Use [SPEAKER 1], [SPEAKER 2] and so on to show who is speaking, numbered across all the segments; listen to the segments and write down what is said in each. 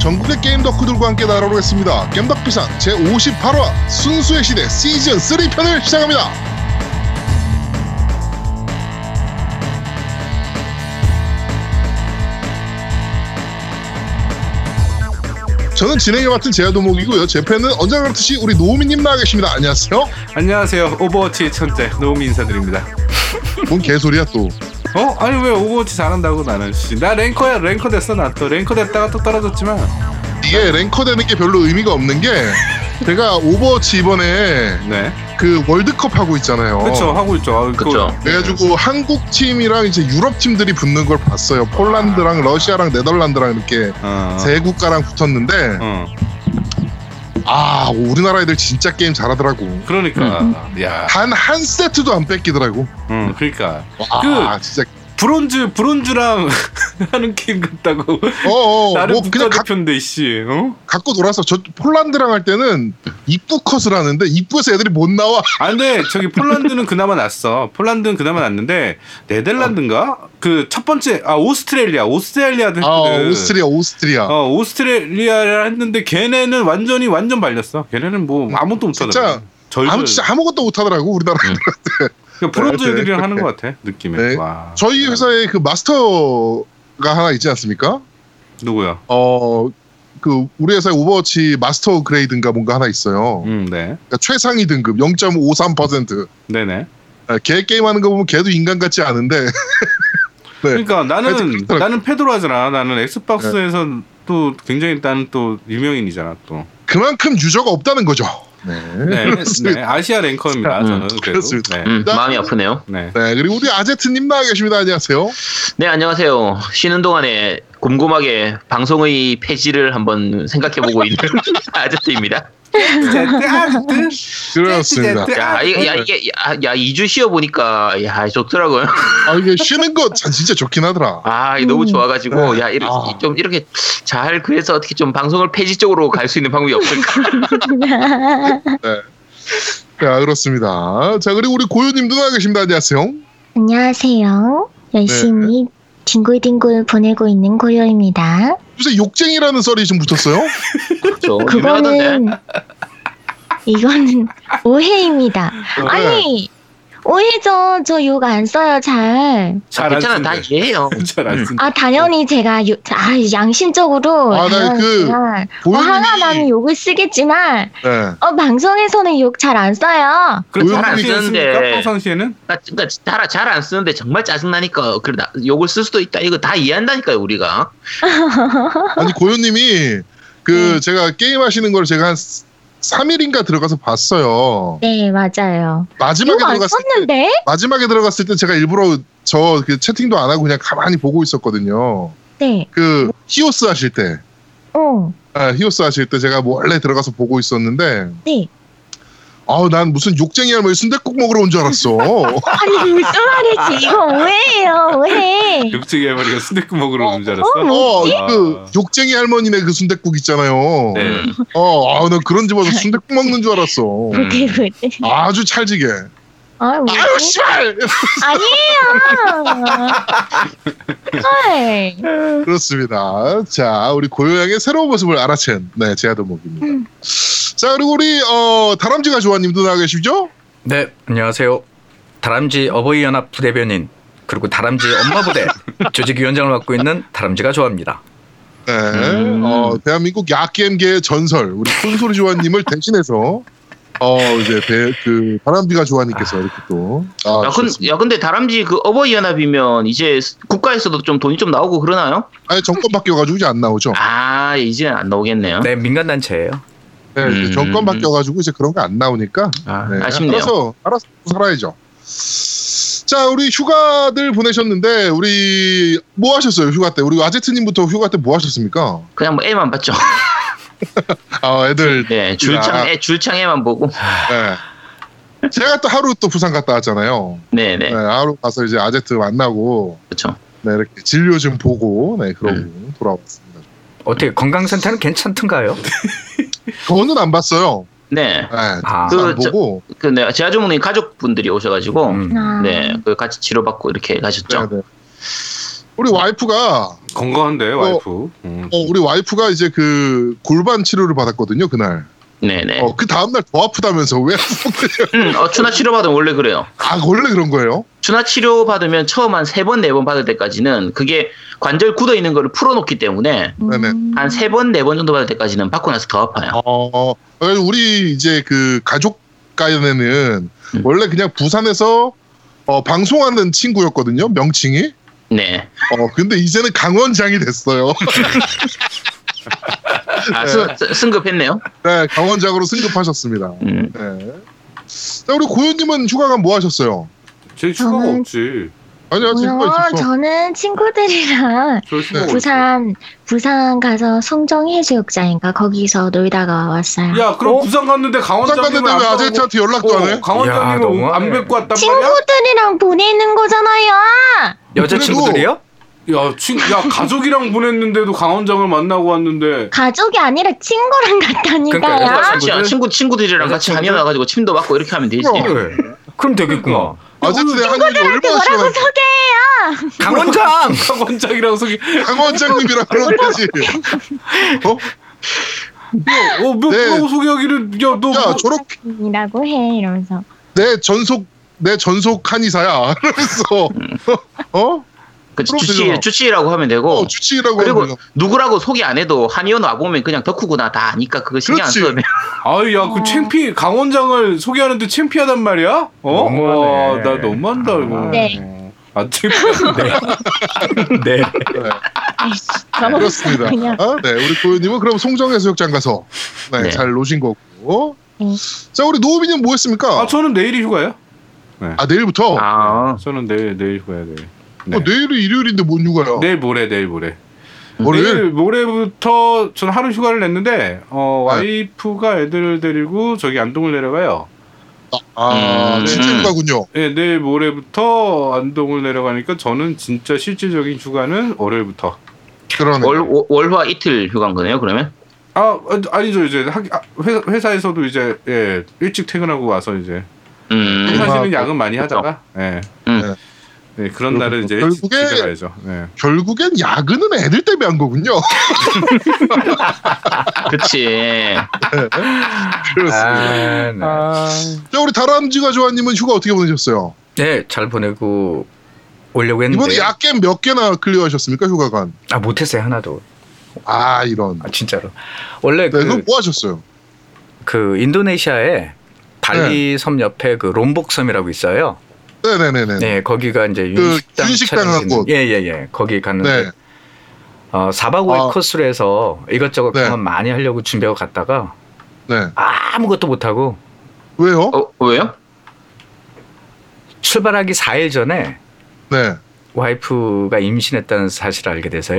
[SPEAKER 1] 전국의 게임 덕후들과 함께 날아오겠습니다. 겜덕비상 제58화 순수의 시대 시즌 3편을 시작합니다. 저는 진행에 맡은 제야도목이고요. 제 팬은 언제나 그렇듯이 우리 노우미님 나와 계십니다. 안녕하세요.
[SPEAKER 2] 안녕하세요. 오버워치 천재 노미 인사드립니다.
[SPEAKER 1] 뭔 개소리야 또.
[SPEAKER 2] 어? 아니 왜 오버워치 잘한다고 나는 씨. 나 랭커야 랭커 됐어 나 또 랭커 됐다가 또 떨어졌지만
[SPEAKER 1] 이게 랭커 되는 게 별로 의미가 없는 게 제가 오버워치 이번에
[SPEAKER 2] 네
[SPEAKER 1] 그 월드컵 하고 있잖아요.
[SPEAKER 2] 그쵸 하고 있죠 아,
[SPEAKER 3] 어. 그쵸.
[SPEAKER 1] 그래가지고 한국 팀이랑 이제 유럽 팀들이 붙는 걸 봤어요. 폴란드랑 러시아랑 네덜란드랑 이렇게
[SPEAKER 2] 어,
[SPEAKER 1] 세 국가랑 붙었는데
[SPEAKER 2] 어.
[SPEAKER 1] 아 우리나라 애들 진짜 게임 잘하더라고.
[SPEAKER 2] 그러니까
[SPEAKER 3] 음.
[SPEAKER 2] 야
[SPEAKER 1] 단 한 세트도 안 뺏기더라고.
[SPEAKER 2] 음, 그러니까
[SPEAKER 1] 아 진짜.
[SPEAKER 2] 브론즈 브론즈랑 하는 게임 같다고
[SPEAKER 1] 어어.
[SPEAKER 2] 나름
[SPEAKER 1] 뭐 그냥 가,
[SPEAKER 2] 국가대표인데 씨 어?
[SPEAKER 1] 갖고 놀아서 저 폴란드랑 할 때는 입구 컷을 하는데 입구에서 애들이 못 나와.
[SPEAKER 2] 아 근데 저기 폴란드는 그나마 낫어. 폴란드는 그나마 낫는데 네덜란드인가? 그 첫 번째 아 오스트레일리아 오스트레일리아 했거든.
[SPEAKER 1] 아 오스트리아 오스트리아.
[SPEAKER 2] 그 어 오스트레일리아를 했는데 걔네는 완전히 완전 발렸어. 걔네는 뭐 아무것도
[SPEAKER 1] 진짜
[SPEAKER 2] 못하더라. 절절.
[SPEAKER 1] 아무 진짜 아무것도 못하더라고 우리나라.
[SPEAKER 2] 네. 그러니까 브론즈
[SPEAKER 1] 그래,
[SPEAKER 2] 애들이랑
[SPEAKER 1] 그래.
[SPEAKER 2] 하는 것 같아 느낌에.
[SPEAKER 1] 네.
[SPEAKER 2] 와.
[SPEAKER 1] 저희 회사에 그 마스터가 하나 있지 않습니까?
[SPEAKER 2] 누구야?
[SPEAKER 1] 어, 그 우리 회사에 오버워치 마스터 그레이드인가 뭔가 하나 있어요.
[SPEAKER 2] 음 네.
[SPEAKER 1] 그러니까 최상위 등급 0.53%.
[SPEAKER 2] 네네.
[SPEAKER 1] 아, 걔 게임하는 거 보면 걔도 인간 같지 않은데. 네.
[SPEAKER 2] 그러니까
[SPEAKER 1] 하여튼
[SPEAKER 2] 나는
[SPEAKER 1] 그렇더라고.
[SPEAKER 2] 나는 페드로 하잖아. 나는 엑스박스에서 또 굉장히 나는 또 유명인이잖아 또.
[SPEAKER 1] 그만큼 유저가 없다는 거죠.
[SPEAKER 2] 네.
[SPEAKER 1] 그렇습니다.
[SPEAKER 2] 네. 아시아 랭커입니다.
[SPEAKER 3] 음,
[SPEAKER 2] 저는 그래도.
[SPEAKER 1] 그렇습니다.
[SPEAKER 2] 네.
[SPEAKER 3] 음,
[SPEAKER 1] 나-
[SPEAKER 3] 마음이 아프네요.
[SPEAKER 2] 네.
[SPEAKER 1] 네, 그리고 우리 아제트님 나와 계십니다. 안녕하세요.
[SPEAKER 3] 네, 안녕하세요. 쉬는 동안에 곰곰하게 방송의 폐지를 한번 생각해보고 있는 아저씨입니다.
[SPEAKER 4] 네,
[SPEAKER 1] 그렇습니다.
[SPEAKER 3] 야, 이- 야, 이게, 야, 야, 2주 쉬어보니까, 야, 좋더라고요.
[SPEAKER 1] 아, 이게 쉬는 거 참 진짜 좋긴 하더라.
[SPEAKER 3] 아, 이게 너무 좋아가지고, 야, 이렇게,
[SPEAKER 1] 아.
[SPEAKER 3] 좀 이렇게 잘, 그래서 어떻게 좀 방송을 폐지 쪽으로 갈 수 있는 방법이 없을까?
[SPEAKER 1] 자, 그렇습니다. 자, 그리고 우리 고유님도 나와 계십니다. 안녕하세요.
[SPEAKER 4] 안녕하세요. 열심히
[SPEAKER 1] 네.
[SPEAKER 4] 뒹굴뒹굴 보내고 있는 고요입니다.
[SPEAKER 1] 요새 욕쟁이라는 썰이 좀 붙었어요.
[SPEAKER 3] 저 유명하던데.
[SPEAKER 4] 그거는 이거는 오해입니다.
[SPEAKER 1] 어, 네.
[SPEAKER 4] 아니 오해죠. 저 욕 안 써요 잘.
[SPEAKER 3] 아,
[SPEAKER 2] 잘안
[SPEAKER 3] 괜찮아,
[SPEAKER 2] 쓴다.
[SPEAKER 3] 다 이해해요.
[SPEAKER 2] 잘안 쓴다.
[SPEAKER 4] 아 당연히 제가 요, 아 양심적으로
[SPEAKER 1] 어. 아, 나
[SPEAKER 4] 당연히
[SPEAKER 1] 그
[SPEAKER 4] 제가 뭐
[SPEAKER 1] 고유님이
[SPEAKER 4] 화가 나면 욕을 쓰겠지만
[SPEAKER 1] 네.
[SPEAKER 4] 어 방송에서는 욕 잘 안 써요.
[SPEAKER 2] 그럼
[SPEAKER 1] 의욕이
[SPEAKER 2] 잘안 쓰는데.
[SPEAKER 3] 있는데.
[SPEAKER 2] 평상시에는?
[SPEAKER 3] 나, 그니까, 잘, 잘안 쓰는데 정말 짜증나니까, 그래, 나, 욕을 쓸 수도 있다. 이거 다 이해한다니까요, 우리가.
[SPEAKER 1] 아니 고현님이 그
[SPEAKER 4] 네.
[SPEAKER 1] 제가 게임 하시는 걸 제가 한 3일인가 들어가서 봤어요.
[SPEAKER 4] 네 맞아요.
[SPEAKER 1] 마지막에
[SPEAKER 4] 욕 안
[SPEAKER 1] 들어갔을 때
[SPEAKER 4] 썼는데
[SPEAKER 1] 마지막에 들어갔을 때 제가 일부러 저 그 채팅도 안 하고 그냥 가만히 보고 있었거든요.
[SPEAKER 4] 네.
[SPEAKER 1] 그 히오스 하실 때,
[SPEAKER 4] 어.
[SPEAKER 1] 아, 히오스 하실 때 제가 원래 들어가서 보고 있었는데,
[SPEAKER 4] 네.
[SPEAKER 1] 아우 난 무슨 욕쟁이 할머니 순대국 먹으러 온 줄 알았어.
[SPEAKER 4] 아니 무슨 말이지? 이거 오해예요. 오해.
[SPEAKER 1] 그
[SPEAKER 2] 육지개 머리가 순대국 먹으러 오는 줄 알았어.
[SPEAKER 1] 어, 그 욕쟁이 할머니네 그 순대국 있잖아요.
[SPEAKER 3] 음.
[SPEAKER 2] 네.
[SPEAKER 1] 어, 아우 난 그런 집와서 순대국 먹는 줄 알았어.
[SPEAKER 4] 그때 그때.
[SPEAKER 1] 아주 찰지게.
[SPEAKER 4] 아, 뭐.
[SPEAKER 1] 음. 아유 씨발.
[SPEAKER 4] 아니에요. 헐.
[SPEAKER 1] 그렇습니다. 자, 우리 고요양의 새로운 모습을 알아챈 네, 제아도목입니다.
[SPEAKER 4] 음.
[SPEAKER 1] 자, 그리고 우리 어, 다람쥐가 조아님도 나와 계시죠?
[SPEAKER 5] 네, 안녕하세요. 다람쥐 어버이연합 부대변인 그리고 다람쥐 엄마 부대 조직위원장을 맡고 있는 다람쥐가 좋아합니다.
[SPEAKER 1] 네,
[SPEAKER 3] 음.
[SPEAKER 1] 어, 대한민국 야게임계의 전설 우리 콘소리 조아님을 대신해서 어 이제 대, 그 다람쥐가 조아님께서 이렇게 또 아,
[SPEAKER 3] 야, 근,
[SPEAKER 1] 주셨습니다.
[SPEAKER 3] 야, 근데 다람쥐 그 어버이 연합이면 이제 스- 국가에서도 좀 돈이 좀 나오고 그러나요?
[SPEAKER 1] 아니 정권 바뀌어가지고 이제 안 나오죠.
[SPEAKER 3] 아, 이제 안 나오겠네요.
[SPEAKER 5] 네, 민간 단체예요.
[SPEAKER 1] 네, 이제
[SPEAKER 3] 음.
[SPEAKER 1] 정권 바뀌어가지고 이제 그런 거 안 나오니까
[SPEAKER 3] 아,
[SPEAKER 1] 네,
[SPEAKER 3] 쉽네요
[SPEAKER 1] 알아서 알아서 살아야죠. 자, 우리 휴가들 보내셨는데 우리 뭐 하셨어요 휴가 때? 우리 아제트님부터 휴가 때 뭐 하셨습니까?
[SPEAKER 3] 그냥 뭐 애만 봤죠.
[SPEAKER 1] 아, 애들.
[SPEAKER 3] 네,
[SPEAKER 1] 아.
[SPEAKER 3] 줄창 애 줄창 애만 보고.
[SPEAKER 1] 네. 제가 또 하루 또 부산 갔다 왔잖아요.
[SPEAKER 3] 네,
[SPEAKER 1] 네,
[SPEAKER 3] 네,
[SPEAKER 1] 하루 가서 이제 아제트 만나고
[SPEAKER 3] 그렇죠.
[SPEAKER 1] 네, 이렇게 진료 좀 보고 네 그러고
[SPEAKER 3] 음.
[SPEAKER 1] 돌아왔습니다.
[SPEAKER 5] 어떻게 건강상태는 괜찮던가요?
[SPEAKER 1] 저는 안 봤어요.
[SPEAKER 3] 네,
[SPEAKER 1] 네,
[SPEAKER 5] 아,
[SPEAKER 1] 안
[SPEAKER 3] 그, 저-
[SPEAKER 1] 보고.
[SPEAKER 3] 그 네, 제아주머니 가족분들이 오셔가지고
[SPEAKER 5] 음.
[SPEAKER 4] 아,
[SPEAKER 3] 네, 그 같이 치료받고 이렇게 가셨죠.
[SPEAKER 1] 네, 네. 우리 와이프가
[SPEAKER 2] 건강한데 와이프. 음.
[SPEAKER 1] 어, 우리 와이프가 이제 그 골반 치료를 받았거든요 그날.
[SPEAKER 3] 네네.
[SPEAKER 1] 어, 그 다음 날 더 아프다면서 왜?
[SPEAKER 3] 음, 어, 추나 치료 받으면 원래 그래요.
[SPEAKER 1] 아 원래 그런 거예요?
[SPEAKER 3] 추나 치료 받으면 처음 한 세 번 네 번 받을 때까지는 그게 관절 굳어 있는 거를 풀어놓기 때문에
[SPEAKER 1] 네네.
[SPEAKER 4] 음.
[SPEAKER 3] 한 세 번 네 번 정도 받을 때까지는 받고 나서 더 아파요.
[SPEAKER 1] 어, 그래서 우리 이제 그 가족 간에는
[SPEAKER 3] 음.
[SPEAKER 1] 원래 그냥 부산에서 어, 방송하는 친구였거든요 명칭이.
[SPEAKER 3] 네.
[SPEAKER 1] 어 근데 이제는 강원장이 됐어요.
[SPEAKER 3] 아, 스- 스- 승급했네요.
[SPEAKER 1] 네 강원장으로 승급하셨습니다.
[SPEAKER 3] 음.
[SPEAKER 1] 네. 자 우리 고현님은 휴가가 뭐 하셨어요?
[SPEAKER 2] 제 휴가가
[SPEAKER 4] 저는-
[SPEAKER 2] 없지.
[SPEAKER 1] 아니야 휴가
[SPEAKER 4] 물론
[SPEAKER 1] 있었어.
[SPEAKER 4] 저는 친구들이랑
[SPEAKER 2] 저 휴가
[SPEAKER 1] 네.
[SPEAKER 4] 부산 부산 가서 송정 해수욕장인가 거기서 놀다가 왔어요.
[SPEAKER 2] 야 그럼
[SPEAKER 5] 어?
[SPEAKER 2] 부산 갔는데
[SPEAKER 1] 부산
[SPEAKER 2] 강원장님은
[SPEAKER 1] 갔는데 왜
[SPEAKER 2] 안
[SPEAKER 1] 아재한테
[SPEAKER 2] 가고-
[SPEAKER 1] 연락도 안
[SPEAKER 2] 어,
[SPEAKER 1] 해?
[SPEAKER 5] 야,
[SPEAKER 2] 강원장님은
[SPEAKER 5] 너무하네.
[SPEAKER 2] 안 뵙고 왔단 말이야?
[SPEAKER 4] 친구들이랑 보내는 거잖아요.
[SPEAKER 5] 여자친구들이요?
[SPEAKER 2] 야, 친, 야 가족이랑 보냈는데도 강원장을 만나고 왔는데
[SPEAKER 4] 가족이 아니라 친구랑 갔다니까요.
[SPEAKER 5] 그러니까 여자-
[SPEAKER 3] 같이 안- 그렇죠. 친구 친구들이랑 같이
[SPEAKER 5] 친구들?
[SPEAKER 3] 다녀와가지고 침도 맞고 이렇게 하면 되지.
[SPEAKER 1] 그럼.
[SPEAKER 5] 네. 그럼 되겠구나.
[SPEAKER 2] 어,
[SPEAKER 1] 아재한테 한 일이 얼마나
[SPEAKER 4] 뭐라고
[SPEAKER 1] 심한데
[SPEAKER 4] 소개해요?
[SPEAKER 5] 강원장!
[SPEAKER 2] 강원장이랑 어, 속이
[SPEAKER 1] 강원장님이라 그러는 거지. 어?
[SPEAKER 2] 어, 뭐
[SPEAKER 1] 네.
[SPEAKER 2] 뭐라고 소개하기를 야, 너
[SPEAKER 1] 야
[SPEAKER 2] 뭐,
[SPEAKER 1] 아, 저렇게
[SPEAKER 4] 이라고 해 이러면서
[SPEAKER 1] 내 전속 내 전속 한의사야. 그래서 어?
[SPEAKER 3] 그
[SPEAKER 1] 그럼
[SPEAKER 3] 주치
[SPEAKER 1] 되잖아.
[SPEAKER 3] 주치라고 하면 되고.
[SPEAKER 1] 어 주치라고
[SPEAKER 3] 그리고
[SPEAKER 1] 하는 거.
[SPEAKER 3] 누구라고 소개 안 해도 한의원 와보면 그냥 덕후구나 다 아니까 그거 신경 안
[SPEAKER 1] 그렇지.
[SPEAKER 3] 써도 돼.
[SPEAKER 2] 아유, 야, 그 창피 강원장을 소개하는데 창피하단 말이야? 어?
[SPEAKER 5] 너무하네. 그러니까.
[SPEAKER 2] 와, 나 너무한다 이거.
[SPEAKER 4] 네.
[SPEAKER 2] 아, 창피한데.
[SPEAKER 5] 네.
[SPEAKER 1] 네,
[SPEAKER 4] 아이씨, 너무
[SPEAKER 1] 그렇습니다.
[SPEAKER 4] 그냥
[SPEAKER 1] 아, 네 우리 고현님은 그럼 송정해수욕장 가서 네,
[SPEAKER 3] 네.
[SPEAKER 1] 잘 노신 거고.
[SPEAKER 4] 네.
[SPEAKER 1] 자 우리 노우빈님 뭐 했습니까?
[SPEAKER 2] 아, 저는 내일이 휴가예요.
[SPEAKER 1] 아, 내일부터.
[SPEAKER 5] 어.
[SPEAKER 3] 아,
[SPEAKER 2] 저는 내일 내일 휴가야 내일. 네.
[SPEAKER 1] 어, 내일이 일요일인데 뭔
[SPEAKER 5] 어.
[SPEAKER 1] 휴가야?
[SPEAKER 2] 내일 모레 내일 모레.
[SPEAKER 1] 월요일.
[SPEAKER 2] 네, 내일 모레부터 저는 하루 휴가를 냈는데 어,
[SPEAKER 5] 네.
[SPEAKER 2] 와이프가 애들을 데리고 저기 안동을 내려가요.
[SPEAKER 1] 아
[SPEAKER 3] 음.
[SPEAKER 1] 진짜 휴가군요.
[SPEAKER 2] 예, 내일 모레부터 안동을 내려가니까 저는 진짜 실질적인 휴가는 월요일부터.
[SPEAKER 1] 그러네.
[SPEAKER 3] 월, 월- 월화 이틀 휴가인 거네요 그러면?
[SPEAKER 2] 아 아, 아니죠 이제 하기- 아, 회사, 회사에서도 이제 예, 일찍 퇴근하고 와서 이제
[SPEAKER 3] 음,
[SPEAKER 2] 회사에서는
[SPEAKER 1] 음.
[SPEAKER 5] 아,
[SPEAKER 2] 야근 많이
[SPEAKER 5] 그렇죠.
[SPEAKER 2] 하다가 예.
[SPEAKER 3] 음.
[SPEAKER 2] 네, 그런 날은 이제 일찍
[SPEAKER 1] 결국에-
[SPEAKER 2] 집에 가야죠. 네.
[SPEAKER 1] 결국엔 야근은 애들 때문에 한 거군요.
[SPEAKER 3] 그치.
[SPEAKER 1] 그렇습니다.
[SPEAKER 5] 아, 네.
[SPEAKER 1] 자 우리 다람쥐가 좋아님은 휴가 어떻게 보내셨어요?
[SPEAKER 5] 네, 잘 보내고 오려고 했는데.
[SPEAKER 1] 이번에 약겜 몇 개나 클리어하셨습니까 휴가간?
[SPEAKER 5] 아, 못했어요, 하나도.
[SPEAKER 1] 아 이런.
[SPEAKER 5] 아, 진짜로. 원래
[SPEAKER 1] 네,
[SPEAKER 5] 그,
[SPEAKER 1] 그럼 뭐 하셨어요?
[SPEAKER 5] 그 인도네시아에 발리 섬 옆에 그 롬복 섬이라고 있어요.
[SPEAKER 1] 네. 네네네네.
[SPEAKER 5] 네, 거기가 이제
[SPEAKER 1] 그
[SPEAKER 5] 윤식당
[SPEAKER 1] 윤식당
[SPEAKER 5] 촬영
[SPEAKER 1] 한 곳.
[SPEAKER 5] 예, 예, 예. 거기 갔는데
[SPEAKER 1] 네.
[SPEAKER 5] 어, 4박 5일
[SPEAKER 1] 아.
[SPEAKER 5] 코스로 해서 이것저것
[SPEAKER 1] 네.
[SPEAKER 5] 경험 많이 하려고 준비하고 갔다가
[SPEAKER 1] 네.
[SPEAKER 5] 아무것도 못 하고
[SPEAKER 1] 왜요?
[SPEAKER 3] 어 왜요?
[SPEAKER 5] 출발하기 4일 전에
[SPEAKER 1] 네.
[SPEAKER 5] 와이프가 임신했다는 사실을 알게 돼서요.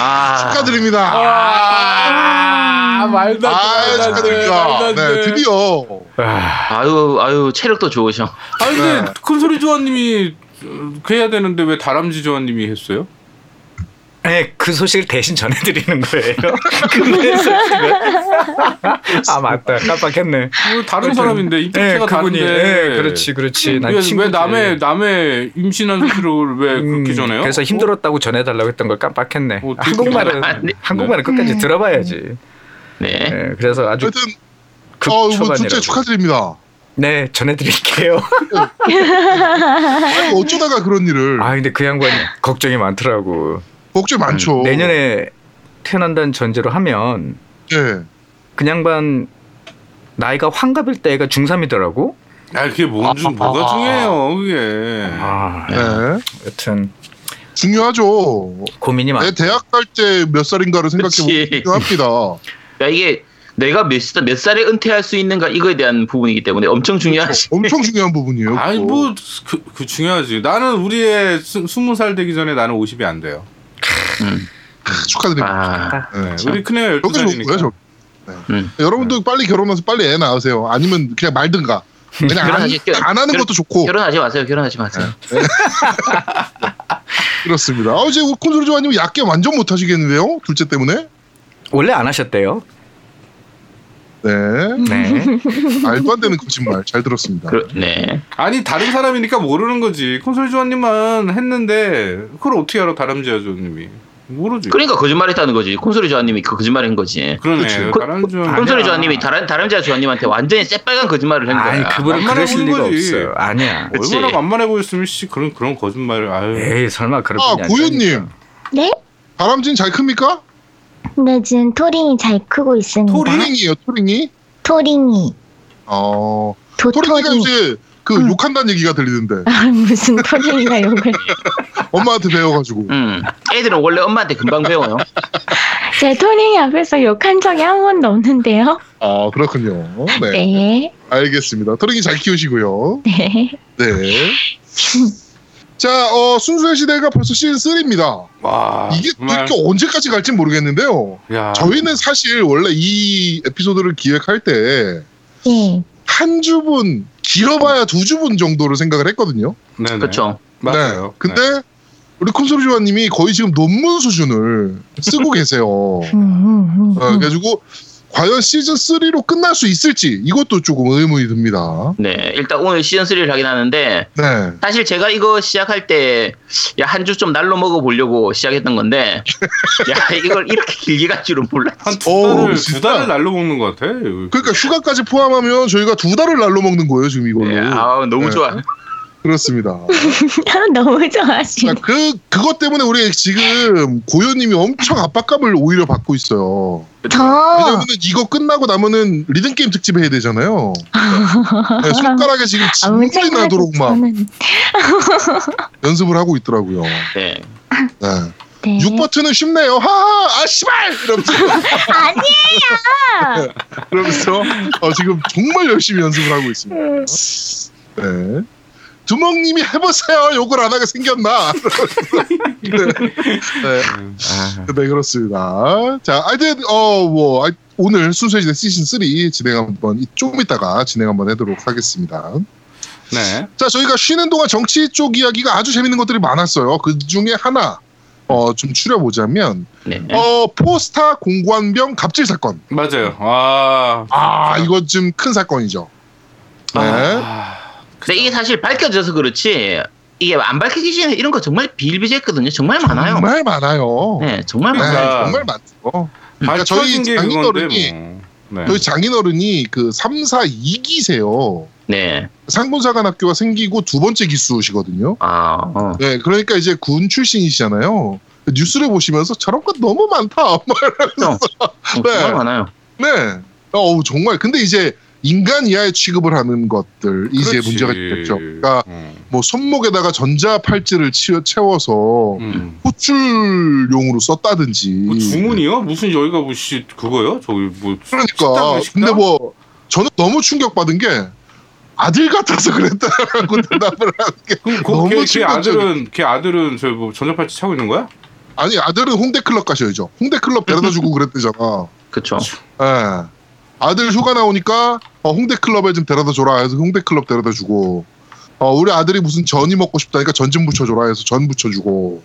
[SPEAKER 3] 아,
[SPEAKER 1] 축하드립니다.
[SPEAKER 2] 아, 말도
[SPEAKER 1] 아, 축하드립니다. 네, 드디어.
[SPEAKER 5] 아,
[SPEAKER 3] 아유 아유 체력도 좋으셔.
[SPEAKER 2] 아니 근데
[SPEAKER 1] 네.
[SPEAKER 2] 큰소리 조아님이 어, 그 해야 되는데 왜 다람쥐 조아님이 했어요?
[SPEAKER 5] 네, 그 소식을 대신 전해드리는 거예요. 그래서 지금- 아 맞다, 깜빡했네.
[SPEAKER 2] 뭐 다른
[SPEAKER 5] 그렇죠.
[SPEAKER 2] 사람인데
[SPEAKER 5] 네,
[SPEAKER 2] 인격체가
[SPEAKER 5] 그분이.
[SPEAKER 2] 다른데. 음,
[SPEAKER 5] 네, 그렇지, 그렇지. 난
[SPEAKER 2] 왜, 왜
[SPEAKER 5] 친구지. 음,
[SPEAKER 2] 남의 남의 임신한 소식을 왜 그렇게 전해요?
[SPEAKER 5] 그래서 힘들었다고 전해달라고 했던 걸 깜빡했네.
[SPEAKER 2] 어, 되게
[SPEAKER 5] 한국말은
[SPEAKER 3] 힘들다. 네.
[SPEAKER 5] 한국말은 끝까지
[SPEAKER 4] 음.
[SPEAKER 5] 들어봐야지.
[SPEAKER 3] 네.
[SPEAKER 5] 네, 그래서 아주
[SPEAKER 1] 하여튼, 어, 뭐, 둘째
[SPEAKER 5] 극초반이라고.
[SPEAKER 1] 축하드립니다.
[SPEAKER 5] 네, 전해드릴게요.
[SPEAKER 1] 아니, 어쩌다가 그런 일을.
[SPEAKER 5] 아 근데 그 양반이 걱정이 많더라고.
[SPEAKER 1] 걱정 많죠.
[SPEAKER 5] 음, 내년에 태어난다는 전제로 하면
[SPEAKER 1] 네.
[SPEAKER 5] 그 양반 나이가 환갑일 때 애가 중3이더라고.
[SPEAKER 2] 아 그게 뭔 중, 뭐가 중요해요 그게.
[SPEAKER 5] 아,
[SPEAKER 1] 네.
[SPEAKER 5] 여튼
[SPEAKER 1] 중요하죠.
[SPEAKER 5] 고민이 많.
[SPEAKER 1] 내 대학 갈 때 몇 살인가를 생각해보면
[SPEAKER 3] 그치.
[SPEAKER 1] 중요합니다.
[SPEAKER 3] 야 이게 내가 몇, 살- 몇 살에 은퇴할 수 있는가 이거에 대한 부분이기 때문에 엄청 중요하지.
[SPEAKER 1] 엄청 중요한 부분이에요.
[SPEAKER 2] 아니
[SPEAKER 1] 그거.
[SPEAKER 2] 뭐그 그 중요하지. 나는 우리의 스, 20살 되기 전에 나는 50이 안 돼요.
[SPEAKER 1] 네. 크, 축하드립니다.
[SPEAKER 3] 음. 아,
[SPEAKER 1] 네.
[SPEAKER 2] 네, 우리 그러니까. 큰애가
[SPEAKER 1] 여기서 좋은 거예요,
[SPEAKER 2] 12살이니까.
[SPEAKER 1] 저. 네.
[SPEAKER 3] 음.
[SPEAKER 1] 여러분도 빨리 결혼해서 빨리 애 낳으세요. 아니면 그냥 말든가. 그냥 안,
[SPEAKER 3] 결혼하지, 결-
[SPEAKER 1] 안 하는
[SPEAKER 3] 결-
[SPEAKER 1] 것도 좋고.
[SPEAKER 3] 결혼하지 마세요. 결혼하지 마세요.
[SPEAKER 1] 네. 그렇습니다. 아, 이제 콘솔 좋아하님 약게 완전 못 하시겠는데요? 둘째 때문에?
[SPEAKER 5] 원래 안 하셨대요.
[SPEAKER 1] 네.
[SPEAKER 5] 네.
[SPEAKER 1] 말도 안 되는 거짓말. 잘 들었습니다.
[SPEAKER 3] 그, 네.
[SPEAKER 2] 아니 다른 사람이니까 모르는 거지. 콘솔 조아님만 했는데 그걸 어떻게 알아 다람쥐 조아님이 모르지.
[SPEAKER 3] 그러니까 거짓말했다는 거지. 콘솔이 조아님이 그 거짓말한 거지.
[SPEAKER 2] 그러네.
[SPEAKER 1] 그치.
[SPEAKER 2] 다람쥐 조아님.
[SPEAKER 3] 콘솔이
[SPEAKER 2] 아니야.
[SPEAKER 3] 조아님이 다른 다람쥐와 조아님한테 완전히 새빨간 거짓말을 한 거야.
[SPEAKER 5] 아니 그분은
[SPEAKER 2] 만만해
[SPEAKER 5] 그러실
[SPEAKER 2] 보이는
[SPEAKER 5] 리가
[SPEAKER 2] 거지.
[SPEAKER 5] 없어요. 아니야.
[SPEAKER 3] 그치.
[SPEAKER 2] 얼마나 만만해 보였으면 씨 그런 그런 거짓말을 아유.
[SPEAKER 5] 에이 설마 그럴
[SPEAKER 1] 아,
[SPEAKER 5] 분이 아니라니까.
[SPEAKER 1] 고유님.
[SPEAKER 4] 네?
[SPEAKER 1] 바람진 잘 큽니까?
[SPEAKER 4] 근데 네, 지금 토링이 잘 크고 있습니다.
[SPEAKER 2] 토링?
[SPEAKER 1] 토링이에요, 토링이.
[SPEAKER 4] 토링이.
[SPEAKER 1] 어. 토링이가
[SPEAKER 4] 도토링.
[SPEAKER 1] 요새 그
[SPEAKER 4] 응.
[SPEAKER 1] 욕한다는 얘기가 들리는데.
[SPEAKER 4] 아, 무슨 토링이가 욕을.
[SPEAKER 1] 엄마한테 배워가지고.
[SPEAKER 3] 음. 애들은 원래 엄마한테 금방 배워요.
[SPEAKER 4] 제 토링이 앞에서 욕한 적이 한 번도 없는데요.
[SPEAKER 1] 아, 그렇군요. 네.
[SPEAKER 4] 네.
[SPEAKER 1] 알겠습니다. 토링이 잘 키우시고요.
[SPEAKER 4] 네.
[SPEAKER 1] 네. 자, 어, 순수의 시대가 벌써 시즌 3입니다.
[SPEAKER 2] 와
[SPEAKER 1] 이게
[SPEAKER 2] 아, 정말.
[SPEAKER 1] 도대체 언제까지 갈진 모르겠는데요.
[SPEAKER 2] 야.
[SPEAKER 1] 저희는 사실 원래 이 에피소드를 기획할 때
[SPEAKER 4] 네.
[SPEAKER 1] 한 주분 길어봐야 두 주분 정도를 생각을 했거든요.
[SPEAKER 2] 네네.
[SPEAKER 3] 그렇죠.
[SPEAKER 2] 맞아요.
[SPEAKER 1] 네. 근데 우리 콘솔 조아님이 거의 지금 논문 수준을 쓰고 계세요.
[SPEAKER 4] 음, 음, 음,
[SPEAKER 1] 어,
[SPEAKER 4] 음.
[SPEAKER 1] 그래가지고 과연 시즌 3로 끝날 수 있을지 이것도 조금 의문이 듭니다.
[SPEAKER 3] 네. 일단 오늘 시즌 3를 하긴 하는데
[SPEAKER 1] 네.
[SPEAKER 3] 사실 제가 이거 시작할 때 야 한 주 좀 날로 먹어 보려고 시작했던 건데 야 이걸 이렇게 길게 갈 줄은 몰랐지.
[SPEAKER 2] 한두
[SPEAKER 1] 어우,
[SPEAKER 2] 달을
[SPEAKER 1] 진짜.
[SPEAKER 2] 두 달을 날로 먹는 것 같아.
[SPEAKER 1] 그러니까 휴가까지 포함하면 저희가 두 달을 날로 먹는 거예요 지금 이걸로.
[SPEAKER 3] 예, 아 너무
[SPEAKER 1] 네.
[SPEAKER 3] 좋아.
[SPEAKER 1] 그렇습니다.
[SPEAKER 4] 아, 너무 좋아하시네.
[SPEAKER 1] 자, 그 그것 때문에 우리 지금 고현님이 엄청 압박감을 오히려 받고 있어요.
[SPEAKER 4] 저.
[SPEAKER 1] 그 왜냐면은 이거 끝나고 나면은 리듬 게임 특집 해야 되잖아요. 네, 손가락에 지금
[SPEAKER 4] 아무
[SPEAKER 1] 진물이
[SPEAKER 4] 생각
[SPEAKER 1] 나도록 막
[SPEAKER 4] 저는
[SPEAKER 1] 연습을 하고 있더라고요. 네.
[SPEAKER 3] 네.
[SPEAKER 4] 네.
[SPEAKER 1] 6 버튼은 쉽네요. 하하, 아 씨발 이러면서
[SPEAKER 4] 아니에요.
[SPEAKER 1] 그러면서 어, 지금 정말 열심히 연습을 하고 있습니다.
[SPEAKER 4] 음.
[SPEAKER 1] 네. 두멍님이 해보세요. 욕을 안 하게 생겼나? 네. 네.
[SPEAKER 5] 아,
[SPEAKER 1] 네 그렇습니다. 자, 하여튼 어뭐 아, 오늘 순수해지는 시즌 3 진행 한번 이- 조금 있다가 진행 한번 해도록 하겠습니다.
[SPEAKER 2] 네.
[SPEAKER 1] 자, 저희가 쉬는 동안 정치 쪽 이야기가 아주 재밌는 것들이 많았어요. 그 중에 하나 어 좀 추려보자면
[SPEAKER 3] 네.
[SPEAKER 1] 어 포스타 공관병 갑질 사건.
[SPEAKER 2] 맞아요. 아.
[SPEAKER 1] 아 이건 좀 큰 사건이죠. 네.
[SPEAKER 2] 아.
[SPEAKER 3] 근데 이게 사실 밝혀져서 그렇지 이게 안 밝혀기 전에 이런 거 정말 비일비재했거든요. 정말 많아요.
[SPEAKER 1] 정말 많아요.
[SPEAKER 3] 네, 정말
[SPEAKER 1] 네,
[SPEAKER 3] 많아요.
[SPEAKER 2] 그러니까.
[SPEAKER 1] 정말 많죠. 그러니까 저희
[SPEAKER 2] 밝혀진 게
[SPEAKER 1] 장인어른이
[SPEAKER 2] 그건데 뭐. 네.
[SPEAKER 1] 저희 장인어른이 그 3, 4, 2기세요.
[SPEAKER 3] 네.
[SPEAKER 1] 상군사관 학교가 생기고 두 번째 기수시거든요.
[SPEAKER 3] 아, 어.
[SPEAKER 1] 네, 그러니까 이제 군 출신이시잖아요. 뉴스를 보시면서 저런 건 너무 많다. 막 이러면서.
[SPEAKER 3] 어, 정말 많아요.
[SPEAKER 1] 네. 어우, 정말. 근데 이제 인간 이하의 취급을 하는 것들, 이제
[SPEAKER 2] 그렇지.
[SPEAKER 1] 문제가 있겠죠. 그러니까
[SPEAKER 2] 음.
[SPEAKER 1] 뭐 손목에다가 전자 팔찌를 치워- 채워서
[SPEAKER 2] 음.
[SPEAKER 1] 호출용으로 썼다든지.
[SPEAKER 2] 뭐 주문이요? 무슨 여기가 뭐씨 그거요? 저기 뭐
[SPEAKER 1] 음. 그러니까.
[SPEAKER 2] 식당?
[SPEAKER 1] 근데 뭐 저는 너무 충격받은 게 아들 같아서 그랬다라고 대답을 한 게.
[SPEAKER 2] 그럼
[SPEAKER 1] 너무
[SPEAKER 2] 그, 걔, 걔
[SPEAKER 1] 충격적이야.
[SPEAKER 2] 아들은 걔 아들은 저뭐 전자팔찌 차고 있는 거야?
[SPEAKER 1] 아니 아들은 홍대 클럽 가셔야죠. 홍대 클럽 데려다 주고 그랬대잖아.
[SPEAKER 3] 그쵸.
[SPEAKER 1] 예. 아들 휴가 나오니까 어, 홍대 클럽에 좀 데려다 줘라 해서 홍대 클럽 데려다 주고 어, 우리 아들이 무슨 전이 먹고 싶다니까 전 좀 부쳐줘라 해서 전 부쳐주고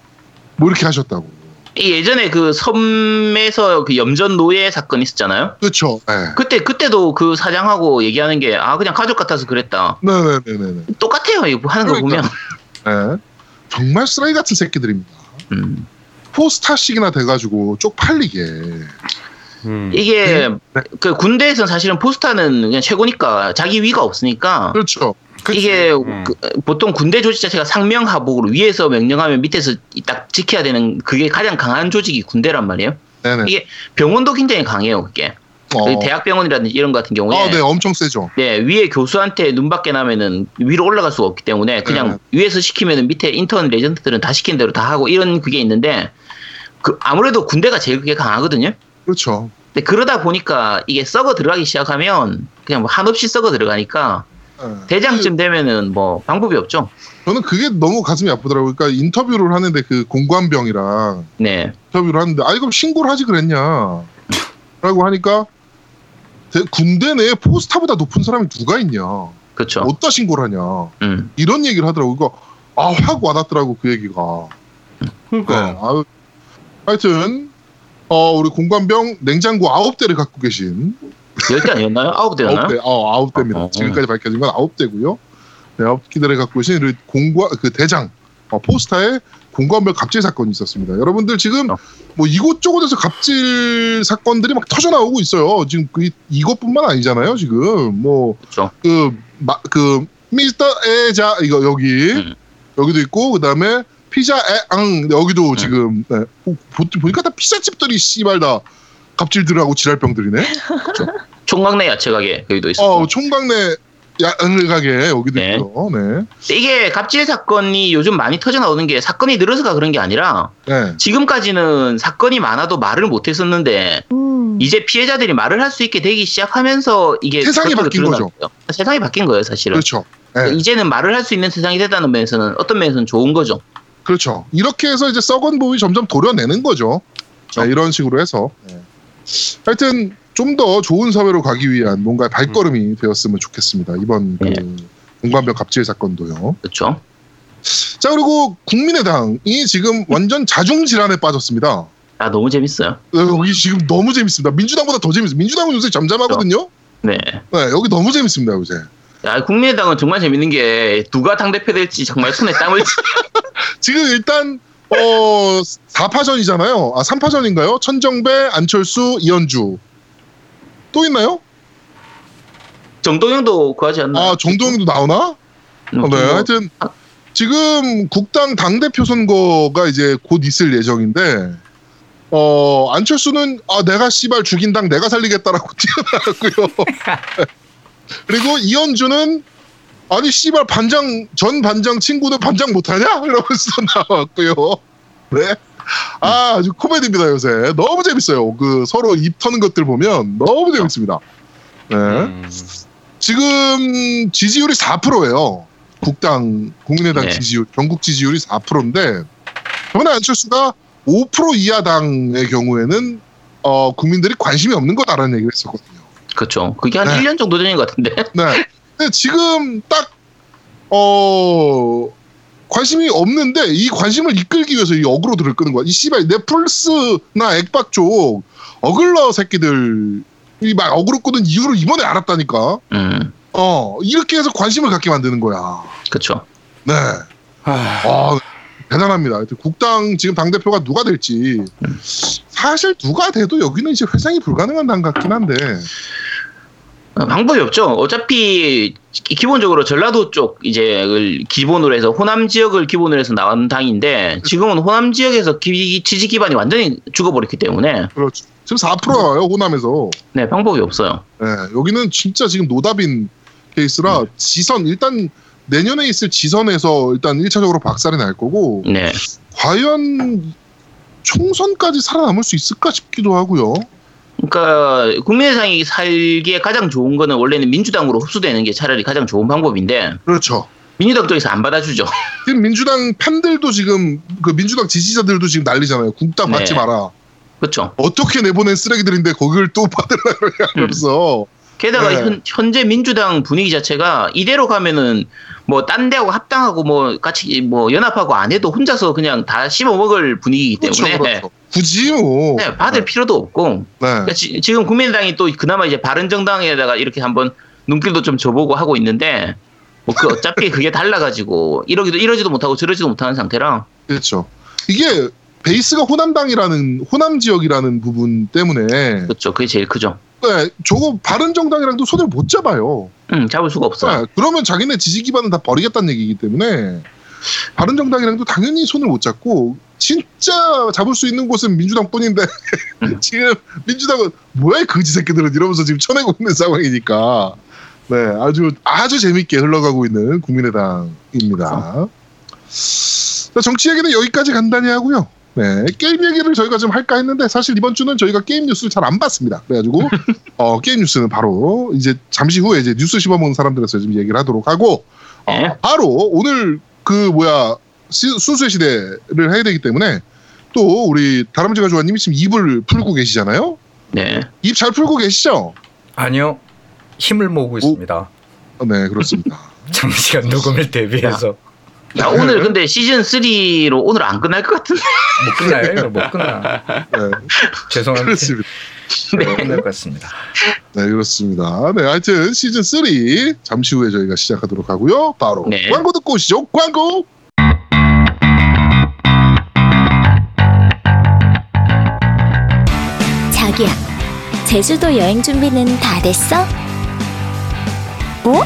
[SPEAKER 1] 뭐 이렇게 하셨다고.
[SPEAKER 3] 이 예전에 그 섬에서 그 염전 노예 사건 있었잖아요.
[SPEAKER 1] 그렇죠. 예.
[SPEAKER 3] 그때 그때도 그 사장하고 얘기하는 게 아 그냥 가족 같아서 그랬다.
[SPEAKER 1] 네네네네.
[SPEAKER 3] 똑같아요. 이거 하는 거 보면.
[SPEAKER 1] 그러니까. 예. 정말 쓰레기 같은 새끼들입니다.
[SPEAKER 3] 음.
[SPEAKER 1] 포스타식이나 돼가지고 쪽팔리게.
[SPEAKER 2] 음.
[SPEAKER 3] 이게 그 군대에선 사실은 포스타는 그냥 최고니까 자기 위가 없으니까
[SPEAKER 1] 그렇죠.
[SPEAKER 2] 그치.
[SPEAKER 3] 이게
[SPEAKER 2] 음.
[SPEAKER 3] 그, 보통 군대 조직 자체가 상명하복으로 위에서 명령하면 밑에서 이- 딱 지켜야 되는 그게 가장 강한 조직이 군대란 말이에요.
[SPEAKER 1] 네네.
[SPEAKER 3] 이게 병원도 굉장히 강해요. 그게
[SPEAKER 1] 어.
[SPEAKER 3] 대학병원이라든지 예. 이런 거 같은 경우에
[SPEAKER 1] 아, 네, 엄청 세죠.
[SPEAKER 3] 네, 위에 교수한테 눈밖에 나면은 위로 올라갈 수가 없기 때문에
[SPEAKER 1] 음.
[SPEAKER 3] 그냥 위에서 시키면은 밑에 인턴 레전드들은 다 시킨 대로 다 하고 이런 그게 있는데 그 아무래도 군대가 제일 그게 강하거든요.
[SPEAKER 1] 그렇죠.
[SPEAKER 3] 근데 그러다 보니까 이게 썩어 들어가기 시작하면 그냥 뭐 한없이 썩어 들어가니까
[SPEAKER 1] 예.
[SPEAKER 3] 대장쯤 되면은 뭐 방법이 없죠.
[SPEAKER 1] 저는 그게 너무 가슴이 아프더라고요. 그러니까 인터뷰를 하는데 그 공관병이랑
[SPEAKER 3] 네.
[SPEAKER 1] 인터뷰를 하는데 아이 그럼 신고를 하지 그랬냐 라고 하니까 대- 군대 내에 포스타보다 높은 사람이 누가 있냐
[SPEAKER 3] 그렇죠.
[SPEAKER 1] 어디다 신고를 하냐
[SPEAKER 3] 음.
[SPEAKER 1] 이런 얘기를 하더라고 그러니까 아확 와닿더라고 그 얘기가
[SPEAKER 3] 네.
[SPEAKER 2] 그러니까
[SPEAKER 1] 아유. 하여튼 어, 우리 공관병 냉장고 아홉 대를 갖고 계신
[SPEAKER 3] 열대 아니었나요? 아홉 대였나요?
[SPEAKER 1] 아홉 대, 어 아홉 대입니다.
[SPEAKER 3] 어, 어.
[SPEAKER 1] 지금까지 밝혀진 건 아홉 대고요. 네, 아홉 기대를 갖고 계신 그 공과 그 대장 어, 포스타의 공관별 갑질 사건이 있었습니다. 여러분들 지금
[SPEAKER 5] 어.
[SPEAKER 1] 뭐 이곳저곳에서 갑질 사건들이 막 터져 나오고 있어요. 지금 그 이- 이것뿐만 아니잖아요. 지금 뭐
[SPEAKER 3] 그쵸.
[SPEAKER 1] 뭐그그 미스터 에자 이거 여기
[SPEAKER 3] 음.
[SPEAKER 1] 여기도 있고 그 다음에 피자 에앙 여기도 지금 네. 보- 보- 보니까 다 피자집들이 씨발 다 갑질들하고 지랄병들이네.
[SPEAKER 3] 총각내 야채 가게 그 여기도 있었고
[SPEAKER 1] 어, 총각내 양을 가게 여기도
[SPEAKER 3] 네.
[SPEAKER 1] 있죠. 네.
[SPEAKER 3] 이게 갑질 사건이 요즘 많이 터져 나오는 게 사건이 늘어서가 그런 게 아니라
[SPEAKER 1] 네.
[SPEAKER 3] 지금까지는 사건이 많아도 말을 못 했었는데
[SPEAKER 1] 아,
[SPEAKER 4] 음.
[SPEAKER 3] 이제 피해자들이 말을 할 수 있게 되기 시작하면서 이게
[SPEAKER 1] 세상이
[SPEAKER 3] 그쪽으로
[SPEAKER 1] 바뀐 거죠.
[SPEAKER 3] 드러났고요. 세상이 바뀐 거예요, 사실은.
[SPEAKER 1] 그렇죠. 네.
[SPEAKER 3] 이제는 말을 할 수 있는 세상이 됐다는 면에서는 어떤 면에서는 좋은 거죠.
[SPEAKER 1] 그렇죠. 이렇게 해서 이제 썩은 부분이 점점 도려내는 거죠. 자, 이런 식으로 해서. 네. 하여튼 좀 더 좋은 사회로 가기 위한 뭔가 발걸음이 되었으면 좋겠습니다. 이번 그
[SPEAKER 3] 네.
[SPEAKER 1] 공관병 갑질 사건도요.
[SPEAKER 3] 그렇죠.
[SPEAKER 1] 자, 그리고 국민의당이 지금 완전 자중 질환에 빠졌습니다.
[SPEAKER 3] 아 너무 재밌어요.
[SPEAKER 1] 네, 여기 지금 너무 재밌습니다. 민주당보다 더 재밌어요. 민주당은 요새 잠잠하거든요.
[SPEAKER 3] 네.
[SPEAKER 1] 네, 여기 너무 재밌습니다, 요새.
[SPEAKER 3] 아, 국민의당은 정말 재밌는 게 누가 당 대표 될지 정말 손에 땀을 쥐-
[SPEAKER 1] 지금 일단 어 4파전이잖아요. 아 3파전인가요? 천정배, 안철수, 이현주. 또 있나요?
[SPEAKER 3] 정동영도 구하지 않나. 음, 뭐,
[SPEAKER 1] 아 정동영도 나오나? 어, 네. 하여튼 지금 국당 당 대표 선거가 이제 곧 있을 예정인데 어 안철수는 아 내가 씨발 죽인 당 내가 살리겠다라고 뛰어나갔고요. 그리고 이현주는 아니 씨발 반장 전 반장 친구도 반장 못하냐 이러면서 나왔고요. 네. 아 아주 코미디입니다 요새 너무 재밌어요. 그 서로 입 터는 것들 보면 너무 재밌습니다. 네.
[SPEAKER 2] 예?
[SPEAKER 5] 음.
[SPEAKER 1] 지금 지지율이 4%예요. 국당 국민의당
[SPEAKER 3] 네.
[SPEAKER 1] 지지율 전국 지지율이 4%인데 저번에 안철수가 5% 이하 당의 경우에는 어, 국민들이 관심이 없는 거다라는 얘기를 했었거든요.
[SPEAKER 3] 그렇죠. 그게 한
[SPEAKER 1] 네.
[SPEAKER 3] 1년 정도 전인 것 같은데.
[SPEAKER 1] 네. 근데 지금 딱 어, 관심이 없는데 이 관심을 이끌기 위해서 이 어그로들을 끄는 거야. 이 씨발 넷플스나 액박 쪽 어글러 새끼들이 막 어그로 끄는 이유를 이번에 알았다니까.
[SPEAKER 3] 음.
[SPEAKER 1] 어 이렇게 해서 관심을 갖게 만드는 거야.
[SPEAKER 3] 그렇죠.
[SPEAKER 1] 네.
[SPEAKER 2] 아,
[SPEAKER 1] 아 대단합니다. 하여튼 국당 지금 당 대표가 누가 될지 사실 누가 돼도 여기는 이제 회생이 불가능한 당 같긴 한데.
[SPEAKER 3] 아, 방법이 없죠. 어차피 기- 기본적으로 전라도 쪽 이제를 기본으로 해서 호남 지역을 기본으로 해서 나온 당인데 지금은 호남 지역에서 기- 지지 기반이 완전히 죽어버렸기 때문에
[SPEAKER 1] 그렇죠. 지금 4%예요 호남에서.
[SPEAKER 3] 네 방법이 없어요.
[SPEAKER 1] 네, 여기는 진짜 지금 노답인 케이스라 지선 일단 내년에 있을 지선에서 일단 1차적으로 박살이 날 거고
[SPEAKER 3] 네.
[SPEAKER 1] 과연 총선까지 살아남을 수 있을까 싶기도 하고요.
[SPEAKER 3] 그러니까 국민의당이 살기에 가장 좋은 거는 원래는 민주당으로 흡수되는 게 차라리 가장 좋은 방법인데
[SPEAKER 1] 그렇죠.
[SPEAKER 3] 민주당 쪽에서 안 받아주죠.
[SPEAKER 1] 지금 민주당 팬들도 지금 그 민주당 지지자들도 지금 난리잖아요. 국당
[SPEAKER 3] 네.
[SPEAKER 1] 받지 마라.
[SPEAKER 3] 그렇죠.
[SPEAKER 1] 어떻게 내보낸 쓰레기들인데 거기를 또 받으려고
[SPEAKER 3] 음.
[SPEAKER 1] 하면서
[SPEAKER 3] 게다가
[SPEAKER 1] 네.
[SPEAKER 3] 현, 현재 민주당 분위기 자체가 이대로 가면은 뭐 딴 데하고 합당하고 뭐 같이 뭐 연합하고 안 해도 혼자서 그냥 다 씹어 먹을 분위기이기
[SPEAKER 1] 그렇죠,
[SPEAKER 3] 때문에
[SPEAKER 1] 그렇죠. 굳이 뭐
[SPEAKER 3] 네, 받을 필요도 없고
[SPEAKER 1] 네.
[SPEAKER 3] 그러니까 지, 금 국민의당이 또 그나마 이제 바른정당에다가 이렇게 한번 눈길도 좀 줘보고 하고 있는데 뭐 그 어차피 그게 달라가지고 이러기도 이러지도 못하고 저러지도 못하는 상태라
[SPEAKER 1] 그렇죠. 이게 베이스가 호남당이라는 호남 지역이라는 부분 때문에
[SPEAKER 3] 그렇죠 그게 제일 크죠.
[SPEAKER 1] 네, 저거 바른 정당이랑도 손을 못 잡아요.
[SPEAKER 3] 음, 잡을 수가 없어요.
[SPEAKER 1] 네, 그러면 자기네 지지 기반은 다 버리겠다는 얘기이기 때문에 바른 정당이랑도 당연히 손을 못 잡고 진짜 잡을 수 있는 곳은 민주당뿐인데
[SPEAKER 3] 음.
[SPEAKER 1] 지금 민주당은 뭐야 그지 새끼들은 이러면서 지금 쳐내고 있는 상황이니까 네 아주 아주 재밌게 흘러가고 있는 국민의당입니다. 자, 정치 얘기는 여기까지 간단히 하고요. 네, 게임 얘기를 저희가 좀 할까 했는데 사실 이번 주는 저희가 게임 뉴스를 잘 안 봤습니다. 그래가지고 어, 게임 뉴스는 바로 이제 잠시 후에 이제 뉴스 씹어먹는 사람들에서 좀 얘기를 하도록 하고 어,
[SPEAKER 3] 예.
[SPEAKER 1] 바로 오늘 그 뭐야 시- 순수의 시대를 해야 되기 때문에 또 우리 다람쥐 가조아님이 지금 입을 풀고 계시잖아요.
[SPEAKER 3] 네.
[SPEAKER 1] 입 잘 풀고 계시죠?
[SPEAKER 5] 아니요 힘을 모으고 있습니다.
[SPEAKER 1] 어, 네 그렇습니다.
[SPEAKER 5] 장시간 녹음을 대비해서
[SPEAKER 3] 야, 오늘
[SPEAKER 1] 네.
[SPEAKER 3] 근데 시즌 3로 오늘 안 끝날 것 같은데.
[SPEAKER 5] 못 끝나요 이거 못 끝나.
[SPEAKER 1] 네,
[SPEAKER 5] 죄송합니다.
[SPEAKER 1] 그렇습니다.
[SPEAKER 5] 끝날 것 같습니다.
[SPEAKER 1] 네 그렇습니다. 네 하여튼 시즌 3 잠시 후에 저희가 시작하도록 하고요. 바로
[SPEAKER 3] 네.
[SPEAKER 1] 광고 듣고 오시죠. 광고.
[SPEAKER 6] 자기야, 제주도 여행 준비는 다 됐어? 뭐?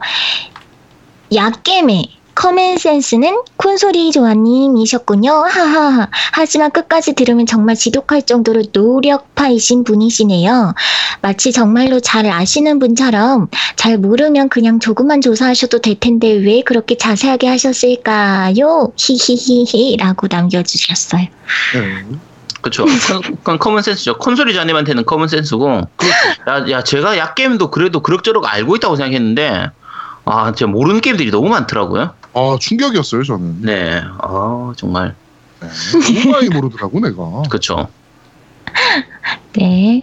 [SPEAKER 4] 약겜의 커맨센스는 콘솔이 조아님이셨군요. 하하하. 하지만 끝까지 들으면 정말 지독할 정도로 노력파이신 분이시네요. 마치 정말로 잘 아시는 분처럼 잘 모르면 그냥 조금만 조사하셔도 될 텐데 왜 그렇게 자세하게 하셨을까요? 히히히히 라고 남겨주셨어요.
[SPEAKER 1] 네.
[SPEAKER 3] 그렇죠. 그건 커먼센스죠. 콘솔이 자님한테는 커먼센스고. 야, 야, 제가 약 게임도 그래도 그럭저럭 알고 있다고 생각했는데 아, 제가 모르는 게임들이 너무 많더라고요.
[SPEAKER 1] 아 충격이었어요, 저는.
[SPEAKER 3] 네. 아, 정말.
[SPEAKER 1] 네. 어, 너무 많이 모르더라고 내가.
[SPEAKER 3] 그렇죠.
[SPEAKER 4] 네.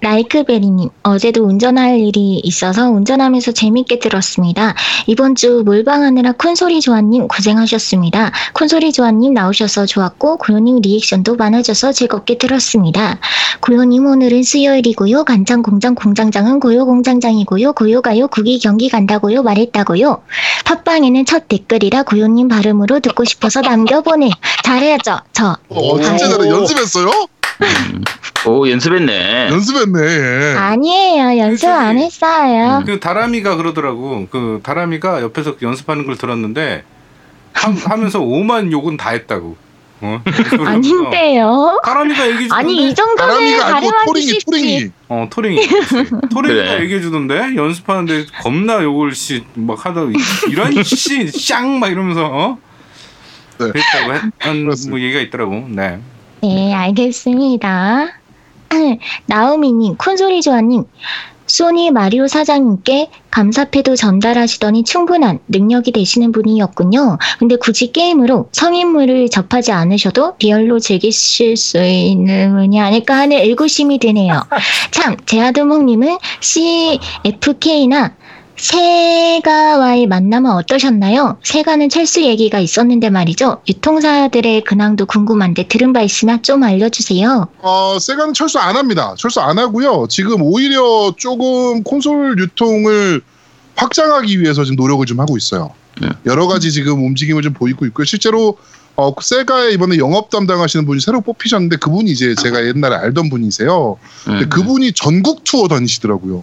[SPEAKER 4] 라이크베리님, 어제도 운전할 일이 있어서 운전하면서 재밌게 들었습니다. 이번 주 몰빵하느라 콘솔이 조아님 고생하셨습니다. 콘솔이 조아님 나오셔서 좋았고, 고요님 리액션도 많아져서 즐겁게 들었습니다. 고요님 오늘은 수요일이고요. 간장 공장 공장장은 고요 공장장이고요. 고요가요 국이 경기 간다고요 말했다고요. 팟빵에는 첫 댓글이라 고요님 발음으로 듣고 싶어서 남겨보네. 잘해야죠. 저.
[SPEAKER 1] 어, 진짜 잘해. 연습했어요?
[SPEAKER 3] 오 연습했네.
[SPEAKER 1] 연습했네. 예.
[SPEAKER 4] 아니에요. 연습 안 했어요.
[SPEAKER 2] 그 다람이가 그러더라고. 그 다람이가 옆에서 연습하는 걸 들었는데 하, 면서 오만 욕은 다 했다고. 어? 그래서
[SPEAKER 4] 아닌데요.
[SPEAKER 2] 어, 다람이가 얘기해 주는데.
[SPEAKER 4] 아니 이 정도면
[SPEAKER 1] 다람이가 알고
[SPEAKER 4] 발음하기
[SPEAKER 1] 토링이
[SPEAKER 4] 쉽지.
[SPEAKER 1] 토링이.
[SPEAKER 2] 어 토링이. 토링이가
[SPEAKER 3] 그래.
[SPEAKER 2] 얘기해 주던데 연습하는데 겁나 욕을 씨막 하다 이- 이런 씨짱막 이러면서 어?
[SPEAKER 1] 네.
[SPEAKER 2] 그랬다고 했던 뭐
[SPEAKER 1] 그렇습니다.
[SPEAKER 2] 얘기가 있더라고. 네.
[SPEAKER 4] 네, 알겠습니다. 나우미님, 콘솔이 조아님, 소니 마리오 사장님께 감사패도 전달하시더니 충분한 능력이 되시는 분이었군요. 근데 굳이 게임으로 성인물을 접하지 않으셔도 리얼로 즐기실 수 있는 분이 아닐까 하는 의구심이 드네요. 참, 제아도몽님은 CFK나 세가와의 만남은 어떠셨나요? 세가는 철수 얘기가 있었는데 말이죠. 유통사들의 근황도 궁금한데 들은 바 있으나 좀 알려주세요.
[SPEAKER 1] 어, 세가는 철수 안 합니다. 철수 안 하고요. 지금 오히려 조금 콘솔 유통을 확장하기 위해서 지금 노력을 좀 하고 있어요.
[SPEAKER 3] 네.
[SPEAKER 1] 여러 가지 지금 움직임을 좀 보이고 있고요. 실제로 어, 세가에 이번에 영업 담당하시는 분이 새로 뽑히셨는데 그분이 이제 제가 옛날에 알던 분이세요. 근데
[SPEAKER 3] 음.
[SPEAKER 1] 그분이 전국 투어 다니시더라고요.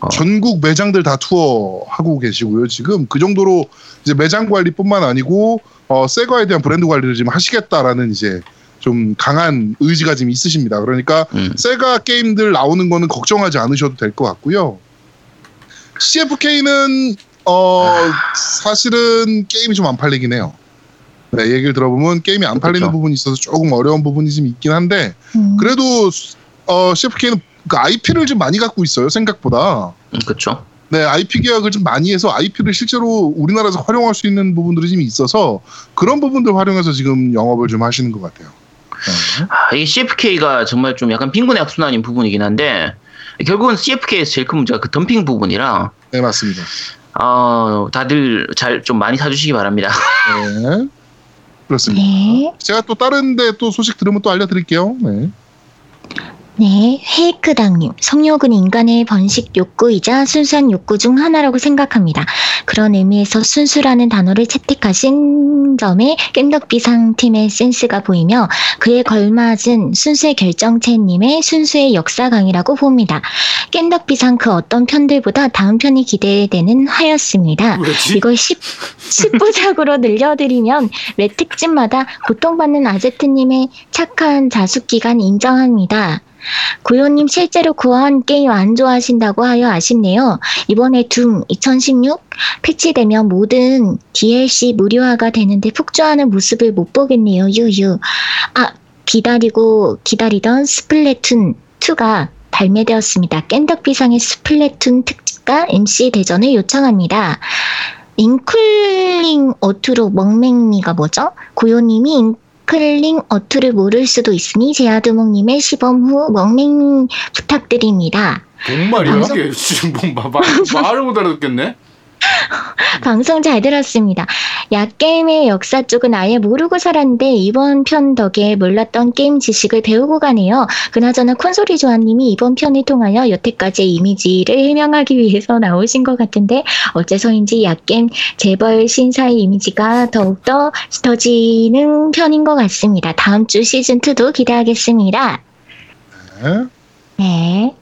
[SPEAKER 3] 어.
[SPEAKER 1] 전국 매장들 다 투어하고 계시고요. 지금 그 정도로 이제 매장 관리뿐만 아니고 어, 세가에 대한 브랜드 관리를 지금 하시겠다라는 이제 좀 강한 의지가 지금 있으십니다. 그러니까
[SPEAKER 3] 음.
[SPEAKER 1] 세가 게임들 나오는 거는 걱정하지 않으셔도 될 것 같고요. CFK는 어, 사실은 게임이 좀 안 팔리긴 해요. 네, 얘기를 들어보면 게임이 안 팔리는
[SPEAKER 3] 그렇죠.
[SPEAKER 1] 부분이 있어서 조금 어려운 부분이 좀 있긴 한데
[SPEAKER 4] 음,
[SPEAKER 1] 그래도 어, CFK는 IP를 좀 많이 갖고 있어요 생각보다.
[SPEAKER 3] 음, 그쵸.
[SPEAKER 1] 네, IP 계약을 좀 많이 해서 IP를 실제로 우리나라에서 활용할 수 있는 부분들이 좀 있어서 그런 부분들 활용해서 지금 영업을 좀 하시는 것 같아요. 네.
[SPEAKER 3] 아, 이 CFK가 정말 좀 약간 빈곤의 악순환인 부분이긴 한데 결국은 CFK에서 제일 큰 문제가 그 덤핑 부분이라
[SPEAKER 1] 네, 맞습니다.
[SPEAKER 3] 아 다들 잘 좀 많이 사주시기 바랍니다.
[SPEAKER 1] 네. 그렇습니다.
[SPEAKER 4] 네,
[SPEAKER 1] 제가 또 다른데 또 소식 들으면 또 알려드릴게요. 네.
[SPEAKER 4] 네, 헤이크당님. 성욕은 인간의 번식 욕구이자 순수한 욕구 중 하나라고 생각합니다. 그런 의미에서 순수라는 단어를 채택하신 점에 깸덕비상팀의 센스가 보이며 그에 걸맞은 순수의 결정체님의 순수의 역사 강의라고 봅니다. 깸덕비상 그 어떤 편들보다 다음 편이 기대되는 화였습니다.
[SPEAKER 2] 왜지?
[SPEAKER 4] 이걸 10, 10부작으로 늘려드리면 매 특집마다 고통받는 아제트님의 착한 자숙기간 인정합니다. 고요님 실제로 구한 게임 안 좋아하신다고 하여 아쉽네요. 이번에 둠 2016 패치되면 모든 DLC 무료화가 되는데 폭주하는 모습을 못 보겠네요. 유유. 아 기다리고 기다리던 스플래툰 2가 발매되었습니다. 깬덕비상의 스플래툰 특집과 MC 대전을 요청합니다. 잉클링 어투로 먹맹이가 뭐죠? 고요님이 잉클링 어투를 모를 수도 있으니 제아드몽님의 시범 후 먹맹이 부탁드립니다.
[SPEAKER 2] 뭔 말이야?
[SPEAKER 4] 방송-
[SPEAKER 2] 이게 지금 뭔 말- 말- 말을 못 알아듣겠네.
[SPEAKER 4] 방송 잘 들었습니다. 약게임의 역사 쪽은 아예 모르고 살았는데 이번 편 덕에 몰랐던 게임 지식을 배우고 가네요. 그나저나 콘솔이 조아님이 이번 편을 통하여 여태까지의 이미지를 해명하기 위해서 나오신 것 같은데 어째서인지 약겜 재벌 신사의 이미지가 더욱더 짙어지는 편인 것 같습니다. 다음 주 시즌2도 기대하겠습니다.
[SPEAKER 1] 네.
[SPEAKER 4] 네.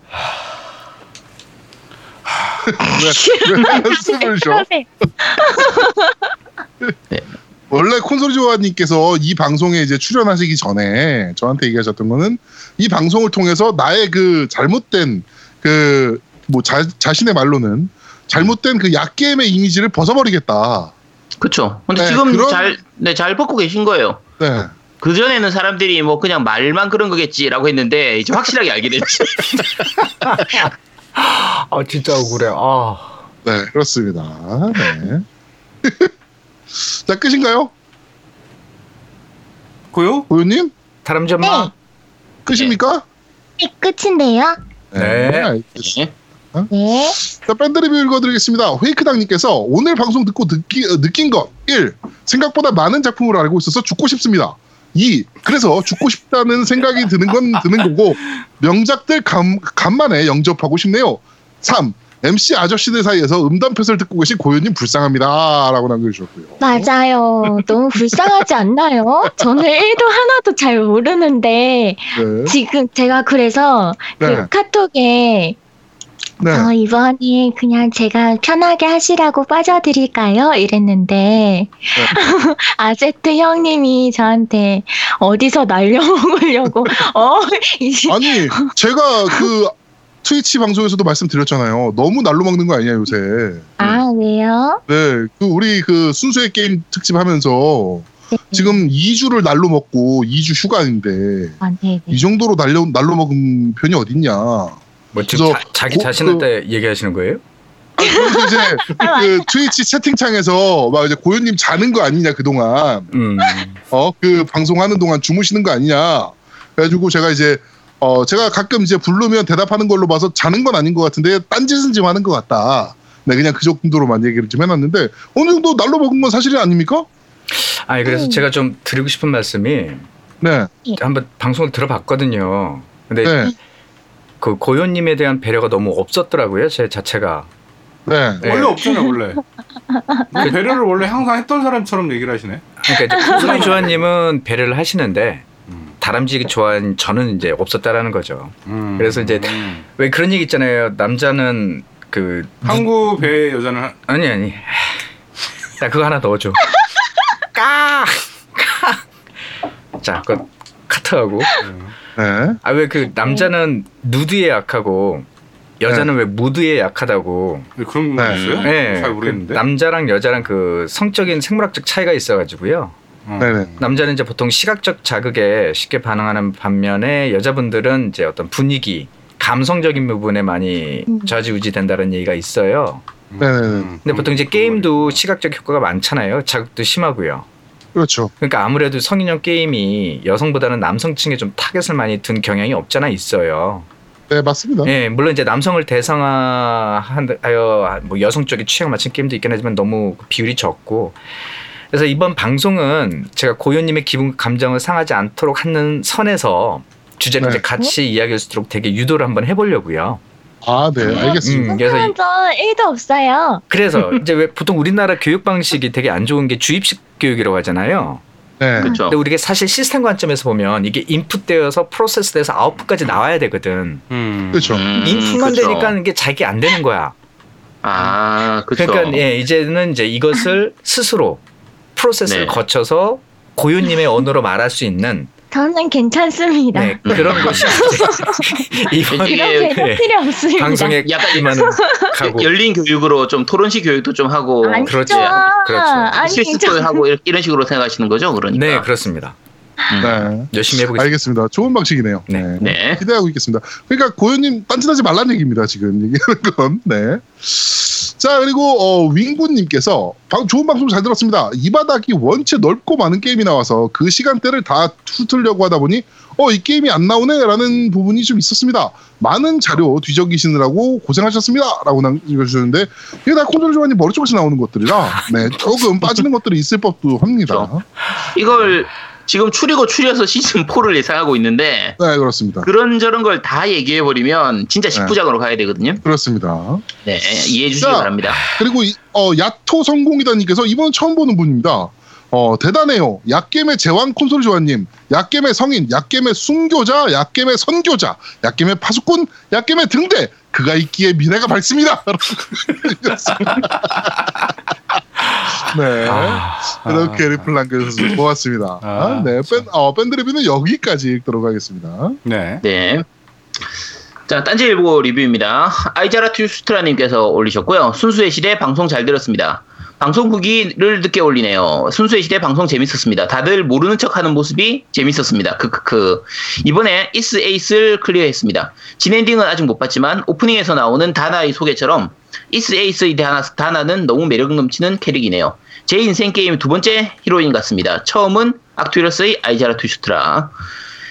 [SPEAKER 1] 왜, 왜 한숨을 쉬어? 원래 콘솔 조아님께서 이 방송에 이제 출연하시기 전에 저한테 얘기하셨던 거는 이 방송을 통해서 나의 그 잘못된 그 뭐 자신의 말로는 잘못된 그 약게임의 이미지를 벗어버리겠다.
[SPEAKER 3] 그쵸. 근데
[SPEAKER 1] 네,
[SPEAKER 3] 지금
[SPEAKER 1] 그럼-
[SPEAKER 3] 잘, 네, 잘 벗고 계신 거예요.
[SPEAKER 1] 네.
[SPEAKER 3] 그전에는 사람들이 뭐 그냥 말만 그런 거겠지라고 했는데 이제 확실하게 알게 됐지.
[SPEAKER 5] 아 진짜 억울해. 아
[SPEAKER 1] 네, 그렇습니다. 네. 자, 끝인가요?
[SPEAKER 2] 고요?
[SPEAKER 1] 고현님?
[SPEAKER 5] 다람쥐 엄마
[SPEAKER 4] 네.
[SPEAKER 1] 끝입니까?
[SPEAKER 4] 네, 끝인데요.
[SPEAKER 1] 네.
[SPEAKER 5] 네.
[SPEAKER 1] 알겠습니다.
[SPEAKER 3] 네.
[SPEAKER 4] 네.
[SPEAKER 1] 자, 그러니까 밴드 리뷰 읽어드리겠습니다. 회이크당님께서 오늘 방송 듣고 느끼, 어, 느낀 것 1. 생각보다 많은 작품을 알고 있어서 죽고 싶습니다. 2. 그래서 죽고 싶다는 생각이 드는 건 드는 거고 명작들 감, 간만에 영접하고 싶네요. 3. MC 아저씨들 사이에서 음담패설 듣고 계신 고현님 불쌍합니다. 아, 라고 남겨주셨고요.
[SPEAKER 4] 맞아요. 너무 불쌍하지 않나요? 저는 1도 하나도 잘 모르는데
[SPEAKER 1] 네.
[SPEAKER 4] 지금 제가 그래서 그
[SPEAKER 1] 네.
[SPEAKER 4] 카톡에
[SPEAKER 1] 네.
[SPEAKER 4] 어, 이번에 그냥 제가 편하게 하시라고 빠져드릴까요?
[SPEAKER 5] 네.
[SPEAKER 4] 이랬는데 아제트 형님이 저한테 어디서 날려먹으려고 어? 이-
[SPEAKER 5] 네.
[SPEAKER 1] 아니, 제가 그 트위치 방송에서도 말씀드렸잖아요. 너무 날로 먹는 거 아니냐, 요새.
[SPEAKER 4] 아 왜요?
[SPEAKER 1] 네, 그 우리 그 순수의 게임 특집 하면서 지금 2주를 날로 먹고 2주 휴가인데
[SPEAKER 4] 아, 네, 네.
[SPEAKER 1] 이 정도로 날로 날로 먹은 편이 어딨냐?
[SPEAKER 5] 뭐 지금
[SPEAKER 1] 그래서
[SPEAKER 5] 자, 자기
[SPEAKER 1] 고-
[SPEAKER 5] 자신한테 얘기하시는 거예요?
[SPEAKER 1] 그래서 이제 그 트위치 채팅창에서 막 이제 고현님 자는 거 아니냐 그 동안
[SPEAKER 5] 음.
[SPEAKER 1] 어 그 방송하는 동안 주무시는 거 아니냐? 그래가지고 제가 이제 어 제가 가끔 이제 부르면 대답하는 걸로 봐서 자는 건 아닌 것 같은데 딴짓은 좀 하는 것 같다. 네, 그냥 그 정도로만 얘기를 좀 해놨는데 어느 정도 날로 먹은 건 사실이 아닙니까?
[SPEAKER 5] 아니 그래서 제가 좀 드리고 싶은 말씀이
[SPEAKER 1] 네,
[SPEAKER 5] 한번 방송을 들어봤거든요. 근데
[SPEAKER 1] 네,
[SPEAKER 5] 그 고현님에 대한 배려가 너무 없었더라고요 제 자체가.
[SPEAKER 1] 네.
[SPEAKER 5] 네.
[SPEAKER 2] 원래 없잖아 원래. 뭐 배려를 원래 항상 했던 사람처럼 얘기를 하시네.
[SPEAKER 5] 그러니까 이제 소리 조아님은 배려를 하시는데
[SPEAKER 1] 음.
[SPEAKER 5] 다람쥐 좋아한 저는 이제 없었다라는 거죠.
[SPEAKER 2] 음.
[SPEAKER 5] 그래서 이제
[SPEAKER 2] 음.
[SPEAKER 5] 왜 그런 얘기 있잖아요. 남자는 그
[SPEAKER 2] 항구 배 여자는 하-
[SPEAKER 5] 아니 아니. 나 그거 하나 넣어줘. 까. 까. 자, 그 카트하고.
[SPEAKER 2] 음.
[SPEAKER 1] 네.
[SPEAKER 5] 아 왜 그 남자는 누드에 약하고 여자는 왜 무드에 약하다고.
[SPEAKER 2] 그런 거
[SPEAKER 1] 네.
[SPEAKER 2] 있어요?
[SPEAKER 5] 예.
[SPEAKER 2] 네. 음, 잘 모르겠는데.
[SPEAKER 5] 그 남자랑 여자랑 그 성적인 생물학적 차이가 있어가지고요.
[SPEAKER 2] 어.
[SPEAKER 1] 네네.
[SPEAKER 5] 남자는 이제 보통 시각적 자극에 쉽게 반응하는 반면에 여자분들은 이제 어떤 분위기, 감성적인 부분에 많이
[SPEAKER 4] 음.
[SPEAKER 5] 좌지우지 된다는 얘기가 있어요.
[SPEAKER 2] 음.
[SPEAKER 1] 네네네.
[SPEAKER 5] 근데
[SPEAKER 1] 음,
[SPEAKER 5] 보통 이제 게임도 시각적 효과가 많잖아요. 자극도 심하고요.
[SPEAKER 1] 그렇죠.
[SPEAKER 5] 그러니까 아무래도 성인용 게임이 여성보다는 남성층에 좀 타겟을 많이 둔 경향이 없잖아 있어요.
[SPEAKER 1] 네, 맞습니다.
[SPEAKER 5] 예, 물론 이제 남성을 대상화하여 뭐 여성 쪽에 취향 맞춘 게임도 있긴 하지만 너무 그 비율이 적고 그래서 이번 방송은 제가 고현님의 기분 감정을 상하지 않도록 하는 선에서 주제를
[SPEAKER 1] 네.
[SPEAKER 5] 이제 같이 이야기할 수 있도록 되게 유도를 한번 해보려고요.
[SPEAKER 1] 아, 네, 알겠습니다.
[SPEAKER 5] 음, 그래서 이-
[SPEAKER 4] 한저 1도 없어요.
[SPEAKER 5] 그래서 이제 왜 보통 우리나라 교육 방식이 되게 안 좋은 게 주입식 교육이라고 하잖아요.
[SPEAKER 1] 네,
[SPEAKER 3] 그렇죠.
[SPEAKER 5] 근데 우리가 사실 시스템 관점에서 보면 이게 인풋되어서 프로세스돼서 아웃풋까지 나와야 되거든.
[SPEAKER 2] 음.
[SPEAKER 1] 그렇죠.
[SPEAKER 3] 음,
[SPEAKER 5] 인풋만
[SPEAKER 3] 그쵸.
[SPEAKER 5] 되니까 이게 자기 안 되는 거야.
[SPEAKER 3] 아, 그렇죠.
[SPEAKER 5] 그러니까 예, 이제는 이제 이것을 스스로 프로세스를
[SPEAKER 3] 네.
[SPEAKER 5] 거쳐서 고유님의 언어로 말할 수 있는
[SPEAKER 4] 저는 괜찮습니다.
[SPEAKER 5] 네, 그런 것이 이제 이번
[SPEAKER 3] 음. 이게-
[SPEAKER 4] 그런 배려
[SPEAKER 5] 예,
[SPEAKER 4] 필요 없습니다.
[SPEAKER 5] 방송에
[SPEAKER 3] 약간
[SPEAKER 5] 이만은 가고
[SPEAKER 3] 열린 교육으로 좀 토론식 교육도 좀 하고
[SPEAKER 4] 아니,
[SPEAKER 5] 어, 그렇지.
[SPEAKER 4] 죠
[SPEAKER 5] 그렇죠.
[SPEAKER 4] 아니,
[SPEAKER 3] 실습도
[SPEAKER 4] 저-
[SPEAKER 3] 하고 이렇게- 이런 식으로 생각하시는 거죠, 그러니까.
[SPEAKER 5] 네 그렇습니다.
[SPEAKER 3] 음.
[SPEAKER 1] 네.
[SPEAKER 5] 열심히 해보겠습니다.
[SPEAKER 1] 알겠습니다. 좋은 방식이네요.
[SPEAKER 5] 네.
[SPEAKER 1] 네.
[SPEAKER 3] 네.
[SPEAKER 1] 기대하고 있겠습니다. 그러니까 고현님 딴짓하지 말란 얘기입니다. 지금 얘기하는 건. 네. 자 그리고 어, 윙군님께서 방- 좋은 방송 잘 들었습니다. 이 바닥이 원체 넓고 많은 게임이 나와서 그 시간대를 다 훑으려고 하다 보니 어 이 게임이 안 나오네라는 부분이 좀 있었습니다. 많은 자료 뒤적이시느라고 고생하셨습니다라고 남겨주셨는데 이게 다 콘솔 조아님 머릿속에서 나오는 것들이라 네 조금 빠지는 것들이 있을 법도
[SPEAKER 5] 그렇죠.
[SPEAKER 1] 합니다.
[SPEAKER 3] 이걸 지금 추리고 추려서 시즌 4를 예상하고 있는데
[SPEAKER 1] 네 그렇습니다.
[SPEAKER 3] 그런저런 걸 다 얘기해 버리면
[SPEAKER 5] 네.
[SPEAKER 3] 진짜 십부작으로 가야 되거든요.
[SPEAKER 1] 그렇습니다.
[SPEAKER 3] 네, 이해해 주시기
[SPEAKER 1] 자.
[SPEAKER 3] 바랍니다.
[SPEAKER 1] 그리고 이- 어, 야토 성공이다님께서 이번은 처음 보는 분입니다. 어, 대단해요. 약겜의 제왕 콘솔 조아님, 약겜의 성인, 약겜의 순교자, 약겜의 선교자, 약겜의 파수꾼, 약겜의 등대. 그가 있기에 미래가 밝습니다. 네.
[SPEAKER 5] 아,
[SPEAKER 1] 이렇게 리플 남겨주셔서 고맙습니다.
[SPEAKER 2] 아,
[SPEAKER 1] 네. 밴, 어, 밴드 리뷰는 여기까지 읽도록 하겠습니다.
[SPEAKER 2] 네.
[SPEAKER 3] 네. 자, 딴지일보 리뷰입니다. 아이자라투스트라님께서 올리셨고요. 순수의 시대 방송 잘 들었습니다. 방송 후기를 늦게 올리네요. 순수의 시대 방송 재밌었습니다. 다들 모르는 척 하는 모습이 재밌었습니다. 크크크. 이번에 이스 에이스를 클리어했습니다. 진엔딩은 아직 못 봤지만 오프닝에서 나오는 다나의 소개처럼 이스 에이스의 다나, 다나는 너무 매력 넘치는 캐릭이네요. 제 인생 게임 두 번째 히로인 같습니다. 처음은 악투러스의 아이자라투스트라.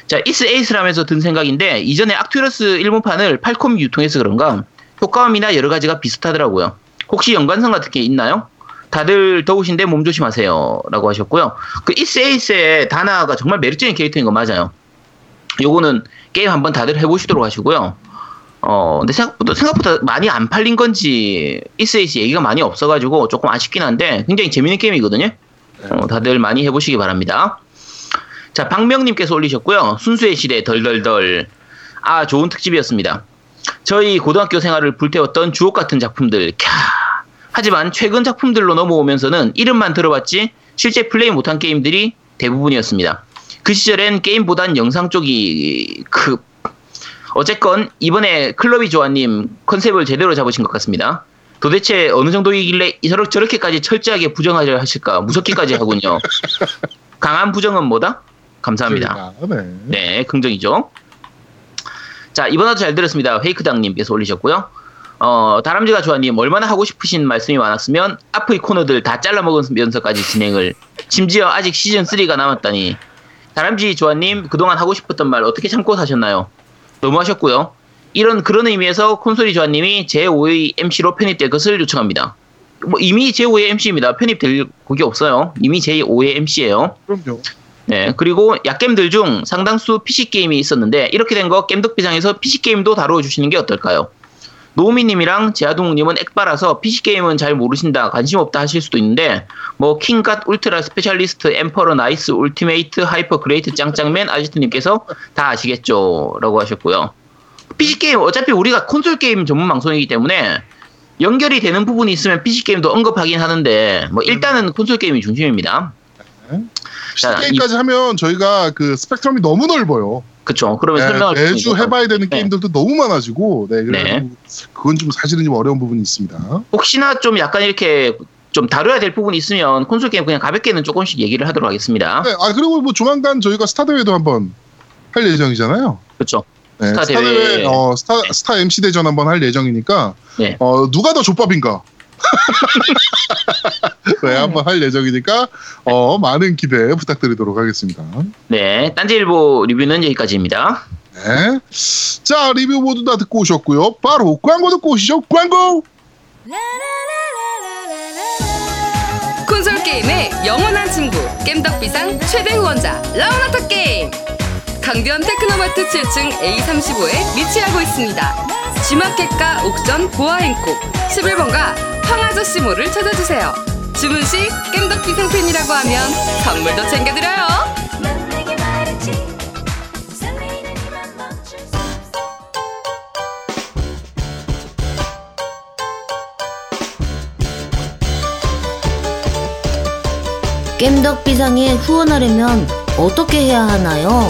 [SPEAKER 3] 자, 이스 에이스라면서 든 생각인데 이전에 악튜러스 일본판을 팔콤이 유통해서 그런가 효과음이나 여러 가지가 비슷하더라고요. 혹시 연관성 같은 게 있나요? 다들 더우신데 몸 조심하세요라고 하셨고요. 그 이스 에이스의 다나가 정말 매력적인 캐릭터인 거 맞아요. 요거는 게임 한번 다들 해보시도록 하시고요. 어, 근데 생각보다, 생각보다 많이 안 팔린 건지, 이스에이스 얘기가 많이 없어가지고 조금 아쉽긴 한데, 굉장히 재밌는 게임이거든요. 어, 다들 많이 해보시기 바랍니다. 자, 박명님께서 올리셨고요. 순수의 시대 덜덜덜. 아, 좋은 특집이었습니다. 저희 고등학교 생활을 불태웠던 주옥 같은 작품들, 캬. 하지만 최근 작품들로 넘어오면서는 이름만 들어봤지, 실제 플레이 못한 게임들이 대부분이었습니다. 그 시절엔 게임보단 영상 쪽이 그 어쨌건 이번에 클럽이 조아님 컨셉을 제대로 잡으신 것 같습니다. 도대체 어느 정도이길래 저렇- 저렇게까지 철저하게 부정하려 하실까 무섭기까지 하군요. 강한 부정은 뭐다? 감사합니다.
[SPEAKER 1] 네.
[SPEAKER 3] 네, 긍정이죠. 자, 이번화도 잘 들었습니다. 헤이크당님께서 올리셨고요. 어, 다람쥐가 조아님 얼마나 하고 싶으신 말씀이 많았으면 앞의 코너들 다 잘라먹으면서까지 진행을 심지어 아직 시즌 3가 남았다니 다람쥐 조아님 그동안 하고 싶었던 말 어떻게 참고 사셨나요? 너무 하셨고요. 이런 그런 의미에서 콘솔이 조아님이 제5의 MC로 편입될 것을 요청합니다. 뭐 이미 제5의 MC입니다. 편입될 곡이 없어요. 이미 제5의 MC예요.
[SPEAKER 1] 그럼요.
[SPEAKER 3] 네, 그리고 약겜들 중 상당수 PC게임이 있었는데, 이렇게 된 거 겜덕비장에서 PC게임도 다뤄주시는 게 어떨까요? 노우미님이랑 제아동님은 액바라서 PC게임은 잘 모르신다, 관심 없다 하실 수도 있는데, 뭐, 킹갓 울트라 스페셜리스트, 엠퍼러 나이스, 울티메이트, 하이퍼 그레이트 짱짱맨, 아지트님께서 다 아시겠죠? 라고 하셨고요. PC게임, 어차피 우리가 콘솔게임 전문 방송이기 때문에, 연결이 되는 부분이 있으면 PC게임도 언급하긴 하는데, 뭐, 일단은 콘솔게임이 중심입니다. 자,
[SPEAKER 1] 게임까지 하면 저희가 그 스펙트럼이 너무 넓어요.
[SPEAKER 3] 그쵸. 그러면
[SPEAKER 1] 네,
[SPEAKER 3] 설명을
[SPEAKER 1] 매주
[SPEAKER 3] 드리니까.
[SPEAKER 1] 해봐야 되는
[SPEAKER 3] 네.
[SPEAKER 1] 게임들도 너무 많아지고, 네, 그래서 그건 좀 사실은 좀 어려운 부분이 있습니다.
[SPEAKER 3] 아. 혹시나 좀 약간 이렇게 좀 다뤄야 될 부분이 있으면 콘솔 게임 그냥 가볍게는 조금씩 얘기를 하도록 하겠습니다.
[SPEAKER 1] 네, 아 그리고 뭐 조만간 저희가 스타 대회도 한번 할 예정이잖아요.
[SPEAKER 3] 그렇죠.
[SPEAKER 1] 네,
[SPEAKER 3] 스타
[SPEAKER 1] 스타,
[SPEAKER 3] 대회.
[SPEAKER 1] 대회, 어, 스타, 스타 MC 대전 한번 할 예정이니까,
[SPEAKER 3] 네.
[SPEAKER 1] 어, 누가 더 족밥인가? 네, 한번 할 예정이니까, 어, 많은 기대 부탁드리도록 하겠습니다.
[SPEAKER 3] 네, 딴지일보 리뷰는 여기까지입니다.
[SPEAKER 1] 네. 자, 리뷰 모두 다 듣고 오셨고요. 바로 광고 듣고 오시죠. 광고!
[SPEAKER 7] 콘솔 게임의 영원한 친구 겜덕비상 최대 후원자 라운하터 게임 강변 테크노마트 7층 A35에 위치하고 있습니다 G마켓과 옥션 보아행콕 11번가 황아저씨몰을 찾아주세요 주문 시 겜덕비상 팬이라고 하면 선물도 챙겨드려요
[SPEAKER 8] 겜덕 비상에 후원하려면 어떻게 해야 하나요?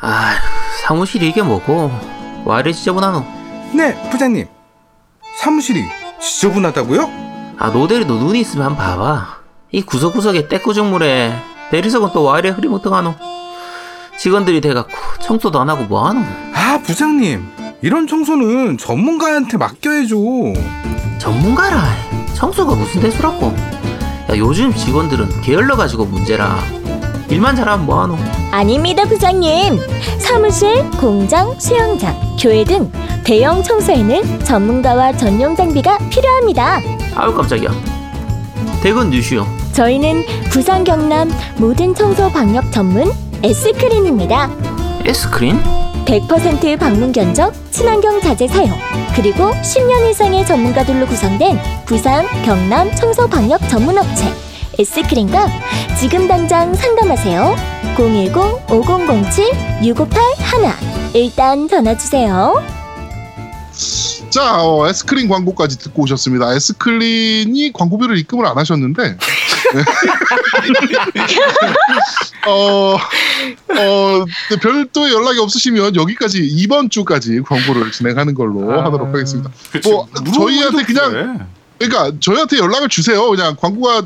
[SPEAKER 9] 아, 사무실이 이게 뭐고? 와 이리 지저분하노?
[SPEAKER 2] 네, 부장님. 사무실이 지저분하다고요?
[SPEAKER 9] 아, 노대리 너 눈이 있으면 한번 봐봐. 이 구석구석에 떼꾸죽물에 대리석은 또 와 이래 흐리멍텅하노? 직원들이 돼갖고 청소도 안 하고 뭐하노?
[SPEAKER 2] 아, 부장님. 이런 청소는 전문가한테 맡겨야죠.
[SPEAKER 9] 전문가라. 청소가 무슨 대수라고? 야, 요즘 직원들은 게을러가지고 문제라. 일만 잘하면 뭐하노?
[SPEAKER 6] 아닙니다, 부장님. 사무실, 공장, 수영장, 교회 등 대형 청소에는 전문가와 전용 장비가 필요합니다.
[SPEAKER 9] 아유, 깜짝이야. 대건 뉴슈요.
[SPEAKER 6] 저희는 부산 경남 모든 청소 방역 전문 에스크린입니다.
[SPEAKER 9] 에스크린?
[SPEAKER 6] 100% 방문 견적, 친환경 자재 사용, 그리고 10년 이상의 전문가들로 구성된 부산, 경남 청소 방역 전문 업체 에스크린과 지금 당장 상담하세요. 010-5007-658-1 일단 전화 주세요.
[SPEAKER 1] 자, 어, 에스크린 광고까지 듣고 오셨습니다. 에스크린이 광고비를 입금을 안 하셨는데, 어, 어, 근데 별도의 연락이 없으시면 여기까지 이번 주까지 광고를 진행하는 걸로
[SPEAKER 5] 아.
[SPEAKER 1] 하도록 하겠습니다.
[SPEAKER 2] 그치,
[SPEAKER 1] 뭐,
[SPEAKER 2] 물어보기도
[SPEAKER 1] 저희한테 그냥-
[SPEAKER 2] 그래.
[SPEAKER 1] 그러니까 저희한테 연락을 주세요. 그냥 광고가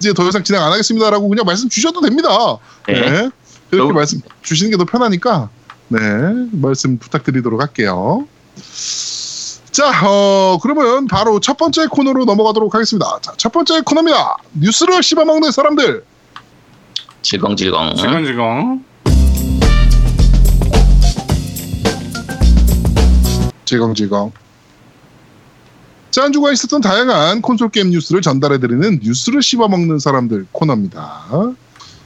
[SPEAKER 1] 이제 더 이상 진행 안 하겠습니다라고 그냥 말씀 주셔도 됩니다. 네.
[SPEAKER 3] 네.
[SPEAKER 1] 이렇게
[SPEAKER 3] 너무-
[SPEAKER 1] 말씀 주시는 게 더 편하니까 네 말씀 부탁드리도록 할게요. 자, 어, 그러면 바로 첫 번째 코너로 넘어가도록 하겠습니다. 자, 첫 번째 코너입니다. 뉴스를 씹어먹는 사람들.
[SPEAKER 3] 질겅질겅.
[SPEAKER 2] 지금
[SPEAKER 1] 지광지광. 자, 한 주간 있었던 다양한 콘솔 게임 뉴스를 전달해드리는 뉴스를 씹어먹는 사람들 코너입니다.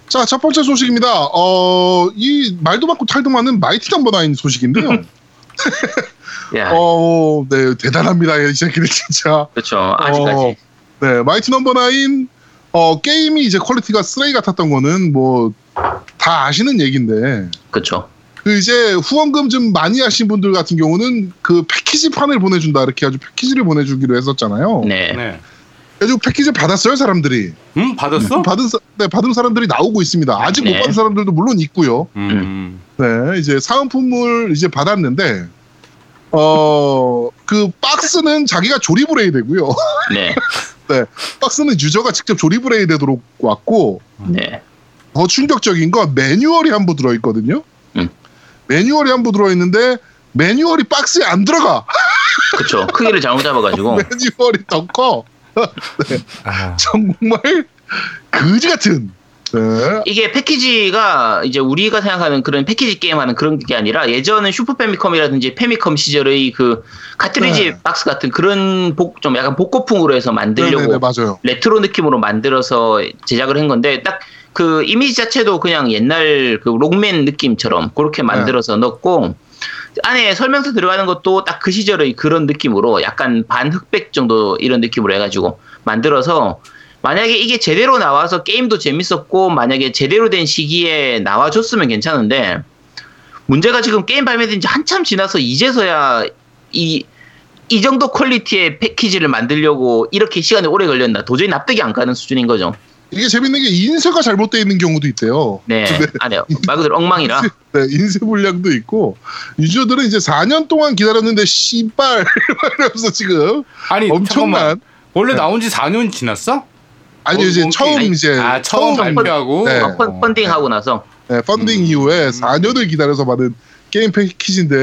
[SPEAKER 1] 자, 첫 번째 소식입니다. 어, 이 말도 많고 탈도 많은 마이티 넘버나인 소식인데요.
[SPEAKER 3] 야,
[SPEAKER 1] 어, 네, 대단합니다. 이 새끼들 진짜.
[SPEAKER 3] 그렇죠. 아직까지.
[SPEAKER 1] 어, 네, 마이티 넘버 나인 어, 게임이 이제 퀄리티가 쓰레기 같았던 거는 뭐 다 아시는 얘기인데
[SPEAKER 3] 그렇죠.
[SPEAKER 1] 그 이제 후원금 좀 많이 하신 분들 같은 경우는 그 패키지 판을 보내준다 이렇게 아주 패키지를 보내주기로 했었잖아요.
[SPEAKER 3] 네.
[SPEAKER 2] 네.
[SPEAKER 1] 그래서 패키지 받았어요 사람들이.
[SPEAKER 2] 음 받았어?
[SPEAKER 1] 받은 사- 네, 받은 사람들이 나오고 있습니다. 아직 못
[SPEAKER 3] 네.
[SPEAKER 1] 받은 사람들도 물론 있고요.
[SPEAKER 2] 음.
[SPEAKER 1] 네, 이제 사은품을 이제 받았는데 어, 그 박스는 자기가 조립을 해야 되고요.
[SPEAKER 3] 네.
[SPEAKER 1] 박스는 유저가 직접 조립을 해야 되도록 왔고
[SPEAKER 3] 네.
[SPEAKER 1] 더 충격적인 건 매뉴얼이 한 부 들어있거든요.
[SPEAKER 3] 음.
[SPEAKER 1] 매뉴얼이 한 부 들어있는데 매뉴얼이 박스에 안 들어가.
[SPEAKER 3] 그렇죠. 크기를 잘못 잡아가지고.
[SPEAKER 1] 매뉴얼이 더 커.
[SPEAKER 5] 아,
[SPEAKER 1] 정말 그지 같은. 네.
[SPEAKER 3] 이게 패키지가 이제 우리가 생각하는 그런 패키지 게임 하는 그런 게 아니라 예전은 슈퍼 패미컴이라든지 패미컴 시절의 그 카트리지
[SPEAKER 1] 네.
[SPEAKER 3] 박스 같은 그런 복 좀 약간 복고풍으로 해서 만들려고
[SPEAKER 1] 네네네, 맞아요.
[SPEAKER 3] 레트로 느낌으로 만들어서 제작을 한 건데 딱 그 이미지 자체도 그냥 옛날 그 롱맨 느낌처럼 그렇게
[SPEAKER 1] 네.
[SPEAKER 3] 만들어서 넣었고 안에 설명서 들어가는 것도 딱 그 시절의 그런 느낌으로 약간 반흑백 정도 이런 느낌으로 해가지고 만들어서 만약에 이게 제대로 나와서 게임도 재밌었고 만약에 제대로 된 시기에 나와줬으면 괜찮은데 문제가 지금 게임 발매된 지 한참 지나서 이제서야 이 이 정도 퀄리티의 패키지를 만들려고 이렇게 시간이 오래 걸렸나 도저히 납득이 안 가는 수준인 거죠.
[SPEAKER 1] 이게 재밌는 게 인쇄가 잘못되어 있는 경우도 있대요.
[SPEAKER 3] 네, 아, 네, 말 그대로 엉망이라.
[SPEAKER 1] 네, 인쇄 불량도 있고 유저들은 이제 4년 동안 기다렸는데 씨발 이러면서 지금
[SPEAKER 2] 아니 잠깐만.
[SPEAKER 1] 엄청난
[SPEAKER 2] 원래
[SPEAKER 1] 네.
[SPEAKER 2] 나온 지 4년 지났어?
[SPEAKER 1] 아니
[SPEAKER 2] 어,
[SPEAKER 1] 이제
[SPEAKER 2] 어,
[SPEAKER 1] 네. 처음
[SPEAKER 2] 아니,
[SPEAKER 1] 이제
[SPEAKER 2] 아 처음, 발표하고
[SPEAKER 1] 네.
[SPEAKER 3] 막 어, 펀- 펀딩하고 나서
[SPEAKER 1] 네, 펀딩
[SPEAKER 2] 음.
[SPEAKER 1] 이후에 4년을 기다려서 받은 게임 패키지인데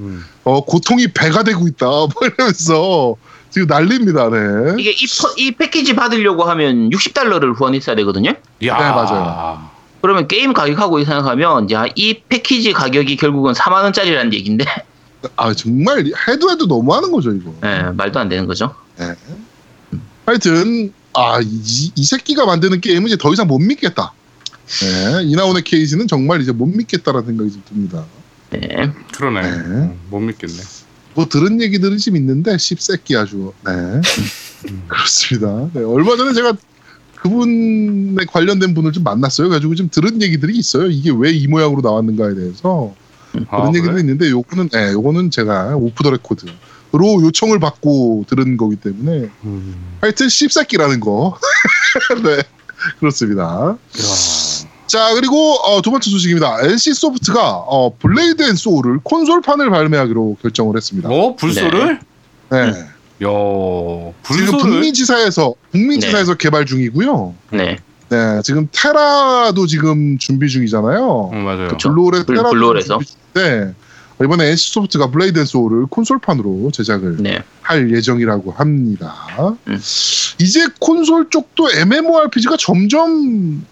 [SPEAKER 2] 음.
[SPEAKER 1] 어, 고통이 배가 되고 있다 뭐 이러면서 지금 난립니다. 네.
[SPEAKER 3] 이게 이, 퍼- 이 패키지 받으려고 하면 60달러를 후원했어야 되거든요.
[SPEAKER 2] 야.
[SPEAKER 1] 네, 맞아요.
[SPEAKER 3] 그러면 게임 가격하고 생각하면 야, 이 패키지 가격이 결국은 4만 원짜리라는 얘기인데
[SPEAKER 1] 아 정말 해도 해도 너무하는 거죠 이거.
[SPEAKER 3] 예, 말도 안 되는 거죠.
[SPEAKER 1] 하여튼 아, 이, 이 새끼가 만드는 게임은 이제 더 이상 못 믿겠다. 네, 이나온의 케이지는 정말 이제 못 믿겠다라는 생각이 좀 듭니다.
[SPEAKER 3] 네.
[SPEAKER 2] 그러네.
[SPEAKER 1] 네.
[SPEAKER 2] 음, 못 믿겠네.
[SPEAKER 1] 뭐 들은 얘기들은 좀 있는데 씹새끼 아주 네
[SPEAKER 2] 음.
[SPEAKER 1] 그렇습니다 네, 얼마 전에 제가 그분에 관련된 분을 좀 만났어요 가지고 좀 들은 얘기들이 있어요 이게 왜 이 모양으로 나왔는가에 대해서
[SPEAKER 2] 아,
[SPEAKER 1] 그런 얘기도
[SPEAKER 2] 그래?
[SPEAKER 1] 있는데 요거는 네, 요거는 제가 오프 더 레코드로 요청을 받고 들은 거기 때문에
[SPEAKER 2] 음.
[SPEAKER 1] 하여튼 씹새끼라는 거 네, 그렇습니다
[SPEAKER 2] 야.
[SPEAKER 1] 자 그리고 어, 두 번째 소식입니다 NC 소프트가 어, 블레이드 앤 소울을 콘솔판을 발매하기로 결정을 했습니다
[SPEAKER 2] 어 불소를?
[SPEAKER 1] 네.
[SPEAKER 2] 야
[SPEAKER 1] 지금
[SPEAKER 2] 불소를?
[SPEAKER 1] 북미지사에서 북미지사에서 개발 중이고요.
[SPEAKER 3] 네.
[SPEAKER 1] 네, 지금 테라도 지금 준비 중이잖아요.
[SPEAKER 2] 어, 맞아요.
[SPEAKER 3] 그쵸.
[SPEAKER 1] 블루홀의
[SPEAKER 3] 음, 블-
[SPEAKER 1] 테라도
[SPEAKER 3] 블루홀에서.
[SPEAKER 1] 준비 중인데 네. 이번에 NC 소프트가 블레이드 앤 소울을 콘솔판으로 제작을
[SPEAKER 3] 네.
[SPEAKER 1] 할 예정이라고 합니다.
[SPEAKER 3] 음.
[SPEAKER 1] 이제 콘솔 쪽도 MMORPG가 점점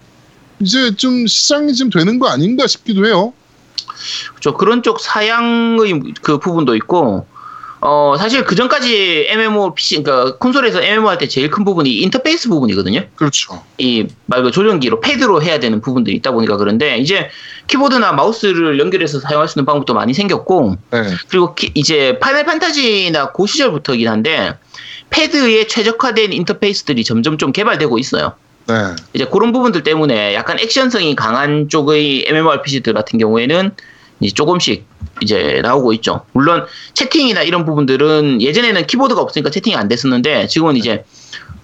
[SPEAKER 1] 이제 좀 시장이 좀 되는 거 아닌가 싶기도 해요.
[SPEAKER 3] 그렇죠. 그런 쪽 사양의 그 부분도 있고, 어, 사실 그 전까지 MMO, PC, 그러니까 콘솔에서 MMO 할 때 제일 큰 부분이 인터페이스 부분이거든요.
[SPEAKER 1] 그렇죠.
[SPEAKER 3] 이 말 그 조정기로 패드로 해야 되는 부분들이 있다 보니까 그런데 이제 키보드나 마우스를 연결해서 사용할 수 있는 방법도 많이 생겼고,
[SPEAKER 1] 네,
[SPEAKER 3] 그리고 키- 이제 파넬 판타지나 고 시절부터긴 한데, 패드에 최적화된 인터페이스들이 점점 좀 개발되고 있어요.
[SPEAKER 1] 네,
[SPEAKER 3] 이제 그런 부분들 때문에 약간 액션성이 강한 쪽의 MMORPG들 같은 경우에는 이제 조금씩 이제 나오고 있죠. 물론 채팅이나 이런 부분들은 예전에는 키보드가 없으니까 채팅이 안 됐었는데 지금은 이제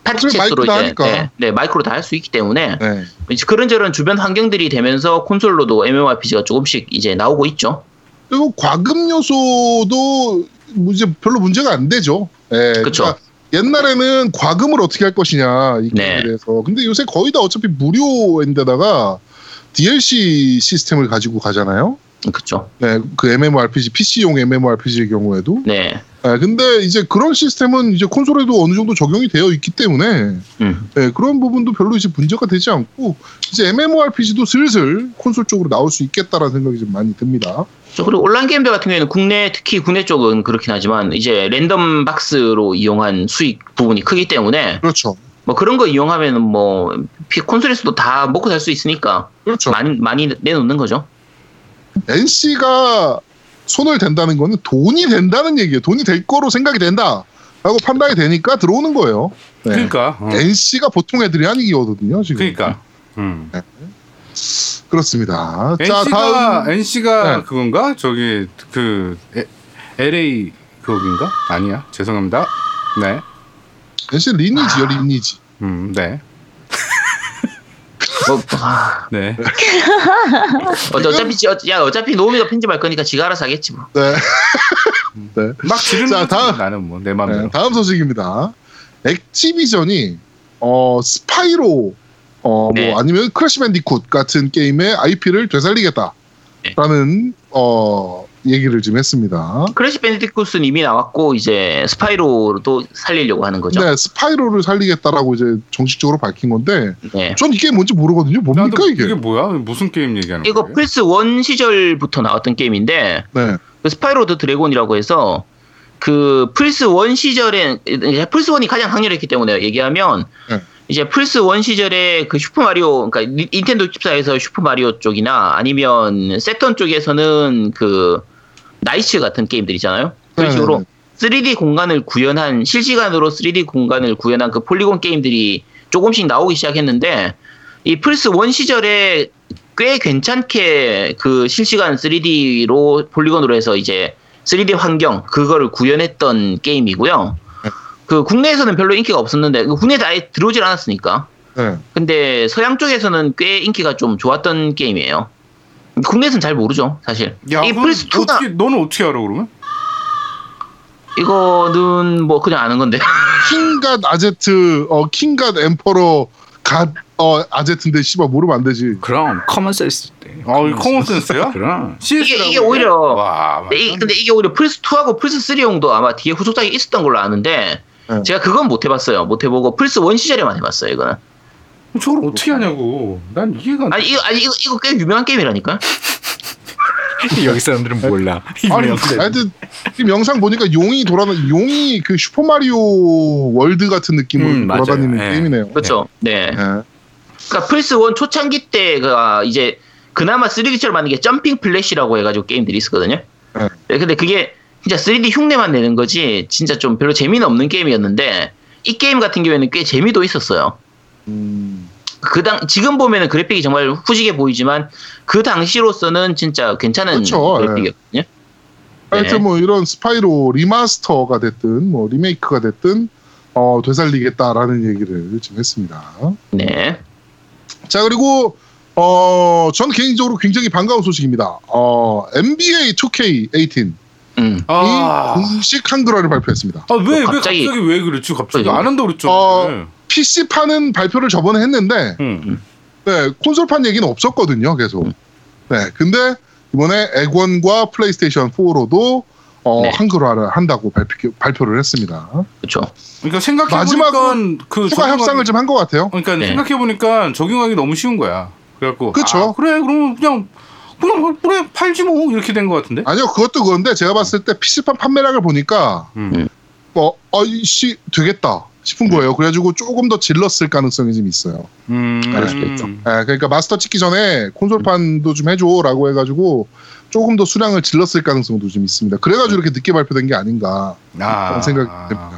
[SPEAKER 1] 어차피 아,
[SPEAKER 3] 패드챗으로
[SPEAKER 1] 마이크로 다
[SPEAKER 3] 이제
[SPEAKER 1] 하니까.
[SPEAKER 3] 네, 네, 마이크로 다 할 수 있기 때문에
[SPEAKER 1] 네.
[SPEAKER 3] 이제 그런저런 주변 환경들이 되면서 콘솔로도 MMORPG가 조금씩 이제 나오고 있죠.
[SPEAKER 1] 그리고 과금 요소도 문제 별로 문제가 안 되죠. 예.
[SPEAKER 3] 그쵸.
[SPEAKER 1] 그러니까 옛날에는 과금을 어떻게 할 것이냐 이
[SPEAKER 3] 네.
[SPEAKER 1] 게임에 대해서. 근데 요새 거의 다 어차피 무료인데다가 DLC 시스템을 가지고 가잖아요.
[SPEAKER 3] 그렇죠.
[SPEAKER 1] 네, 그 MMORPG PC용 MMORPG의 경우에도.
[SPEAKER 3] 네.
[SPEAKER 1] 예, 근데 이제 그런 시스템은 이제 콘솔에도 어느 정도 적용이 되어 있기 때문에
[SPEAKER 3] 음.
[SPEAKER 1] 예, 그런 부분도 별로 이제 문제가 되지 않고 이제 MMORPG도 슬슬 콘솔 쪽으로 나올 수 있겠다라는 생각이 좀 많이 듭니다.
[SPEAKER 3] 저 그리고 온라인 게임들 같은 경우에는 국내 특히 국내 쪽은 그렇긴 하지만 이제 랜덤 박스로 이용한 수익 부분이 크기 때문에
[SPEAKER 1] 그렇죠.
[SPEAKER 3] 뭐 그런 거 이용하면은 뭐 피- 콘솔에서도 다 먹고 살 수 있으니까
[SPEAKER 1] 그렇죠.
[SPEAKER 3] 많이 많이 내놓는 거죠.
[SPEAKER 1] NC가 손을 댄다는 거는 돈이 된다는 얘기예요. 돈이 될 거로 생각이 된다. 라고 판단이 되니까 들어오는 거예요. 네.
[SPEAKER 2] 그러니까. 어.
[SPEAKER 1] NC가 보통 애들이 아니거든요, 지금.
[SPEAKER 2] 그러니까. 음.
[SPEAKER 1] 그렇습니다. 자,
[SPEAKER 2] NC가
[SPEAKER 1] 다음.
[SPEAKER 2] NC가
[SPEAKER 1] 네.
[SPEAKER 2] 그건가? 저기 그 에, LA 그거인가? 아니야. 죄송합니다. 네.
[SPEAKER 1] NC
[SPEAKER 2] 아.
[SPEAKER 1] 리니지요, 리니지.
[SPEAKER 2] 음, 네.
[SPEAKER 3] 뭐, 아,
[SPEAKER 2] 네.
[SPEAKER 3] 어, 어차피 지- 어, 야 어차피 노미가 편집할 거니까 지가 알아서 하겠지 뭐.
[SPEAKER 1] 네.
[SPEAKER 2] 막 지르는
[SPEAKER 1] 자,
[SPEAKER 2] 자,
[SPEAKER 1] 다음.
[SPEAKER 2] 나는 뭐 내 마음대로.
[SPEAKER 1] 네, 다음 소식입니다. 액티비전이 어, 스파이로 어, 뭐
[SPEAKER 3] 네.
[SPEAKER 1] 아니면 크래시 밴디콧 같은 게임의 IP를 되살리겠다라는 어, 얘기를 좀 했습니다.
[SPEAKER 3] 크래시 밴디쿠스는 이미 나왔고 이제 스파이로도 살리려고 하는 거죠.
[SPEAKER 1] 네, 스파이로를 살리겠다라고 이제 정식적으로 밝힌 건데
[SPEAKER 3] 네.
[SPEAKER 1] 전 이게 뭔지 모르거든요. 뭡니까
[SPEAKER 2] 나도
[SPEAKER 1] 이게?
[SPEAKER 2] 이게 뭐야? 무슨 게임 얘기하는
[SPEAKER 3] 이거
[SPEAKER 2] 거야?
[SPEAKER 3] 플스 1 시절부터 나왔던 게임인데
[SPEAKER 1] 네,
[SPEAKER 3] 그 스파이로 더 드래곤이라고 해서 그 플스 1 시절에 이제 플스 1이 가장 강렬했기 때문에 얘기하면
[SPEAKER 1] 네.
[SPEAKER 3] 이제 플스 1 시절에 그 슈퍼 마리오 그러니까 니- 닌텐도 집사에서 슈퍼 마리오 쪽이나 아니면 세턴 쪽에서는 그 나이츠 같은 게임들 있잖아요. 그런
[SPEAKER 1] 네,
[SPEAKER 3] 식으로
[SPEAKER 1] 네,
[SPEAKER 3] 3D 공간을 구현한 실시간으로 3D 공간을 구현한 그 폴리곤 게임들이 조금씩 나오기 시작했는데 이 플스 1 시절에 꽤 괜찮게 그 실시간 3D로 폴리곤으로 해서 이제 3D 환경 그거를 구현했던 게임이고요. 그 국내에서는 별로 인기가 없었는데 그 국내에 아예 들어오질 않았으니까.
[SPEAKER 1] 네.
[SPEAKER 3] 근데 서양 쪽에서는 꽤 인기가 좀 좋았던 게임이에요. 국내에서는 잘 모르죠, 사실.
[SPEAKER 2] 야,
[SPEAKER 3] 이
[SPEAKER 2] 그건
[SPEAKER 3] 플스 2가
[SPEAKER 2] 어떻게 너는 어떻게 알아 그러면?
[SPEAKER 3] 이거는 뭐 그냥 아는 건데.
[SPEAKER 1] 킹갓 아제트, 어, 킹갓 엠퍼러 갓 어, 아제트인데 씨발 모르면 안 되지.
[SPEAKER 5] 그럼 커먼 센스.
[SPEAKER 2] 아, 이거 커먼 센스야?
[SPEAKER 5] 그럼.
[SPEAKER 2] CS라고.
[SPEAKER 3] 이게 오히려-
[SPEAKER 2] 와.
[SPEAKER 3] 근데, 이, 근데 이게 오히려 플스 2하고 플스 3용도 아마 뒤에 후속작이 있었던 걸로 아는데
[SPEAKER 1] 네.
[SPEAKER 3] 제가 그건 못 해봤어요. 못 해보고 플스 1 시절에만 해봤어요. 이거는
[SPEAKER 2] 저걸 어떻게 하냐고. 난 이해가 안 돼.
[SPEAKER 3] 아니 이거 아니 이거, 이거 꽤 유명한 게임이라니까.
[SPEAKER 5] 여기 사람들은 몰라.
[SPEAKER 1] 아니,
[SPEAKER 5] 그-
[SPEAKER 1] 하여튼 지금 영상 보니까 용이 돌아다 용이 그 슈퍼 마리오 월드 같은 느낌으로
[SPEAKER 5] 음, 맞아요.
[SPEAKER 1] 돌아다니는
[SPEAKER 5] 예.
[SPEAKER 1] 게임이네요.
[SPEAKER 3] 그렇죠. 네.
[SPEAKER 1] 예.
[SPEAKER 3] 그러니까 플스 1 초창기 때가 이제 그나마 3D처럼 만든 게 점핑 플래시라고 해가지고 게임들이 있었거든요.
[SPEAKER 1] 네.
[SPEAKER 3] 네, 근데 그게 진짜 3D 흉내만 내는 거지 진짜 좀 별로 재미는 없는 게임이었는데 이 게임 같은 경우에는 꽤 재미도 있었어요.
[SPEAKER 1] 음,
[SPEAKER 3] 그당 지금 보면은 그래픽이 정말 후지게 보이지만 그 당시로서는 진짜 괜찮은
[SPEAKER 1] 그쵸,
[SPEAKER 3] 그래픽이었거든요
[SPEAKER 5] 예.
[SPEAKER 1] 하여튼 뭐 이런 스파이로 리마스터가 됐든 뭐 리메이크가 됐든 어, 되살리겠다라는 얘기를 지금 했습니다.
[SPEAKER 3] 네.
[SPEAKER 1] 자 그리고 어, 전 개인적으로 굉장히 반가운 소식입니다. 어, NBA 2K18이
[SPEAKER 3] 음.
[SPEAKER 2] 아.
[SPEAKER 1] 공식 한글화를 발표했습니다.
[SPEAKER 2] 아, 왜, 왜 갑자기,
[SPEAKER 3] 갑자기-
[SPEAKER 2] 왜 그랬지? 갑자기
[SPEAKER 3] 그러죠.
[SPEAKER 2] 안 한다고 그랬죠.
[SPEAKER 1] 어.
[SPEAKER 2] 네.
[SPEAKER 1] PC 판은 발표를 저번에 했는데
[SPEAKER 2] 응.
[SPEAKER 1] 네, 콘솔판 얘기는 없었거든요, 계속.
[SPEAKER 2] 음.
[SPEAKER 1] 네, 근데 이번에 액원과 플레이스테이션 4로도 어,
[SPEAKER 3] 네.
[SPEAKER 1] 한글화를 한다고 발표, 발표를 했습니다.
[SPEAKER 3] 그렇죠.
[SPEAKER 2] 그러니까 생각해보니까
[SPEAKER 1] 마지막으로
[SPEAKER 2] 그
[SPEAKER 1] 추가
[SPEAKER 2] 적용하기-
[SPEAKER 1] 협상을 좀 한 것 같아요.
[SPEAKER 2] 그러니까
[SPEAKER 3] 네.
[SPEAKER 2] 생각해보니까 적용하기 너무 쉬운 거야. 그래갖고
[SPEAKER 1] 그쵸.
[SPEAKER 2] 아, 그래 그러면 그냥 그냥 그래 팔지 뭐 이렇게 된 거 같은데.
[SPEAKER 1] 아니요, 그것도 그런데 제가 봤을 때 PC판 판매량을 보니까
[SPEAKER 2] 음.
[SPEAKER 1] 뭐, 아이씨, 되겠다 싶은 거예요. 그래가지고 조금 더 질렀을 가능성이 좀 있어요.
[SPEAKER 2] 음.
[SPEAKER 1] 그럴
[SPEAKER 2] 수도 있죠.
[SPEAKER 1] 예, 그러니까 마스터 찍기 전에 콘솔판도 좀 해줘라고 해가지고 조금 더 수량을 질렀을 가능성도 좀 있습니다. 그래가지고 이렇게 늦게 발표된 게 아닌가
[SPEAKER 2] 아.
[SPEAKER 1] 그런 생각이 듭니다.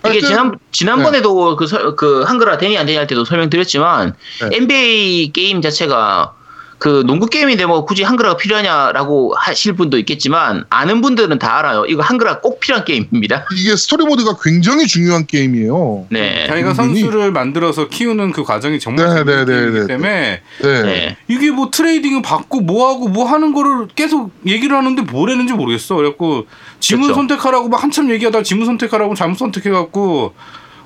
[SPEAKER 3] 이게
[SPEAKER 1] 하여튼 네.
[SPEAKER 3] 지난 지난번에도 그, 설- 그 한글화 되니 안 되니 할 때도 설명드렸지만
[SPEAKER 1] 네.
[SPEAKER 3] NBA 게임 자체가 그 농구 게임인데 뭐 굳이 한글화가 필요하냐라고 하실 분도 있겠지만 아는 분들은 다 알아요. 이거 한글화 꼭 필요한 게임입니다.
[SPEAKER 1] 이게 스토리보드가 굉장히 중요한 게임이에요.
[SPEAKER 3] 네.
[SPEAKER 2] 자기가
[SPEAKER 1] 음,
[SPEAKER 2] 선수를 만들어서 키우는 그 과정이 정말
[SPEAKER 1] 네,
[SPEAKER 2] 재밌는
[SPEAKER 1] 네, 네,
[SPEAKER 2] 게임이기
[SPEAKER 1] 네.
[SPEAKER 2] 때문에
[SPEAKER 1] 네.
[SPEAKER 3] 네.
[SPEAKER 2] 이게 뭐 트레이딩을 받고 뭐하고 뭐 하는 거를 계속 얘기를 하는데 뭘 했는지 모르겠어. 그래갖고 지문
[SPEAKER 3] 그쵸.
[SPEAKER 2] 선택하라고 막 한참 얘기하다 지문 선택하라고 잘못 선택해갖고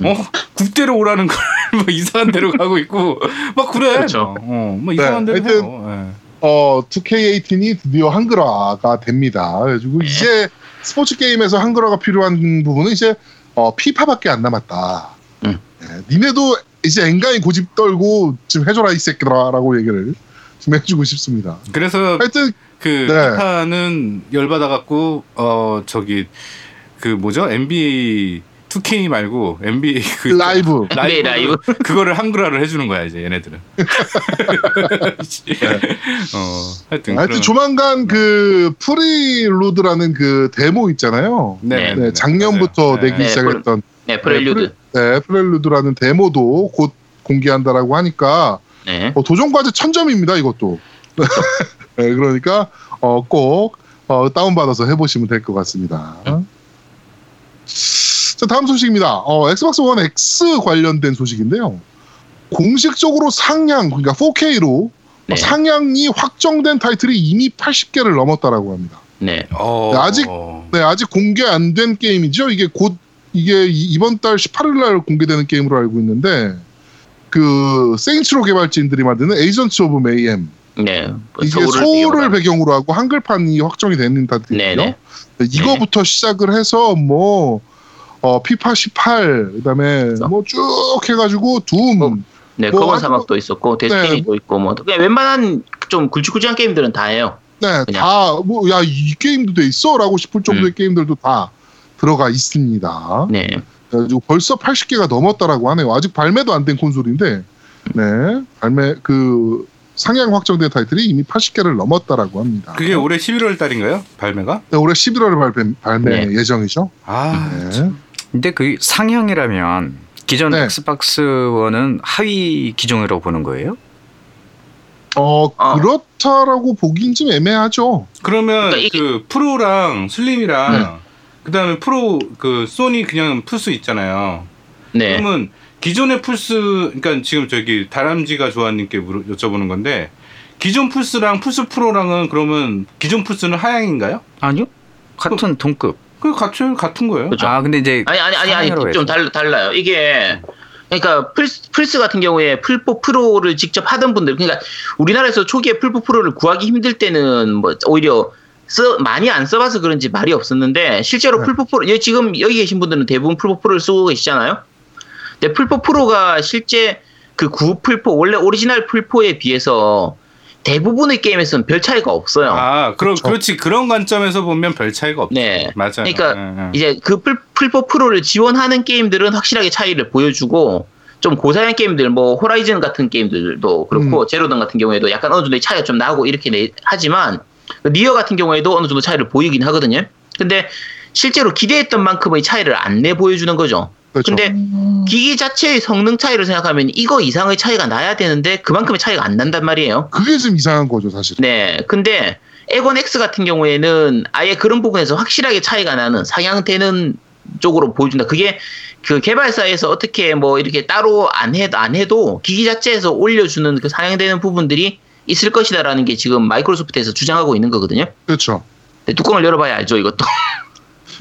[SPEAKER 2] 어 국대로 오라는 걸 막 이상한 데로 가고 있고 막 그래.
[SPEAKER 3] 그쵸.
[SPEAKER 2] 어, 막 이상한
[SPEAKER 1] 네,
[SPEAKER 2] 데로
[SPEAKER 1] 하여튼
[SPEAKER 2] 해요. 예.
[SPEAKER 1] 어, 2K18이 드디어 한글화가 됩니다.
[SPEAKER 2] 네.
[SPEAKER 1] 그리고 이제 스포츠 게임에서 한글화가 필요한 부분은 이제 어, 피파밖에 안 남았다.
[SPEAKER 3] 음.
[SPEAKER 1] 네, 니네도 이제 엔간히 고집 떨고 지금 해줘라 이 새끼들아라고 얘기를 지금 해주고 싶습니다.
[SPEAKER 2] 그래서
[SPEAKER 1] 하여튼
[SPEAKER 2] 그
[SPEAKER 1] 네.
[SPEAKER 2] 피파는 열받아갖고 어 저기 그 뭐죠 NBA 2K 말고 NBA 그
[SPEAKER 1] 라이브
[SPEAKER 3] NBA 라이브.
[SPEAKER 2] 그거를 한글화를 해주는 거야 이제 얘네들은. 어, 하여튼
[SPEAKER 1] 하여튼
[SPEAKER 2] 그런-
[SPEAKER 1] 조만간 그 프리로드라는 그 데모 있잖아요.
[SPEAKER 2] 네,
[SPEAKER 1] 네, 작년부터
[SPEAKER 2] 맞아요.
[SPEAKER 1] 내기
[SPEAKER 3] 네,
[SPEAKER 1] 시작했던
[SPEAKER 3] 네, 프렐류드.
[SPEAKER 1] 네, 프렐루드라는 데모도 곧 공개한다라고 하니까
[SPEAKER 3] 네.
[SPEAKER 1] 어, 도전 과제 천점입니다 이것도. 네, 그러니까 어, 꼭 어, 다운 받아서 해보시면 될 것 같습니다. 자 다음 소식입니다. 어, 엑스박스 원 X 관련된 소식인데요. 공식적으로 상향 그러니까 4K로
[SPEAKER 3] 네.
[SPEAKER 1] 상향이 확정된 타이틀이 이미 80개를 넘었다라고 합니다.
[SPEAKER 3] 네.
[SPEAKER 2] 어,
[SPEAKER 1] 아직-
[SPEAKER 2] 어,
[SPEAKER 1] 네, 아직 공개 안 된 게임이죠. 이게 곧 이게 이- 이번 달 18일 날 공개되는 게임으로 알고 있는데 그 세인츠로 개발진들이 만드는 에이전츠 오브 메이엠
[SPEAKER 3] 네.
[SPEAKER 1] 이게
[SPEAKER 3] 서울을
[SPEAKER 1] 서울을
[SPEAKER 3] 비교하고.
[SPEAKER 1] 배경으로 하고 한글판이 확정이 되는
[SPEAKER 3] 네,
[SPEAKER 1] 타이틀이죠.
[SPEAKER 3] 네.
[SPEAKER 1] 네, 이거부터 시작을 해서 뭐 어, 피파 18 그다음에
[SPEAKER 3] 그렇죠.
[SPEAKER 1] 뭐 쭉 해가지고 둠
[SPEAKER 3] 어, 네,
[SPEAKER 1] 뭐
[SPEAKER 3] 검은
[SPEAKER 1] 아주-
[SPEAKER 3] 사막도 있었고 데스티니도 있고 뭐 그냥 웬만한 좀 굵직굵직한 게임들은 다 해요.
[SPEAKER 1] 네,
[SPEAKER 3] 그냥. 음.
[SPEAKER 1] 다 뭐 야 이 게임도 돼 있어라고 싶을 정도의 게임들도 다 들어가 있습니다.
[SPEAKER 3] 네.
[SPEAKER 1] 그래가지고 벌써 80개가 넘었다라고 하네요. 아직 발매도 안 된 콘솔인데, 네, 발매 그 상향 확정된 타이틀이 이미 80개를 넘었다라고 합니다.
[SPEAKER 2] 그게 올해 11월 달인가요? 발매가?
[SPEAKER 1] 네, 올해 11월에 발매, 발매
[SPEAKER 3] 네.
[SPEAKER 1] 예정이죠.
[SPEAKER 2] 아,
[SPEAKER 1] 네.
[SPEAKER 5] 근데 그 상향이라면 기존
[SPEAKER 1] 네.
[SPEAKER 5] 엑스박스 원은 하위 기종이라고 보는 거예요?
[SPEAKER 1] 어
[SPEAKER 3] 아.
[SPEAKER 1] 그렇다라고 보긴 좀 애매하죠.
[SPEAKER 2] 그러면
[SPEAKER 3] 그러니까 이게-
[SPEAKER 2] 그 프로랑
[SPEAKER 1] 네.
[SPEAKER 2] 슬림이랑 그다음에 프로 그 소니 그냥 플스 있잖아요.
[SPEAKER 3] 네.
[SPEAKER 2] 그러면 기존의 플스 그러니까 지금 저기 다람쥐가 좋아님께 물어- 여쭤보는 건데 기존 플스랑 플스 프로랑은 그러면 기존 플스는 하향인가요?
[SPEAKER 5] 아니요. 같은 동급.
[SPEAKER 2] 그 같은 같은 거예요.
[SPEAKER 3] 그렇죠.
[SPEAKER 5] 아 근데 이제
[SPEAKER 3] 아니 아니 아니
[SPEAKER 5] 상향으로
[SPEAKER 3] 아니 좀
[SPEAKER 5] 해서.
[SPEAKER 3] 달, 달라요. 이게 그러니까 플스, 플스 같은 경우에 풀포 프로를 직접 하던 분들 그러니까 우리나라에서 초기에 풀포 프로를 구하기 힘들 때는 뭐 오히려 써, 많이 안 써봐서 그런지 말이 없었는데 실제로
[SPEAKER 1] 네.
[SPEAKER 3] 풀포 프로 여- 지금 여기 계신 분들은 대부분 풀포 프로를 쓰고 계시잖아요. 근데 풀포 프로가 실제 그 구 풀포 원래 오리지널 풀포에 비해서 대부분의 게임에서는 별 차이가 없어요.
[SPEAKER 2] 아, 그럼
[SPEAKER 1] 그쵸.
[SPEAKER 2] 그렇지 그런 관점에서 보면 별 차이가 없죠.
[SPEAKER 3] 그렇죠. 네.
[SPEAKER 2] 맞아요.
[SPEAKER 3] 그러니까
[SPEAKER 2] 예, 예.
[SPEAKER 3] 이제 그 풀, 풀포 프로를 지원하는 게임들은 확실하게 차이를 보여주고 좀 고사양 게임들 뭐 호라이즌 같은 게임들도 그렇고
[SPEAKER 1] 음.
[SPEAKER 3] 제로던 같은 경우에도 약간 어느 정도 차이가 좀 나고 이렇게 내- 하지만 니어 같은 경우에도 어느 정도 차이를 보이긴 하거든요. 근데 실제로 기대했던 만큼의 차이를 안 내 보여주는 거죠.
[SPEAKER 1] 그렇죠.
[SPEAKER 3] 근데
[SPEAKER 4] 음,
[SPEAKER 3] 기기 자체의 성능 차이를 생각하면 이거 이상의 차이가 나야 되는데 그만큼의 차이가 안 난단 말이에요.
[SPEAKER 1] 그게 좀 이상한 거죠, 사실.
[SPEAKER 3] 네, 근데 에곤 X 같은 경우에는 아예 그런 부분에서 확실하게 차이가 나는 상향되는 쪽으로 보여준다. 그게 그 개발사에서 어떻게 뭐 이렇게 따로 안 해도 안 해도 기기 자체에서 올려주는 그 상향되는 부분들이 있을 것이다라는 게 지금 마이크로소프트에서 주장하고 있는 거거든요.
[SPEAKER 1] 그렇죠.
[SPEAKER 3] 근데 뚜껑을 열어봐야 알죠, 이것도.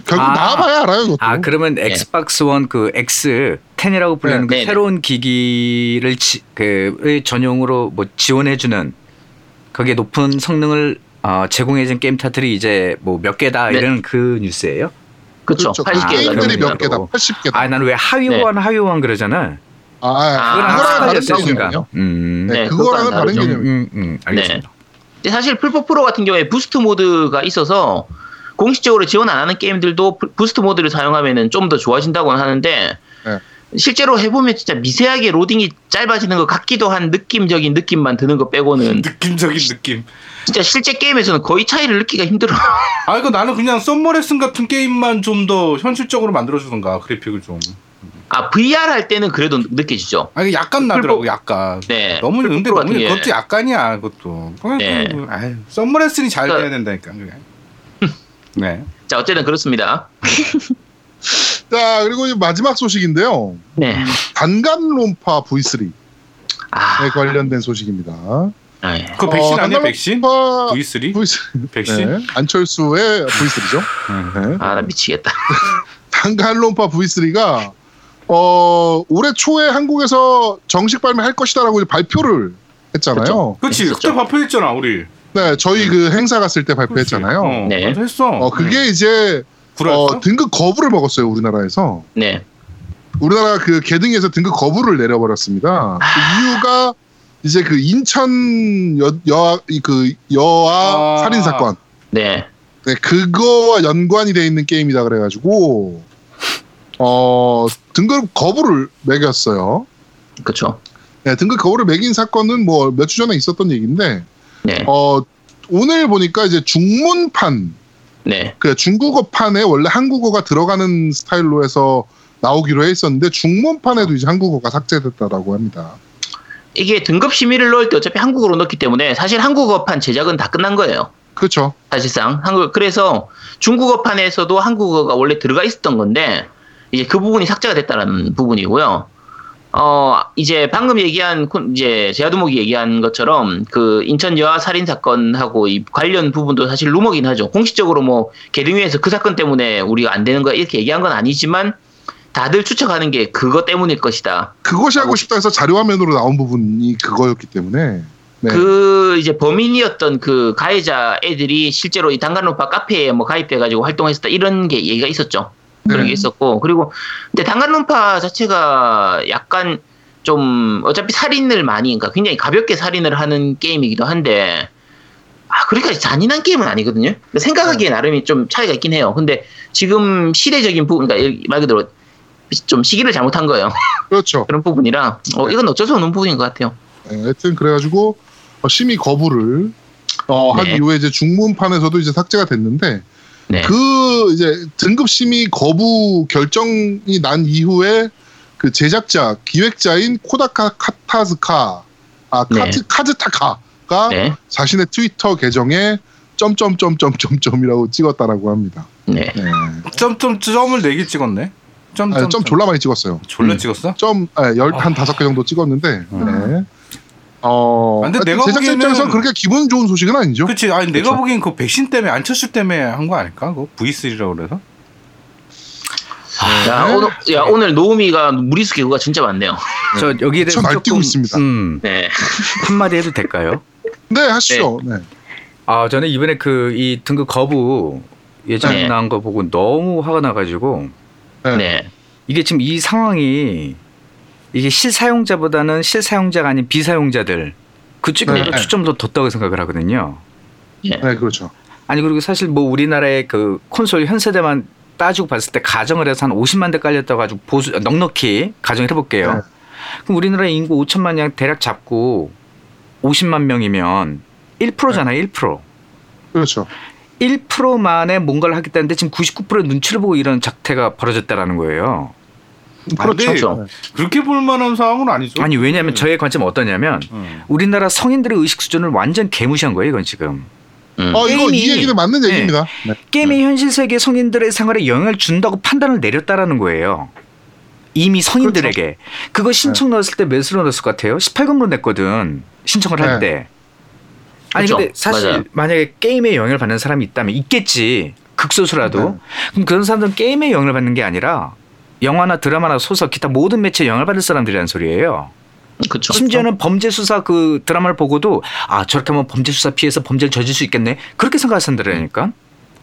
[SPEAKER 1] 결국
[SPEAKER 5] 아.
[SPEAKER 1] 나와봐야 알아요, 이것도.
[SPEAKER 5] 아 그러면 엑스박스 원 그 X 10이라고 불리는
[SPEAKER 3] 네,
[SPEAKER 5] 그
[SPEAKER 3] 네, 네.
[SPEAKER 5] 새로운 기기를 지, 그 전용으로 뭐 지원해주는 거기에 높은 성능을 어, 제공해준 게임 타틀이 이제 뭐 몇 개다
[SPEAKER 3] 네.
[SPEAKER 5] 이런 그 뉴스예요?
[SPEAKER 3] 그쵸.
[SPEAKER 1] 그렇죠.
[SPEAKER 3] 80 개가
[SPEAKER 1] 게임들이
[SPEAKER 5] 넘는
[SPEAKER 1] 몇 개다,
[SPEAKER 5] 거고.
[SPEAKER 1] 80개다.
[SPEAKER 5] 아
[SPEAKER 1] 아,
[SPEAKER 5] 난 왜 하위
[SPEAKER 3] 네.
[SPEAKER 5] 원 하위 원 그러잖아.
[SPEAKER 1] 아,
[SPEAKER 3] 아,
[SPEAKER 5] 그거랑
[SPEAKER 3] 그거랑
[SPEAKER 1] 다른
[SPEAKER 5] 아, 다른
[SPEAKER 1] 개념이에요.
[SPEAKER 5] 개념이니까. 음.
[SPEAKER 1] 네,
[SPEAKER 3] 네,
[SPEAKER 1] 그거랑은
[SPEAKER 3] 그거랑
[SPEAKER 1] 다른
[SPEAKER 3] 다르죠.
[SPEAKER 5] 음,
[SPEAKER 1] 개념이에요.
[SPEAKER 5] 음, 음, 알겠습니다.
[SPEAKER 3] 근데 사실 풀포 프로 같은 경우에 부스트 모드가 있어서 공식적으로 지원 안 하는 게임들도 부- 부스트 모드를 사용하면은 좀 더 좋아진다고는 하는데
[SPEAKER 1] 네.
[SPEAKER 3] 실제로 해보면 진짜 미세하게 로딩이 짧아지는 것 같기도 한 느낌적인 느낌만 드는 것 빼고는
[SPEAKER 2] 느낌적인 느낌.
[SPEAKER 3] 진짜 실제 게임에서는 거의 차이를 느끼기가 힘들어.
[SPEAKER 2] 아, 이거 나는 그냥 썸머레슨 같은 게임만 좀 더 현실적으로 만들어주던가 그래픽을 좀.
[SPEAKER 3] 아 VR 할 때는 그래도 느껴지죠.
[SPEAKER 2] 아니 약간 나더라고 약간.
[SPEAKER 3] 네.
[SPEAKER 2] 너무 근데
[SPEAKER 3] 풀프로
[SPEAKER 2] 너무
[SPEAKER 3] 같은 게.
[SPEAKER 2] 그것도 약간이야 그것도.
[SPEAKER 3] 네.
[SPEAKER 2] 아유, 썸머레슨이 잘
[SPEAKER 3] 그러니까-
[SPEAKER 2] 돼야 된다니까 그게. 네.
[SPEAKER 3] 자 어쨌든 그렇습니다.
[SPEAKER 1] 자 그리고 이제 마지막 소식인데요.
[SPEAKER 3] 네.
[SPEAKER 1] 단감 론파 V3에
[SPEAKER 3] 아,
[SPEAKER 1] 네. 관련된 소식입니다. 어,
[SPEAKER 3] 아, 예.
[SPEAKER 2] 그 백신 아니야 백신?
[SPEAKER 1] 론파
[SPEAKER 2] V3?
[SPEAKER 1] V3.
[SPEAKER 2] 백신?
[SPEAKER 1] 네. 안철수의 V3죠.
[SPEAKER 2] 음.
[SPEAKER 1] 네.
[SPEAKER 3] 아, 나 미치겠다.
[SPEAKER 1] 단감 론파 V3가 어, 올해 초에 한국에서 정식 발매할 것이다라고 이제 발표를 했잖아요.
[SPEAKER 2] 그렇지. 그때 발표했잖아 우리.
[SPEAKER 1] 네, 저희 그 행사 갔을 때
[SPEAKER 2] 그렇지.
[SPEAKER 1] 발표했잖아요.
[SPEAKER 2] 어,
[SPEAKER 3] 네.
[SPEAKER 2] 나도 했어.
[SPEAKER 1] 어, 그게 이제
[SPEAKER 2] 불화였어?
[SPEAKER 1] 어, 등급 거부를 먹었어요 우리나라에서.
[SPEAKER 3] 네.
[SPEAKER 1] 우리나라 그 개등에서 등급 거부를 내려버렸습니다. 그 이유가 이제 그 인천 여, 여, 이 그 여아
[SPEAKER 2] 아.
[SPEAKER 1] 살인 사건.
[SPEAKER 3] 네.
[SPEAKER 1] 네, 그거와 연관이 돼 있는 게임이다 그래가지고 어 등급 거부를 매겼어요.
[SPEAKER 3] 그렇죠.
[SPEAKER 1] 네, 등급 거부를 매긴 사건은 뭐 몇 주 전에 있었던 얘기인데
[SPEAKER 3] 네.
[SPEAKER 1] 어 오늘 보니까 이제 중문판
[SPEAKER 3] 네.
[SPEAKER 1] 그 중국어판에 원래 한국어가 들어가는 스타일로 해서 나오기로 했었는데 중문판에도 이제 한국어가 삭제됐다라고 합니다.
[SPEAKER 3] 이게 등급 심의를 넣을 때 어차피 한국으로 넣기 때문에 사실 한국어판 제작은 다 끝난 거예요.
[SPEAKER 1] 그렇죠.
[SPEAKER 3] 사실상 한국 그래서 중국어판에서도 한국어가 원래 들어가 있었던 건데 이제 그 부분이 삭제가 됐다는 부분이고요. 어 이제 방금 얘기한 콘- 이제 제아두목이 얘기한 것처럼 그 인천 여아 살인 사건하고 이 관련 부분도 사실 루머긴 하죠. 공식적으로 뭐 개등위에서 그 사건 때문에 우리가 안 되는 거야 이렇게 얘기한 건 아니지만 다들 추측하는 게 그거 때문일 것이다.
[SPEAKER 1] 그것이 하고 싶다 해서 자료화면으로 나온 부분이 그거였기 때문에 네.
[SPEAKER 3] 그 이제 범인이었던 그 가해자 애들이 실제로 이 단간론파 카페에 뭐 가입돼가지고 활동했었다 이런 게 얘기가 있었죠. 그런
[SPEAKER 1] 네.
[SPEAKER 3] 게 있었고 그리고 근데 단간론파 자체가 약간 좀 어차피 살인을 많이 그러니까 굉장히 가볍게 살인을 하는 게임이기도 한데 아 그러니까 잔인한 게임은 아니거든요. 그러니까
[SPEAKER 1] 네.
[SPEAKER 3] 생각하기에 나름이 좀 차이가 있긴 해요. 근데 지금 시대적인 부분 그러니까 말 그대로 좀 시기를 잘못한 거예요.
[SPEAKER 1] 그렇죠.
[SPEAKER 3] 그런 부분이라 어, 이건 어쩔 수 없는 부분인 것 같아요.
[SPEAKER 1] 네, 하여튼 그래가지고 어, 심의 거부를 어, 한
[SPEAKER 3] 네.
[SPEAKER 1] 이후에 이제 중문판에서도 이제 삭제가 됐는데
[SPEAKER 3] 네.
[SPEAKER 1] 그 이제 등급 심의 거부 결정이 난 이후에 그 제작자 기획자인 코다카 카타즈카 아
[SPEAKER 3] 네.
[SPEAKER 1] 카즈 카즈타카가
[SPEAKER 3] 네.
[SPEAKER 1] 자신의 트위터 계정에 점점점점점점이라고 찍었다라고 합니다.
[SPEAKER 3] 네.
[SPEAKER 1] 네.
[SPEAKER 2] 점점 점을 네개 찍었네. 점점
[SPEAKER 1] 아, 점 졸라 많이 찍었어요.
[SPEAKER 2] 졸라
[SPEAKER 3] 음.
[SPEAKER 2] 찍었어?
[SPEAKER 1] 점, 아, 열, 한 다섯 개 정도 찍었는데, 네. 어,
[SPEAKER 2] 아, 근데
[SPEAKER 1] 하여튼
[SPEAKER 2] 내가
[SPEAKER 1] 제작자
[SPEAKER 2] 보기에는-
[SPEAKER 1] 입장에서는 그렇게 기분 좋은 소식은 아니죠.
[SPEAKER 2] 그렇지. 아니 내가
[SPEAKER 1] 그쵸.
[SPEAKER 2] 보기엔 그 백신 때문에 안철수 때문에 한 거 아닐까? 그거 V3라고 그래서.
[SPEAKER 3] 야, 아, 오늘, 야, 오늘 노우미가 무리수기 그거 진짜 많네요.
[SPEAKER 5] 저 여기에
[SPEAKER 1] 저
[SPEAKER 5] 대해서
[SPEAKER 1] 날뛰고
[SPEAKER 5] 조금,
[SPEAKER 1] 있습니다.
[SPEAKER 5] 음,
[SPEAKER 3] 네.
[SPEAKER 5] 한마디 해도 될까요?
[SPEAKER 1] 네, 하시죠. 네.
[SPEAKER 5] 아 저는 이번에 그 이 등급 거부 예전
[SPEAKER 3] 네.
[SPEAKER 5] 나온 거 보고 너무 화가 나가지고
[SPEAKER 3] 네.
[SPEAKER 5] 이게 지금 이 상황이 이게 실사용자보다는 실사용자가 아닌 비사용자들 그쪽에
[SPEAKER 1] 네.
[SPEAKER 5] 초점도 뒀다고 생각을 하거든요.
[SPEAKER 1] 네, 그렇죠.
[SPEAKER 5] 아니 그리고 사실 뭐 우리나라의 그 콘솔 현 세대만 따지고 봤을 때 가정을 해서 한 50만 대 깔렸다고 가지고 보수 넉넉히 가정을 해볼게요.
[SPEAKER 1] 네.
[SPEAKER 5] 그럼 우리나라 인구 5천만 양 대략 잡고 50만 명이면
[SPEAKER 2] 네.
[SPEAKER 5] 1%잖아요. 1%.
[SPEAKER 1] 그렇죠.
[SPEAKER 5] 1%만에 뭔가를 하겠다는데 지금 99%의 눈치를 보고 이런 작태가 벌어졌다라는 거예요.
[SPEAKER 2] 그렇죠.
[SPEAKER 3] 그렇죠.
[SPEAKER 2] 그렇게 볼 만한 상황은 아니죠.
[SPEAKER 5] 아니 왜냐하면
[SPEAKER 2] 네.
[SPEAKER 5] 저의 관점은 어떠냐면
[SPEAKER 2] 음.
[SPEAKER 5] 우리나라 성인들의 의식 수준을 완전 개무시한 거예요. 이건 지금.
[SPEAKER 1] 어, 이거 이
[SPEAKER 5] 게임이-
[SPEAKER 1] 얘기는 맞는
[SPEAKER 5] 네.
[SPEAKER 1] 얘기입니다. 네.
[SPEAKER 5] 게임이 현실 세계 성인들의 생활에 영향을 준다고 판단을 내렸다라는 거예요. 이미 성인들에게
[SPEAKER 3] 그렇죠.
[SPEAKER 5] 그거
[SPEAKER 3] 네.
[SPEAKER 5] 신청 넣었을 때 몇으로 넣었을 것 같아요? 18금으로 냈거든 신청을
[SPEAKER 1] 네.
[SPEAKER 5] 할 때. 아니
[SPEAKER 3] 그쵸.
[SPEAKER 5] 근데 사실
[SPEAKER 3] 그렇죠. 맞아요.
[SPEAKER 5] 만약에 게임에 영향을 받는 사람이 있다면 있겠지 극소수라도
[SPEAKER 1] 네.
[SPEAKER 5] 그럼 그런 사람들은 게임에 영향을 받는 게 아니라 영화나 드라마나 소설 기타 모든 매체에 영향을 받을 사람들이라는 소리예요.
[SPEAKER 3] 그쵸.
[SPEAKER 5] 심지어는 범죄 수사 그 드라마를 보고도 아 저렇게 하면 범죄 수사 피해서 범죄를 저질 수 있겠네 그렇게 생각하신다라니까.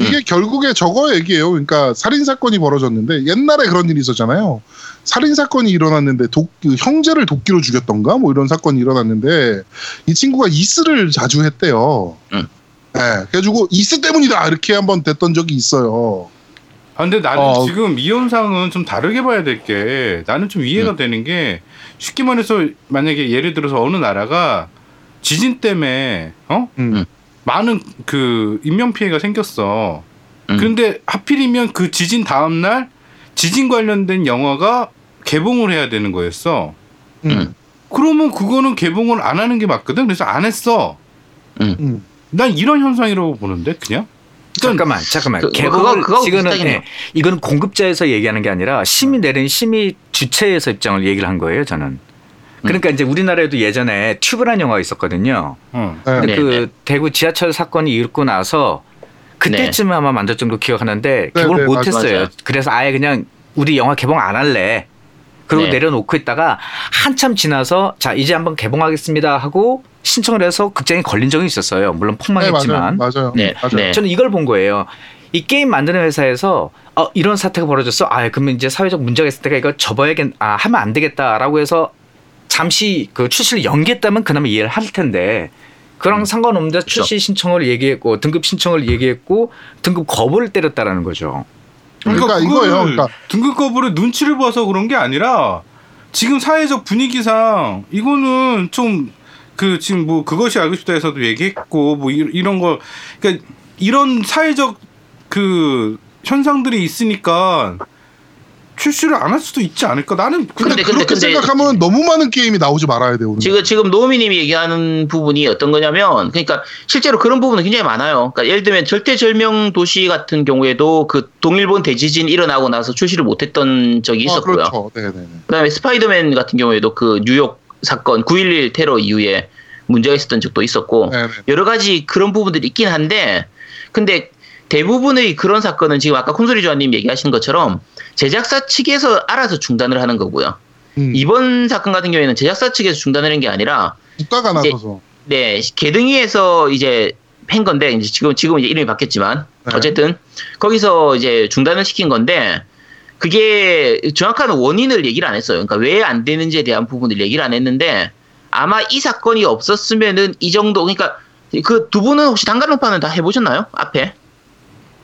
[SPEAKER 1] 이게 결국에 저거 얘기예요. 그러니까 살인 사건이 벌어졌는데 옛날에 그런 일이 있었잖아요. 살인 사건이 일어났는데 독, 그 형제를 도끼로 죽였던가 뭐 이런 사건이 일어났는데 이 친구가 이스를 자주 했대요.
[SPEAKER 3] 응.
[SPEAKER 1] 네, 그래가지고 이스 때문이다 이렇게 한번 됐던 적이 있어요.
[SPEAKER 2] 아, 근데 나는
[SPEAKER 1] 어.
[SPEAKER 2] 지금 이 현상은 좀 다르게 봐야 될 게 나는 좀 이해가
[SPEAKER 1] 음.
[SPEAKER 2] 되는 게 쉽게 말해서 만약에 예를 들어서 어느 나라가 지진 때문에 어
[SPEAKER 1] 음.
[SPEAKER 2] 많은 그 인명 피해가 생겼어.
[SPEAKER 3] 음.
[SPEAKER 2] 그런데 하필이면 그 지진 다음 날 지진 관련된 영화가 개봉을 해야 되는 거였어.
[SPEAKER 1] 음.
[SPEAKER 2] 그러면 그거는 개봉을 안 하는 게 맞거든. 그래서 안 했어.
[SPEAKER 1] 음.
[SPEAKER 2] 난 이런 현상이라고 보는데 그냥.
[SPEAKER 5] 잠깐만, 잠깐만.
[SPEAKER 3] 그-
[SPEAKER 5] 개봉을
[SPEAKER 3] 그거- 그거하고
[SPEAKER 5] 지금은
[SPEAKER 3] 비슷하겠네요.
[SPEAKER 5] 예, 이거는 공급자에서 얘기하는 게 아니라 심의 내린 심의 주체에서 입장을 얘기를 한 거예요. 저는. 그러니까 이제 우리나라에도 예전에 튜브라는 영화가 있었거든요.
[SPEAKER 2] 응.
[SPEAKER 1] 네.
[SPEAKER 5] 근데
[SPEAKER 3] 네,
[SPEAKER 5] 그
[SPEAKER 3] 네.
[SPEAKER 5] 대구 지하철 사건이 일고 나서 그때쯤에 아마 만들었던 걸 기억하는데
[SPEAKER 1] 네,
[SPEAKER 5] 개봉을
[SPEAKER 1] 네, 맞-
[SPEAKER 5] 못했어요.
[SPEAKER 3] 맞아요.
[SPEAKER 5] 그래서 아예 그냥 우리 영화 개봉 안 할래. 그리고
[SPEAKER 3] 네.
[SPEAKER 5] 내려놓고 있다가 한참 지나서 자 이제 한번 개봉하겠습니다 하고 신청을 해서 극장에 걸린 적이 있었어요. 물론
[SPEAKER 1] 네, 맞아요.
[SPEAKER 5] 폭망했지만
[SPEAKER 1] 맞아요.
[SPEAKER 3] 네,
[SPEAKER 1] 맞아요.
[SPEAKER 3] 네.
[SPEAKER 5] 저는 이걸 본 거예요. 이 게임 만드는 회사에서 어, 이런 사태가 벌어졌어. 아, 그러면 이제 사회적 문제가 있을 때가 이거 접어야겠, 아, 하면 안 되겠다라고 해서 잠시 그 출시를 연기했다면 그나마 이해를 할 텐데 그랑
[SPEAKER 3] 음.
[SPEAKER 5] 상관없는데 출시 신청을 얘기했고 등급 신청을 얘기했고 등급 거부를 때렸다라는 거죠.
[SPEAKER 1] 그러니까
[SPEAKER 2] 그거를
[SPEAKER 1] 이거예요. 그러니까
[SPEAKER 2] 등급 거부를 눈치를 봐서 그런 게 아니라 지금 사회적 분위기상 이거는 좀 그 지금 뭐 그것이 알고 싶다에서도 얘기했고 뭐 이- 이런 거 그러니까 이런 사회적 그 현상들이 있으니까 출시를 안 할 수도 있지 않을까 나는
[SPEAKER 1] 근데,
[SPEAKER 3] 근데,
[SPEAKER 1] 그렇게
[SPEAKER 3] 근데, 근데-
[SPEAKER 1] 생각하면 너무 많은 게임이 나오지 말아야 돼요. 우리는.
[SPEAKER 3] 지금 지금 노미님이 얘기하는 부분이 어떤 거냐면 그러니까 실제로 그런 부분은 굉장히 많아요. 그러니까 예를 들면 절대절명 도시 같은 경우에도 그 동일본 대지진 일어나고 나서 출시를 못했던 적이
[SPEAKER 1] 아,
[SPEAKER 3] 있었고요.
[SPEAKER 1] 그렇죠. 네, 네, 네.
[SPEAKER 3] 그다음에 스파이더맨 같은 경우에도 그 뉴욕 사건 9.11 테러 이후에 문제가 있었던 적도 있었고
[SPEAKER 1] 네, 네.
[SPEAKER 3] 여러 가지 그런 부분들이 있긴 한데 근데 대부분의 그런 사건은 지금 아까 콘솔이 조아님 얘기하신 것처럼 제작사 측에서 알아서 중단을 하는 거고요.
[SPEAKER 1] 음,
[SPEAKER 3] 이번 사건 같은 경우에는 제작사 측에서 중단을 한 게 아니라
[SPEAKER 1] 국가가
[SPEAKER 3] 이제-
[SPEAKER 1] 나서서.
[SPEAKER 3] 네, 개등위에서 이제 한 건데 이제 지금 지금 이제 이름이 바뀌었지만
[SPEAKER 1] 네.
[SPEAKER 3] 어쨌든 거기서 이제 중단을 시킨 건데 그게 정확한 원인을 얘기를 안 했어요. 그러니까 왜 안 되는지에 대한 부분을 얘기를 안 했는데 아마 이 사건이 없었으면은 이 정도 그러니까 그 두 분은 혹시 단가론판은 다 해보셨나요? 앞에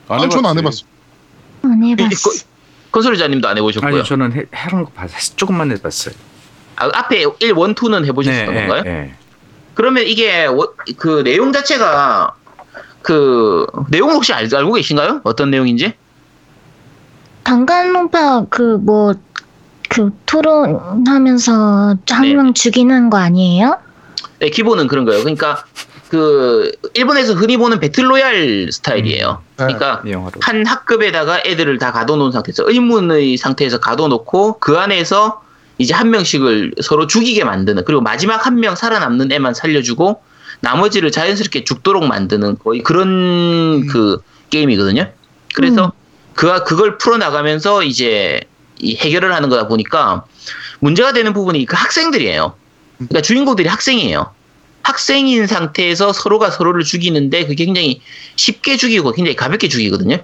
[SPEAKER 1] 아, 전안 해봤어.
[SPEAKER 4] 안 해봤어.
[SPEAKER 3] 컨솔리자님도 그 안 해보셨고요.
[SPEAKER 5] 네. 아니요, 저는 해, 해놓은 거 봤어요. 조금만 해봤어요.
[SPEAKER 3] 아, 앞에 1, 1, 2는 해보셨던 건가요?
[SPEAKER 5] 네.
[SPEAKER 3] 그러면 이게 워- 그 내용 자체가 그 내용 혹시 알- 알고 계신가요? 어떤 내용인지?
[SPEAKER 4] 단간론파 그 뭐 그 토론하면서 한
[SPEAKER 3] 네.
[SPEAKER 4] 명 죽이는 거 아니에요?
[SPEAKER 3] 네, 기본은 그런 거예요. 그러니까 그 일본에서 흔히 보는 배틀로얄
[SPEAKER 1] 음,
[SPEAKER 3] 스타일이에요.
[SPEAKER 1] 네.
[SPEAKER 3] 그러니까
[SPEAKER 5] 이 영화로.
[SPEAKER 3] 한 학급에다가 애들을 다 가둬놓은 상태에서 의문의 상태에서 가둬놓고 그 안에서 이제 한 명씩을 서로 죽이게 만드는 그리고 마지막 한 명 살아남는 애만 살려주고 나머지를 자연스럽게 죽도록 만드는 거의 그런 그 게임이거든요. 그래서 그 그걸 풀어나가면서 이제 이 해결을 하는 거다 보니까 문제가 되는 부분이 그 학생들이에요. 그러니까 주인공들이 학생이에요. 학생인 상태에서 서로가 서로를 죽이는데 그게 굉장히 쉽게 죽이고 굉장히 가볍게 죽이거든요.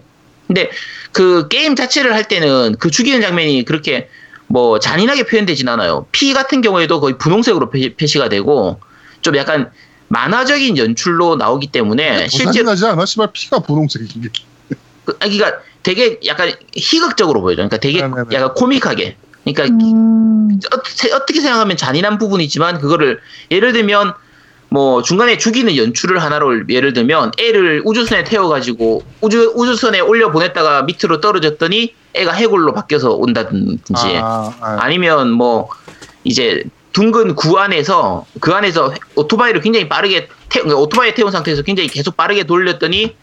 [SPEAKER 3] 근데 그 게임 자체를 할 때는 그 죽이는 장면이 그렇게 뭐 잔인하게 표현되진 않아요. 피 같은 경우에도 거의 분홍색으로 표- 표시가 되고 좀 약간 만화적인 연출로 나오기
[SPEAKER 1] 실제
[SPEAKER 3] 때문에 네, 실제로
[SPEAKER 1] 나지 않아? 씨발 피가 분홍색인 게.
[SPEAKER 3] 그, 아니, 그러니까 되게 약간 희극적으로 보여요. 그러니까 되게
[SPEAKER 1] 네네네.
[SPEAKER 3] 약간 코믹하게. 그러니까
[SPEAKER 4] 음,
[SPEAKER 3] 어, 세- 어떻게 생각하면 잔인한 부분이지만 그거를 예를 들면 뭐 중간에 죽이는 연출을 하나로 예를 들면 애를 우주선에 태워가지고 우주 우주선에 올려 보냈다가 밑으로 떨어졌더니 애가 해골로 바뀌어서 온다든지
[SPEAKER 1] 아, 아,
[SPEAKER 3] 아니면 뭐 이제 둥근 구 안에서 그 안에서 오토바이를 굉장히 빠르게 태, 그러니까 오토바이에 태운 상태에서 굉장히 계속 빠르게 돌렸더니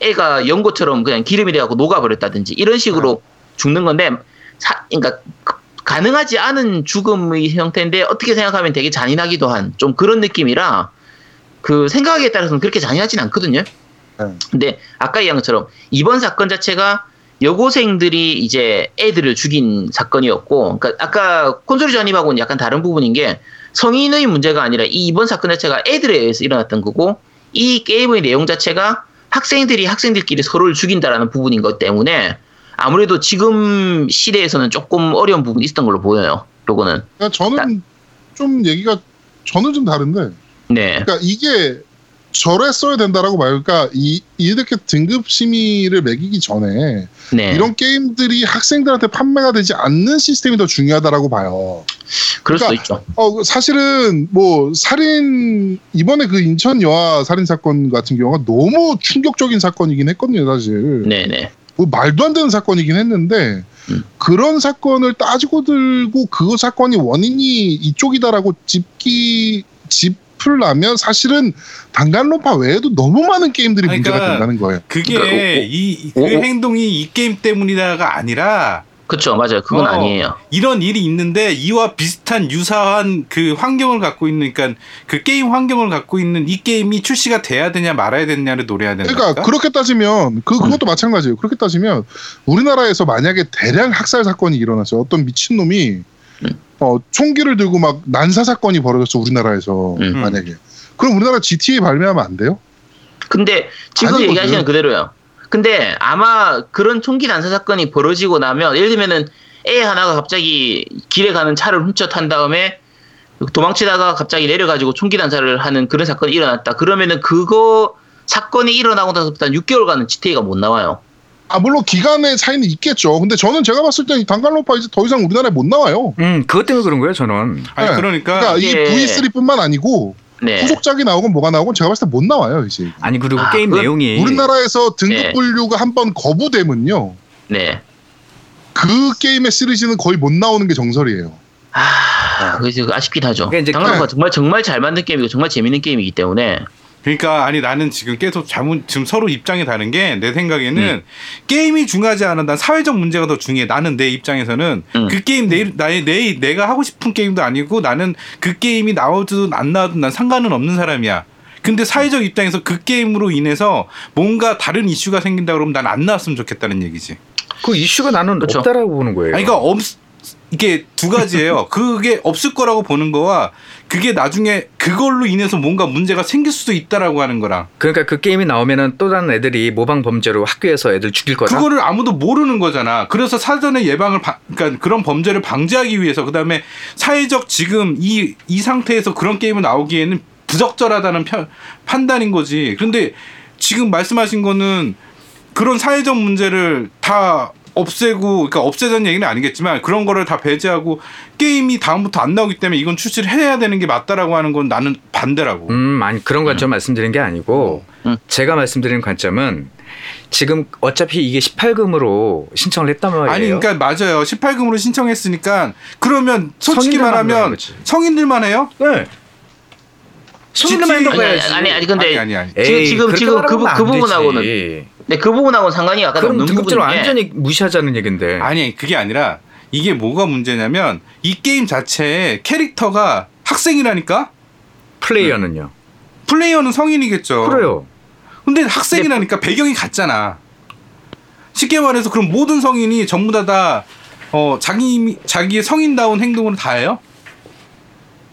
[SPEAKER 3] 애가 연고처럼 그냥 기름이 돼갖고 녹아버렸다든지 이런 식으로 죽는 건데 사, 그러니까 그- 가능하지 않은 죽음의 형태인데 어떻게 생각하면 되게 잔인하기도 한 좀 그런 느낌이라 그 생각에 따라서는 그렇게 잔인하진 않거든요.
[SPEAKER 1] 네.
[SPEAKER 3] 근데 아까 얘기한 것처럼 이번 사건 자체가 여고생들이 이제 애들을 죽인 사건이었고, 그러니까 아까 콘솔이 전입하고는 약간 다른 부분인 게 성인의 문제가 아니라 이 이번 사건 자체가 애들에 의해서 일어났던 거고, 이 게임의 내용 자체가 학생들이 학생들끼리 서로를 죽인다라는 부분인 것 때문에 아무래도 지금 시대에서는 조금 어려운 부분이 있었던 걸로 보여요. 요거는.
[SPEAKER 1] 그러니까 저는 좀 얘기가 저는 좀 다른데.
[SPEAKER 3] 네.
[SPEAKER 1] 그러니까 이게 저랬어야 된다라고 말 그러니까 이 이렇게 등급 심의를 매기기 전에
[SPEAKER 3] 네.
[SPEAKER 1] 이런 게임들이 학생들한테 판매가 되지 않는 시스템이 더 중요하다라고 봐요.
[SPEAKER 3] 그럴 수도
[SPEAKER 1] 그러니까-
[SPEAKER 3] 있죠.
[SPEAKER 1] 어, 그 사실은 뭐 살인 이번에 그 인천 여아 살인 사건 같은 경우가 너무 충격적인 사건이긴 했거든요, 사실.
[SPEAKER 3] 네네.
[SPEAKER 1] 뭐 말도 안 되는 사건이긴 했는데 그런 사건을 따지고 들고 그 사건이 원인이 이쪽이다라고 짚기 짚으려면 사실은 단간론파 외에도 너무 많은 게임들이
[SPEAKER 2] 그러니까
[SPEAKER 1] 문제가 된다는 거예요.
[SPEAKER 2] 그게
[SPEAKER 3] 그러니까 오- 오-
[SPEAKER 2] 이, 그
[SPEAKER 3] 오- 오-
[SPEAKER 2] 행동이 이 게임 때문이다가 아니라
[SPEAKER 3] 그쵸 맞아요 그건
[SPEAKER 2] 어.
[SPEAKER 3] 아니에요
[SPEAKER 2] 이런 일이 있는데 이와 비슷한 유사한 그 환경을 갖고 있는 그러니까 그 게임 환경을 갖고 있는 이 게임이 출시가 돼야 되냐 말아야 되냐를 노려야
[SPEAKER 5] 네,
[SPEAKER 2] 된다.
[SPEAKER 1] 그러니까 그렇게 따지면 그 그것도 마찬가지예요. 그렇게 따지면 우리나라에서 만약에 대량 학살 사건이 일어났어요. 어떤 미친 놈이 어, 총기를 들고 막 난사 사건이 벌어졌어 우리나라에서
[SPEAKER 3] 음.
[SPEAKER 1] 만약에 그럼 우리나라 GTA 발매하면 안 돼요?
[SPEAKER 3] 근데 지금
[SPEAKER 1] 아니거든.
[SPEAKER 3] 얘기하시는 그대로예요. 근데 아마 그런 총기 난사 사건이 벌어지고 나면 예를 들면은 애 하나가 갑자기 길에 가는 차를 훔쳐 탄 다음에 도망치다가 갑자기 내려가지고 총기 난사를 하는 그런 사건이 일어났다. 그러면은 그거 사건이 일어나고 나서부터 한 6개월간은 GTA가 못 나와요.
[SPEAKER 1] 아 물론 기간의 차이는 있겠죠. 근데 저는 제가 봤을 때이 단간론파 이제 더 이상 우리나라에 못 나와요.
[SPEAKER 5] 음, 그것 때문에 그런 거예요, 저는.
[SPEAKER 2] 아니
[SPEAKER 1] 네.
[SPEAKER 2] 그러니까,
[SPEAKER 1] 그러니까 이
[SPEAKER 3] 예.
[SPEAKER 1] V3뿐만 아니고
[SPEAKER 3] 네.
[SPEAKER 1] 후속작이 나오건 뭐가 나오건 제가 봤을 때 못 나와요 이제.
[SPEAKER 5] 아니 그리고
[SPEAKER 3] 아,
[SPEAKER 5] 게임
[SPEAKER 3] 그-
[SPEAKER 5] 내용이
[SPEAKER 1] 우리나라에서
[SPEAKER 3] 네.
[SPEAKER 1] 등급 분류가 한번 거부되면요
[SPEAKER 3] 네.
[SPEAKER 1] 그 게임의 시리즈는 거의 못 나오는 게 정설이에요.
[SPEAKER 3] 아, 그래서 아쉽긴 하죠.
[SPEAKER 5] 그러니까 이제
[SPEAKER 3] 당나무가
[SPEAKER 1] 그-
[SPEAKER 3] 정말 정말 잘 만든 게임이고 정말 재밌는 게임이기 때문에
[SPEAKER 2] 그러니까 아니 나는 지금 계속 잘못 지금 서로 입장이 다른 게 내 생각에는 게임이 중요하지 않아 난 사회적 문제가 더 중요해 나는 내 입장에서는
[SPEAKER 3] 음.
[SPEAKER 2] 그 게임 내 나의 내 내가 하고 싶은 게임도 아니고 나는 그 게임이 나오든 안 나오든 난 상관은 없는 사람이야. 근데 사회적 입장에서 그 게임으로 인해서 뭔가 다른 이슈가 생긴다 그러면 난 안 나왔으면 좋겠다는 얘기지.
[SPEAKER 5] 그 이슈가 나는
[SPEAKER 1] 그렇죠.
[SPEAKER 3] 그쵸.
[SPEAKER 5] 없다라고 보는 거예요.
[SPEAKER 2] 아니, 그러니까 없 이게 두 가지예요. 그게 없을 거라고 보는 거와 그게 나중에 그걸로 인해서 뭔가 문제가 생길 수도 있다라고 하는 거랑
[SPEAKER 5] 그러니까 그 게임이 나오면은 또 다른 애들이 모방 범죄로 학교에서 애들 죽일 거다.
[SPEAKER 2] 그거를 아무도 모르는 거잖아. 그래서 사전에 예방을 바- 그러니까 그런 범죄를 방지하기 위해서 그다음에 사회적 지금 이 이 상태에서 그런 게임이 나오기에는 부적절하다는 편- 판단인 거지. 그런데 지금 말씀하신 거는 그런 사회적 문제를 다 없애고 그러니까 없애자는 얘기는 아니겠지만 그런 거를 다 배제하고 게임이 다음부터 안 나오기 때문에 이건 출시를 해야 되는 게 맞다라고 하는 건 나는 반대라고.
[SPEAKER 5] 음, 아니 그런 관점 말씀드린 게
[SPEAKER 1] 어.
[SPEAKER 5] 아니고
[SPEAKER 3] 음.
[SPEAKER 5] 제가 말씀드린 관점은 지금 어차피 이게 18금으로 신청을 했단 말이에요.
[SPEAKER 2] 아니 그러니까 맞아요. 18금으로 신청했으니까 그러면 솔직히
[SPEAKER 5] 성인들만 하는
[SPEAKER 2] 말하면
[SPEAKER 5] 거지.
[SPEAKER 2] 성인들만 해요?
[SPEAKER 5] 네. 성인들만
[SPEAKER 2] GTA
[SPEAKER 5] 해도
[SPEAKER 3] 아니,
[SPEAKER 5] 해야지.
[SPEAKER 3] 아니, 아니, 근데
[SPEAKER 2] 아니 아니 아니.
[SPEAKER 3] 지금- 지금-
[SPEAKER 5] 그렇게
[SPEAKER 3] 지금 그 부-
[SPEAKER 5] 말하면
[SPEAKER 3] 그
[SPEAKER 5] 안 되지. 예.
[SPEAKER 3] 부분하고는 근데 그 부분하고는 상관이 약간
[SPEAKER 5] 그럼
[SPEAKER 3] 없는
[SPEAKER 5] 등급제를
[SPEAKER 3] 부분인데
[SPEAKER 5] 완전히 무시하자는 얘긴데.
[SPEAKER 2] 아니 그게 아니라 이게 뭐가 문제냐면 이 게임 자체에 캐릭터가 학생이라니까
[SPEAKER 5] 플레이어는요.
[SPEAKER 3] 네.
[SPEAKER 2] 플레이어는 성인이겠죠.
[SPEAKER 5] 그래요.
[SPEAKER 2] 근데 학생이라니까 배경이 같잖아. 쉽게 말해서 그럼 모든 성인이 전부 다 다 어, 자기 자기의 성인다운 행동을 다 해요?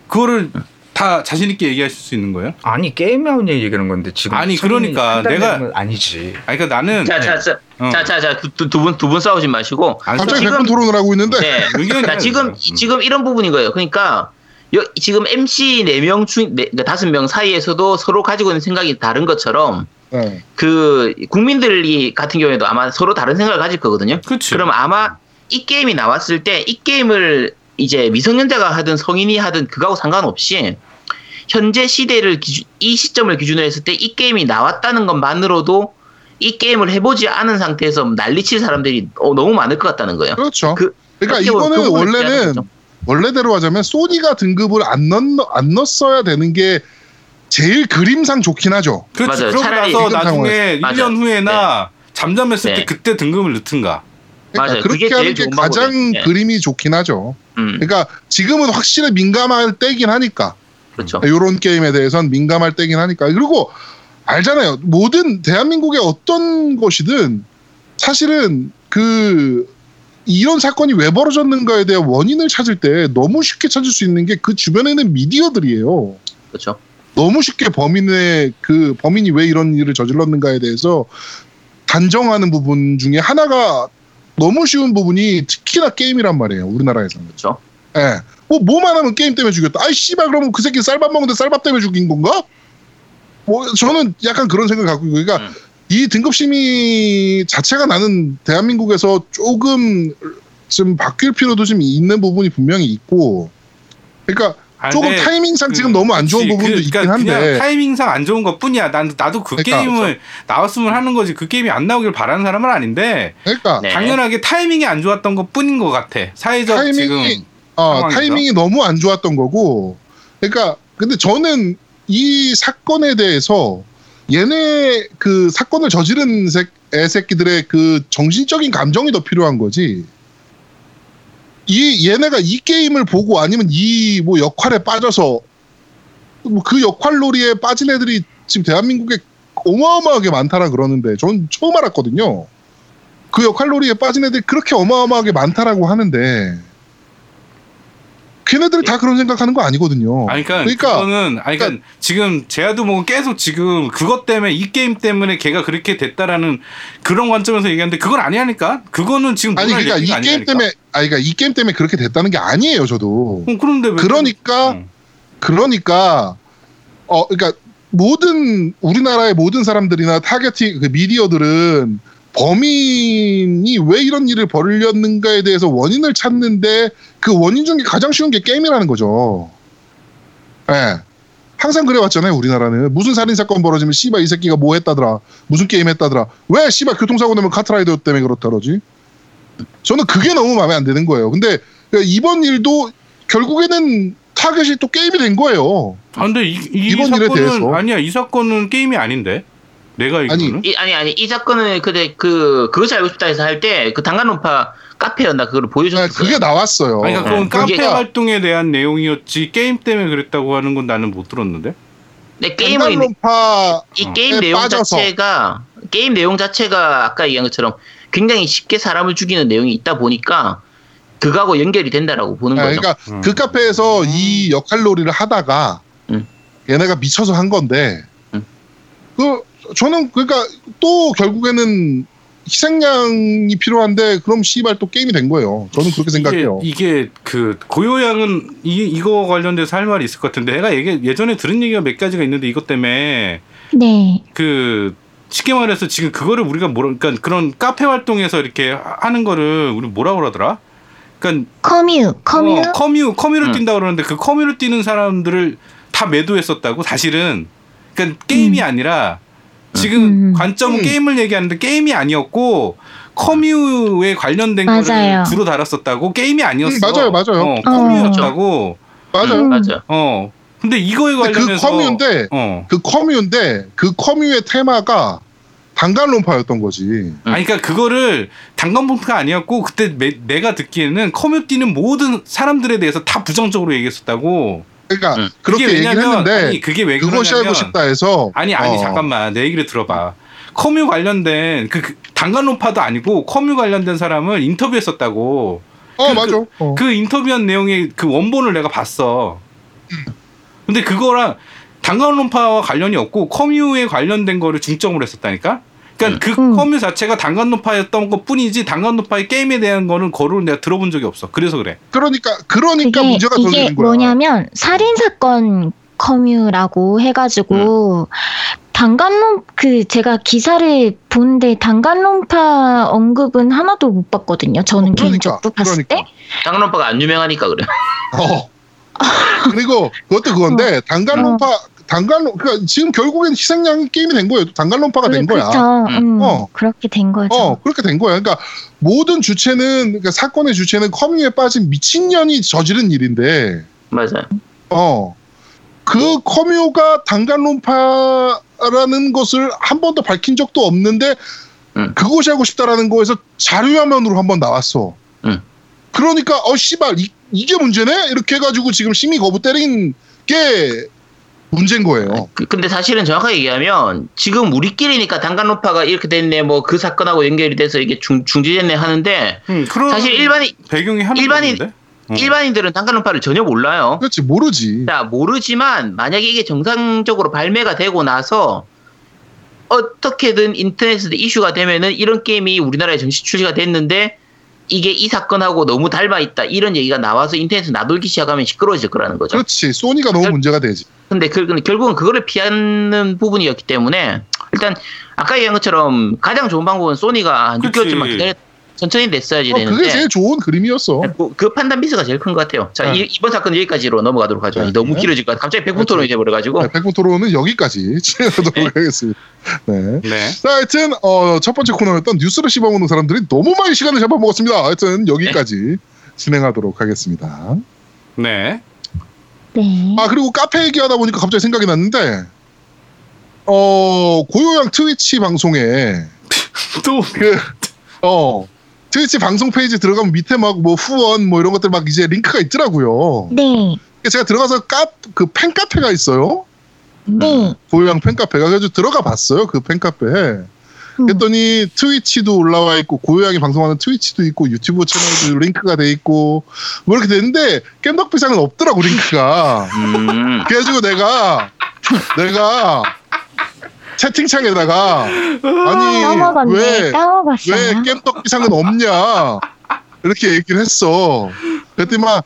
[SPEAKER 2] 그거를 다 자신 있게 얘기하실 수 있는 거예요?
[SPEAKER 5] 아니 게임하운 얘기하는 건데 지금
[SPEAKER 2] 아니,
[SPEAKER 5] 성인이
[SPEAKER 2] 그러니까
[SPEAKER 5] 판단되는
[SPEAKER 2] 내가-
[SPEAKER 5] 건 아니지.
[SPEAKER 2] 아니 그러니까 나는
[SPEAKER 5] 네.
[SPEAKER 2] 어.
[SPEAKER 3] 자자자자자두분두분 두 분 싸우지 마시고
[SPEAKER 2] 안
[SPEAKER 1] 갑자기
[SPEAKER 3] 지금-
[SPEAKER 1] 백분 토론을 하고 있는데
[SPEAKER 3] 네.
[SPEAKER 2] 의견이
[SPEAKER 3] 그러니까 지금
[SPEAKER 2] 아니라. 음.
[SPEAKER 3] 지금 이런 부분인 거예요. 그러니까 여- 지금 MC 4명 중 네, 그러니까 5명 사이에서도 서로 가지고 있는 생각이 다른 것처럼
[SPEAKER 1] 네.
[SPEAKER 3] 그 국민들이 같은 경우에도 아마 서로 다른 생각을 가질 거거든요.
[SPEAKER 2] 그치.
[SPEAKER 3] 그럼 아마 이 게임이 나왔을 때 이 게임을 이제 미성년자가 하든 성인이 하든 그거하고 상관없이 현재 시대를 기준, 이 시점을 기준으로 했을 때 이 게임이 나왔다는 것만으로도 이 게임을 해보지 않은 상태에서 난리칠 사람들이 어, 너무 많을 것 같다는 거예요.
[SPEAKER 1] 그렇죠.
[SPEAKER 3] 그-
[SPEAKER 1] 그러니까
[SPEAKER 3] 어떻게 보면
[SPEAKER 1] 이거는
[SPEAKER 3] 그 부분을 제안하는
[SPEAKER 1] 원래는
[SPEAKER 3] 거죠.
[SPEAKER 1] 원래대로 하자면 소니가 등급을 안 넣, 안 넣었어야 되는 게 제일 그림상 좋긴 하죠.
[SPEAKER 2] 그렇지.
[SPEAKER 3] 맞아요.
[SPEAKER 2] 그러고
[SPEAKER 3] 차라리
[SPEAKER 2] 나서
[SPEAKER 1] 지금
[SPEAKER 2] 나중에
[SPEAKER 3] 상황에서.
[SPEAKER 2] 1년
[SPEAKER 3] 맞아요.
[SPEAKER 2] 후에나 잠잠했을
[SPEAKER 3] 네.
[SPEAKER 2] 때 그때 등급을 넣든가.
[SPEAKER 1] 그러니까
[SPEAKER 3] 맞아요. 그게
[SPEAKER 1] 그렇게 하는
[SPEAKER 3] 제일
[SPEAKER 1] 게
[SPEAKER 3] 좋은
[SPEAKER 1] 가장
[SPEAKER 3] 방법이에요. 예.
[SPEAKER 1] 그림이 좋긴 하죠.
[SPEAKER 3] 음,
[SPEAKER 1] 그러니까 지금은 확실히 민감할 때긴 하니까
[SPEAKER 3] 그렇죠.
[SPEAKER 1] 이런 아, 게임에 대해선 민감할 때긴 하니까 그리고 알잖아요. 모든 대한민국의 어떤 것이든 사실은 그 이런 사건이 왜 벌어졌는가에 대한 원인을 찾을 때 너무 쉽게 찾을 수 있는 게 그 주변에 있는 미디어들이에요.
[SPEAKER 3] 그렇죠.
[SPEAKER 1] 너무 쉽게 범인의 그 범인이 왜 이런 일을 저질렀는가에 대해서 단정하는 부분 중에 하나가 너무 쉬운 부분이 특히나 게임이란 말이에요. 우리나라에서는.
[SPEAKER 3] 그렇죠.
[SPEAKER 1] 예. 뭐 뭐만 하면 게임 때문에 죽였다. 아이 씨발 그러면 그 새끼 쌀밥 먹는데 쌀밥 때문에 죽인 건가? 뭐 저는 약간 그런 생각 을 갖고 있고 그러니까
[SPEAKER 3] 음.
[SPEAKER 1] 이 등급 심의 자체가 나는 대한민국에서 조금 좀 바뀔 필요도 좀 있는 부분이 분명히 있고 그러니까
[SPEAKER 2] 아,
[SPEAKER 1] 조금
[SPEAKER 2] 근데
[SPEAKER 1] 타이밍상 지금
[SPEAKER 2] 그,
[SPEAKER 1] 너무 안 좋은
[SPEAKER 2] 그치.
[SPEAKER 1] 부분도
[SPEAKER 2] 그,
[SPEAKER 1] 있긴 한데
[SPEAKER 2] 그냥 타이밍상 안 좋은 것뿐이야. 난 나도 그
[SPEAKER 1] 그러니까,
[SPEAKER 2] 게임을 나왔으면 하는 거지. 그 게임이 안 나오길 바라는 사람은 아닌데
[SPEAKER 1] 그러니까
[SPEAKER 3] 네.
[SPEAKER 2] 당연하게 타이밍이 안 좋았던 것뿐인 것 같아. 사회적
[SPEAKER 1] 타이밍이
[SPEAKER 2] 지금
[SPEAKER 1] 어,
[SPEAKER 2] 상황이죠.
[SPEAKER 1] 타이밍이 너무 안 좋았던 거고 그러니까 근데 저는 이 사건에 대해서 얘네 그 사건을 저지른 새- 애새끼들의 그 정신적인 감정이 더 필요한 거지 이 얘네가 이 게임을 보고 아니면 이 뭐 역할에 빠져서 뭐그 역할놀이에 빠진 애들이 지금 대한민국에 어마어마하게 많다라 그러는데 전 처음 알았거든요 그 역할놀이에 빠진 애들이 그렇게 어마어마하게 많다라고 하는데 걔네들이 다 그런 생각하는 거 아니거든요.
[SPEAKER 2] 아니, 그러니까,
[SPEAKER 1] 그러니까,
[SPEAKER 2] 그거는 아니, 그러니까 지금 제아도 뭐 계속 지금 그것 때문에 이 게임 때문에 걔가 그렇게 됐다라는 그런 관점에서 얘기하는데 그건 아니하니까 그거는 지금
[SPEAKER 1] 아니
[SPEAKER 2] 논할
[SPEAKER 1] 그러니까 이
[SPEAKER 2] 얘기가
[SPEAKER 1] 게임
[SPEAKER 2] 아니라니까.
[SPEAKER 1] 때문에 아니 그러니까 이 게임 때문에 그렇게 됐다는 게 아니에요, 저도.
[SPEAKER 2] 어, 그런데 왜
[SPEAKER 1] 그러니까
[SPEAKER 2] 음.
[SPEAKER 1] 그러니까 어 그러니까 모든 우리나라의 모든 사람들이나 타겟팅 그 미디어들은 범인이 왜 이런 일을 벌였는가에 대해서 원인을 찾는데 그 원인 중에 가장 쉬운 게 게임이라는 거죠. 예. 항상 그래왔잖아요 우리나라는 무슨 살인 사건 벌어지면 씨발 이 새끼가 뭐 했다더라 무슨 게임 했다더라 왜 씨발 교통사고 나면 카트라이더 때문에 그렇다 그러지 저는 그게 너무 마음에 안 드는 거예요 근데 그러니까 이번 일도 결국에는 타겟이 또 게임이 된 거예요
[SPEAKER 2] 아, 근데 이, 이
[SPEAKER 1] 이번 일에
[SPEAKER 2] 사건은
[SPEAKER 1] 대해서.
[SPEAKER 2] 아니야 이 사건은 게임이 아닌데 내가
[SPEAKER 1] 아니,
[SPEAKER 2] 이거는
[SPEAKER 3] 이, 아니 아니 이 사건은 그때 그 그것이 알고 싶다 해서 할 때 그 단간론파 카페였나 그걸
[SPEAKER 1] 네,
[SPEAKER 3] 보여줬어요.
[SPEAKER 1] 그게 나왔어요
[SPEAKER 2] 그렇죠. 아니, 그러니까 그건
[SPEAKER 3] 네. 그게-
[SPEAKER 2] 카페 활동에 대한 내용이었지 게임 때문에 그랬다고 하는 건 나는 못 들었는데
[SPEAKER 3] 근데
[SPEAKER 1] 게임을
[SPEAKER 3] 네, 게임은
[SPEAKER 1] 파
[SPEAKER 3] 이 게임
[SPEAKER 1] 어.
[SPEAKER 3] 내용
[SPEAKER 1] 빠져서.
[SPEAKER 3] 자체가 게임 내용 자체가 아까 얘기한 것처럼 굉장히 쉽게 사람을 죽이는 내용이 있다 보니까 그거하고 연결이 된다라고 보는
[SPEAKER 1] 네,
[SPEAKER 3] 거죠.
[SPEAKER 1] 그러니까 그 카페에서 이 역할놀이를 하다가
[SPEAKER 3] 음.
[SPEAKER 1] 얘네가 미쳐서 한 건데
[SPEAKER 3] 음.
[SPEAKER 1] 그 저는 그러니까 또 결국에는 희생양이 필요한데 그럼 씨발 또 게임이 된 거예요. 저는 그렇게 생각해요.
[SPEAKER 2] 이게, 이게 그 고요양은 이, 이거 관련돼서 할 말이 있을 것 같은데 내가 얘기, 예전에 들은 얘기가 몇 가지가 있는데 이것 때문에
[SPEAKER 4] 네.
[SPEAKER 2] 그 쉽게 말해서 지금 그거를 우리가 뭐라 그러니까 그런 카페 활동에서 이렇게 하- 하는 거를 우리 뭐라 그러더라? 그러니까
[SPEAKER 4] 커뮤, 커뮤.
[SPEAKER 2] 어, 커뮤
[SPEAKER 1] 음.
[SPEAKER 2] 커뮤를
[SPEAKER 3] 응.
[SPEAKER 2] 뛴다 그러는데 그 커뮤를 뛰는 사람들을 다 매도했었다고 사실은 그러니까 게임이 아니라 지금
[SPEAKER 4] 음.
[SPEAKER 2] 관점은
[SPEAKER 1] 음.
[SPEAKER 2] 게임을 얘기하는데 게임이 아니었고 커뮤에 관련된
[SPEAKER 4] 맞아요.
[SPEAKER 2] 거를 주로 달았었다고 게임이 아니었어
[SPEAKER 1] 음, 맞아요, 맞아요.
[SPEAKER 2] 어, 커뮤였다고
[SPEAKER 1] 맞아요.
[SPEAKER 3] 음, 맞아.
[SPEAKER 2] 어 근데 이거에
[SPEAKER 1] 근데 그
[SPEAKER 2] 관련해서
[SPEAKER 1] 커뮤인데
[SPEAKER 2] 어
[SPEAKER 1] 그 커뮤인데 그 커뮤의 테마가 단간론파였던 거지.
[SPEAKER 2] 아니, 그러니까 그거를 단건봉투가 아니었고 그때 매- 내가 듣기에는 커뮤니티는 모든 사람들에 대해서 다 부정적으로 얘기했었다고.
[SPEAKER 1] 그러니까
[SPEAKER 3] 음.
[SPEAKER 1] 그렇게
[SPEAKER 2] 그게
[SPEAKER 1] 얘기를
[SPEAKER 2] 왜냐면-
[SPEAKER 1] 했는데
[SPEAKER 2] 아니 그게 왜
[SPEAKER 1] 그것이
[SPEAKER 2] 그러냐면
[SPEAKER 1] 알고 싶다 해서
[SPEAKER 2] 아니 아니
[SPEAKER 1] 어,
[SPEAKER 2] 잠깐만 내 얘기를 들어봐. 커뮤 관련된 그, 그 단간론파도 아니고 커뮤 관련된 사람을 인터뷰했었다고.
[SPEAKER 1] 어
[SPEAKER 2] 그-
[SPEAKER 1] 맞아. 어.
[SPEAKER 2] 그 인터뷰한 내용의 그 원본을 내가 봤어.
[SPEAKER 1] 음.
[SPEAKER 2] 근데 그거랑 단간론파와 관련이 없고 커뮤에 관련된 거를 중점으로 했었다니까. 그러니까 그
[SPEAKER 4] 음.
[SPEAKER 2] 커뮤 자체가 단간론파였던 것뿐이지 단간론파의 게임에 대한 거는 거를 내가 들어본 적이 없어. 그래서 그래.
[SPEAKER 1] 그러니까 그러니까
[SPEAKER 4] 그게
[SPEAKER 1] 문제가
[SPEAKER 4] 이게
[SPEAKER 1] 터지는 거야.
[SPEAKER 4] 뭐냐면 살인 사건 커뮤라고
[SPEAKER 1] 음.
[SPEAKER 4] 해가지고 단간론 그 제가 기사를 본데 단간론파 언급은 하나도 못 봤거든요. 저는
[SPEAKER 1] 그러니까,
[SPEAKER 4] 개인적으로 봤을
[SPEAKER 1] 그러니까.
[SPEAKER 4] 때.
[SPEAKER 3] 장난빠가 안 유명하니까 그래.
[SPEAKER 1] 어. 그리고 그것도
[SPEAKER 4] 어.
[SPEAKER 1] 그건데 단간론파 단간론 그러니까 지금 결국엔 희생양이 게임이 된 거예요. 단간론파가 된 거야.
[SPEAKER 4] 그렇죠. 음,
[SPEAKER 1] 어.
[SPEAKER 4] 그렇게 된 거죠.
[SPEAKER 1] 어 그렇게 된 거야. 그러니까 모든 주체는 그러니까 사건의 주체는 커뮤에 빠진 미친년이 저지른 일인데
[SPEAKER 3] 맞아요.
[SPEAKER 1] 어그 커뮤가 단간론파라는 것을 한 번도 밝힌 적도 없는데
[SPEAKER 3] 음.
[SPEAKER 1] 그것이 하고 싶다라는 거에서 자료화면으로 한 번 나왔어.
[SPEAKER 3] 음.
[SPEAKER 1] 그러니까 어 씨발 이, 이게 문제네 이렇게 해가지고 지금 심의 거부 때린 게 문제인 거예요.
[SPEAKER 3] 그- 근데 사실은 정확하게 얘기하면 지금 우리끼리니까 단간론파가 이렇게 됐네 뭐 그 사건하고 연결이 돼서 이게 중, 중지됐네 하는데
[SPEAKER 1] 음,
[SPEAKER 2] 그런
[SPEAKER 3] 사실 일반인
[SPEAKER 2] 배경이 하나도
[SPEAKER 3] 일반인-
[SPEAKER 2] 없는데? 음.
[SPEAKER 3] 일반인들은 단간론파를 전혀 몰라요.
[SPEAKER 1] 그렇지 모르지.
[SPEAKER 3] 자, 모르지만 만약에 이게 정상적으로 발매가 되고 나서 어떻게든 인터넷에 이슈가 되면은 이런 게임이 우리나라에 정식 출시가 됐는데 이게 이 사건하고 너무 닮아 있다 이런 얘기가 나와서 인터넷에 나돌기 시작하면 시끄러워질 거라는 거죠.
[SPEAKER 1] 그렇지 소니가 너무
[SPEAKER 3] 그-
[SPEAKER 1] 문제가 되지. 어,
[SPEAKER 3] 근데 그, 근데 결국은 그거를 피하는 부분이었기 때문에 일단 아까 얘기한 것처럼 가장 좋은 방법은 소니가 한
[SPEAKER 2] 그치.
[SPEAKER 3] 6개월쯤만 기다렸 천천히 냈어야지
[SPEAKER 1] 어,
[SPEAKER 3] 되는데
[SPEAKER 1] 그게 제일 좋은 그림이었어.
[SPEAKER 3] 그, 그 판단 미스가 제일 큰 것 같아요. 자
[SPEAKER 1] 네.
[SPEAKER 3] 이, 이번 사건 여기까지로 넘어가도록 하죠.
[SPEAKER 1] 네.
[SPEAKER 3] 너무 길어질 것 같아. 갑자기 백분토론이 돼버려가지고
[SPEAKER 1] 네, 백분토론은 여기까지 진행하도록 하겠습니다. 네.
[SPEAKER 2] 네.
[SPEAKER 1] 자, 하여튼 어, 첫 번째 코너였던 뉴스를 씹어먹는 사람들이 너무 많이 시간을 잡아먹었습니다. 하여튼 여기까지 진행하도록 하겠습니다.
[SPEAKER 2] 네.
[SPEAKER 4] 네.
[SPEAKER 1] 아 그리고 카페 얘기하다 보니까 갑자기 생각이 났는데 어 고요양 트위치 방송에 그,
[SPEAKER 2] 또
[SPEAKER 1] 어 트위치 방송 페이지 들어가면 밑에 막 뭐 후원 뭐 이런 것들 막 이제 링크가 있더라고요.
[SPEAKER 4] 네.
[SPEAKER 1] 제가 들어가서 카그 팬카페가 있어요. 음.
[SPEAKER 4] 네.
[SPEAKER 1] 고요양 팬카페가 그래서 들어가 봤어요 그 팬카페. 그랬더니 트위치도 올라와 있고 고요양이 방송하는 트위치도 있고 유튜브 채널도 링크가 돼 있고 뭐 이렇게 되는데 깸덕비상은 없더라고 링크가.
[SPEAKER 3] 음,
[SPEAKER 1] 그래가지고 내가 내가 채팅창에다가 아니
[SPEAKER 4] 까먹었네.
[SPEAKER 1] 왜
[SPEAKER 4] 까먹었어요.
[SPEAKER 1] 왜 깸떡비상은 없냐 이렇게 얘기를 했어 그랬더니만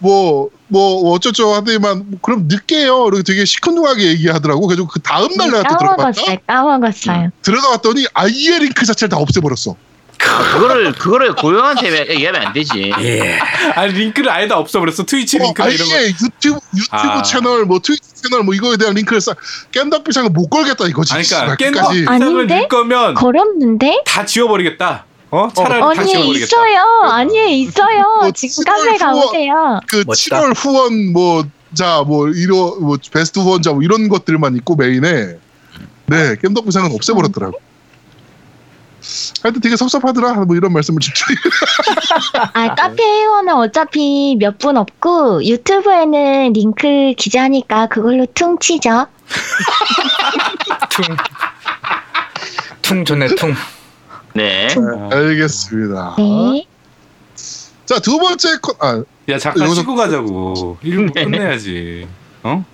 [SPEAKER 1] 뭐뭐 어쩌죠 하더니만 뭐 그럼 늦게요 이렇게 되게 시큰둥하게 얘기하더라고 그래서 그 다음날 내가 또 들어갔다 음.
[SPEAKER 4] 까먹었어요. 까먹었어요.
[SPEAKER 1] 들어가봤더니 아이의 링크 자체를 다 없애버렸어
[SPEAKER 3] 아, 그거를 그거를 고용한테 얘기하면 안 되지.
[SPEAKER 5] 예,
[SPEAKER 2] 아 링크를 아예 다 없어버렸어. 트위치
[SPEAKER 1] 어,
[SPEAKER 2] 링크나 이런 거.
[SPEAKER 1] 아이의 유튜브 유튜브
[SPEAKER 2] 아.
[SPEAKER 1] 채널 뭐 트위치 채널 뭐 이거에 대한 링크를 싹 깸덕비상은 못 걸겠다 이거지
[SPEAKER 2] 아니, 그러니까
[SPEAKER 1] 끝까지.
[SPEAKER 2] 깻잎상을
[SPEAKER 4] 아닌데?
[SPEAKER 2] 넣을 거면
[SPEAKER 4] 걸었는데?
[SPEAKER 2] 다 지워버리겠다. 어? 차라리 다
[SPEAKER 4] 언니
[SPEAKER 2] 지워버리겠다.
[SPEAKER 4] 있어요. 아니에요 있어요.
[SPEAKER 1] 뭐
[SPEAKER 4] 지금 카페
[SPEAKER 1] 수월, 수월.
[SPEAKER 4] 가보세요.
[SPEAKER 1] 그
[SPEAKER 5] 멋있다.
[SPEAKER 1] 7월 후원 뭐 자 뭐 이런 뭐 베스트 후원자 뭐 이런 것들만 있고 메인에 네 겜덕부상은 없애버렸더라고. 하여튼 되게 섭섭하더라 뭐 이런 말씀을 좀 드리고
[SPEAKER 4] 아 카페 회원은 어차피 몇 분 없고 유튜브에는 링크 기재하니까 그걸로 퉁 치죠.
[SPEAKER 5] 퉁. 퉁 좋네 퉁.
[SPEAKER 3] 네.
[SPEAKER 5] 아.
[SPEAKER 2] 어.
[SPEAKER 1] 알겠습니다.
[SPEAKER 4] 네.
[SPEAKER 1] 자 두 번째 코 아,
[SPEAKER 2] 야 잠깐
[SPEAKER 1] 여기서- 네.
[SPEAKER 2] 쉬고 가자고. 일부 끝내야지. 어?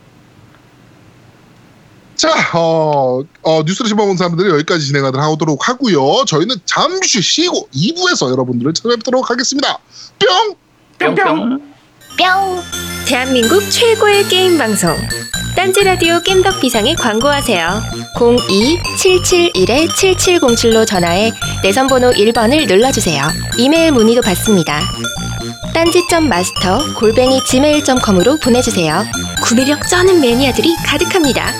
[SPEAKER 1] 자, 어, 어, 뉴스를 씹어본 사람들은 여기까지 진행하도록 하도록 하고요. 저희는 잠시 쉬고 2부에서 여러분들을 찾아뵙도록 하겠습니다. 뿅!
[SPEAKER 3] 뿅뿅.
[SPEAKER 4] 뿅.
[SPEAKER 10] 대한민국 최고의 게임 방송 딴지 라디오 겜덕 비상에 광고하세요. 02-771-7707로 전화해 내선 번호 1번을 눌러 주세요. 이메일 문의도 받습니다. 딴지점 마스터 골뱅이 gmail.com으로 보내 주세요. 구매력 쩌는 매니아들이 가득합니다.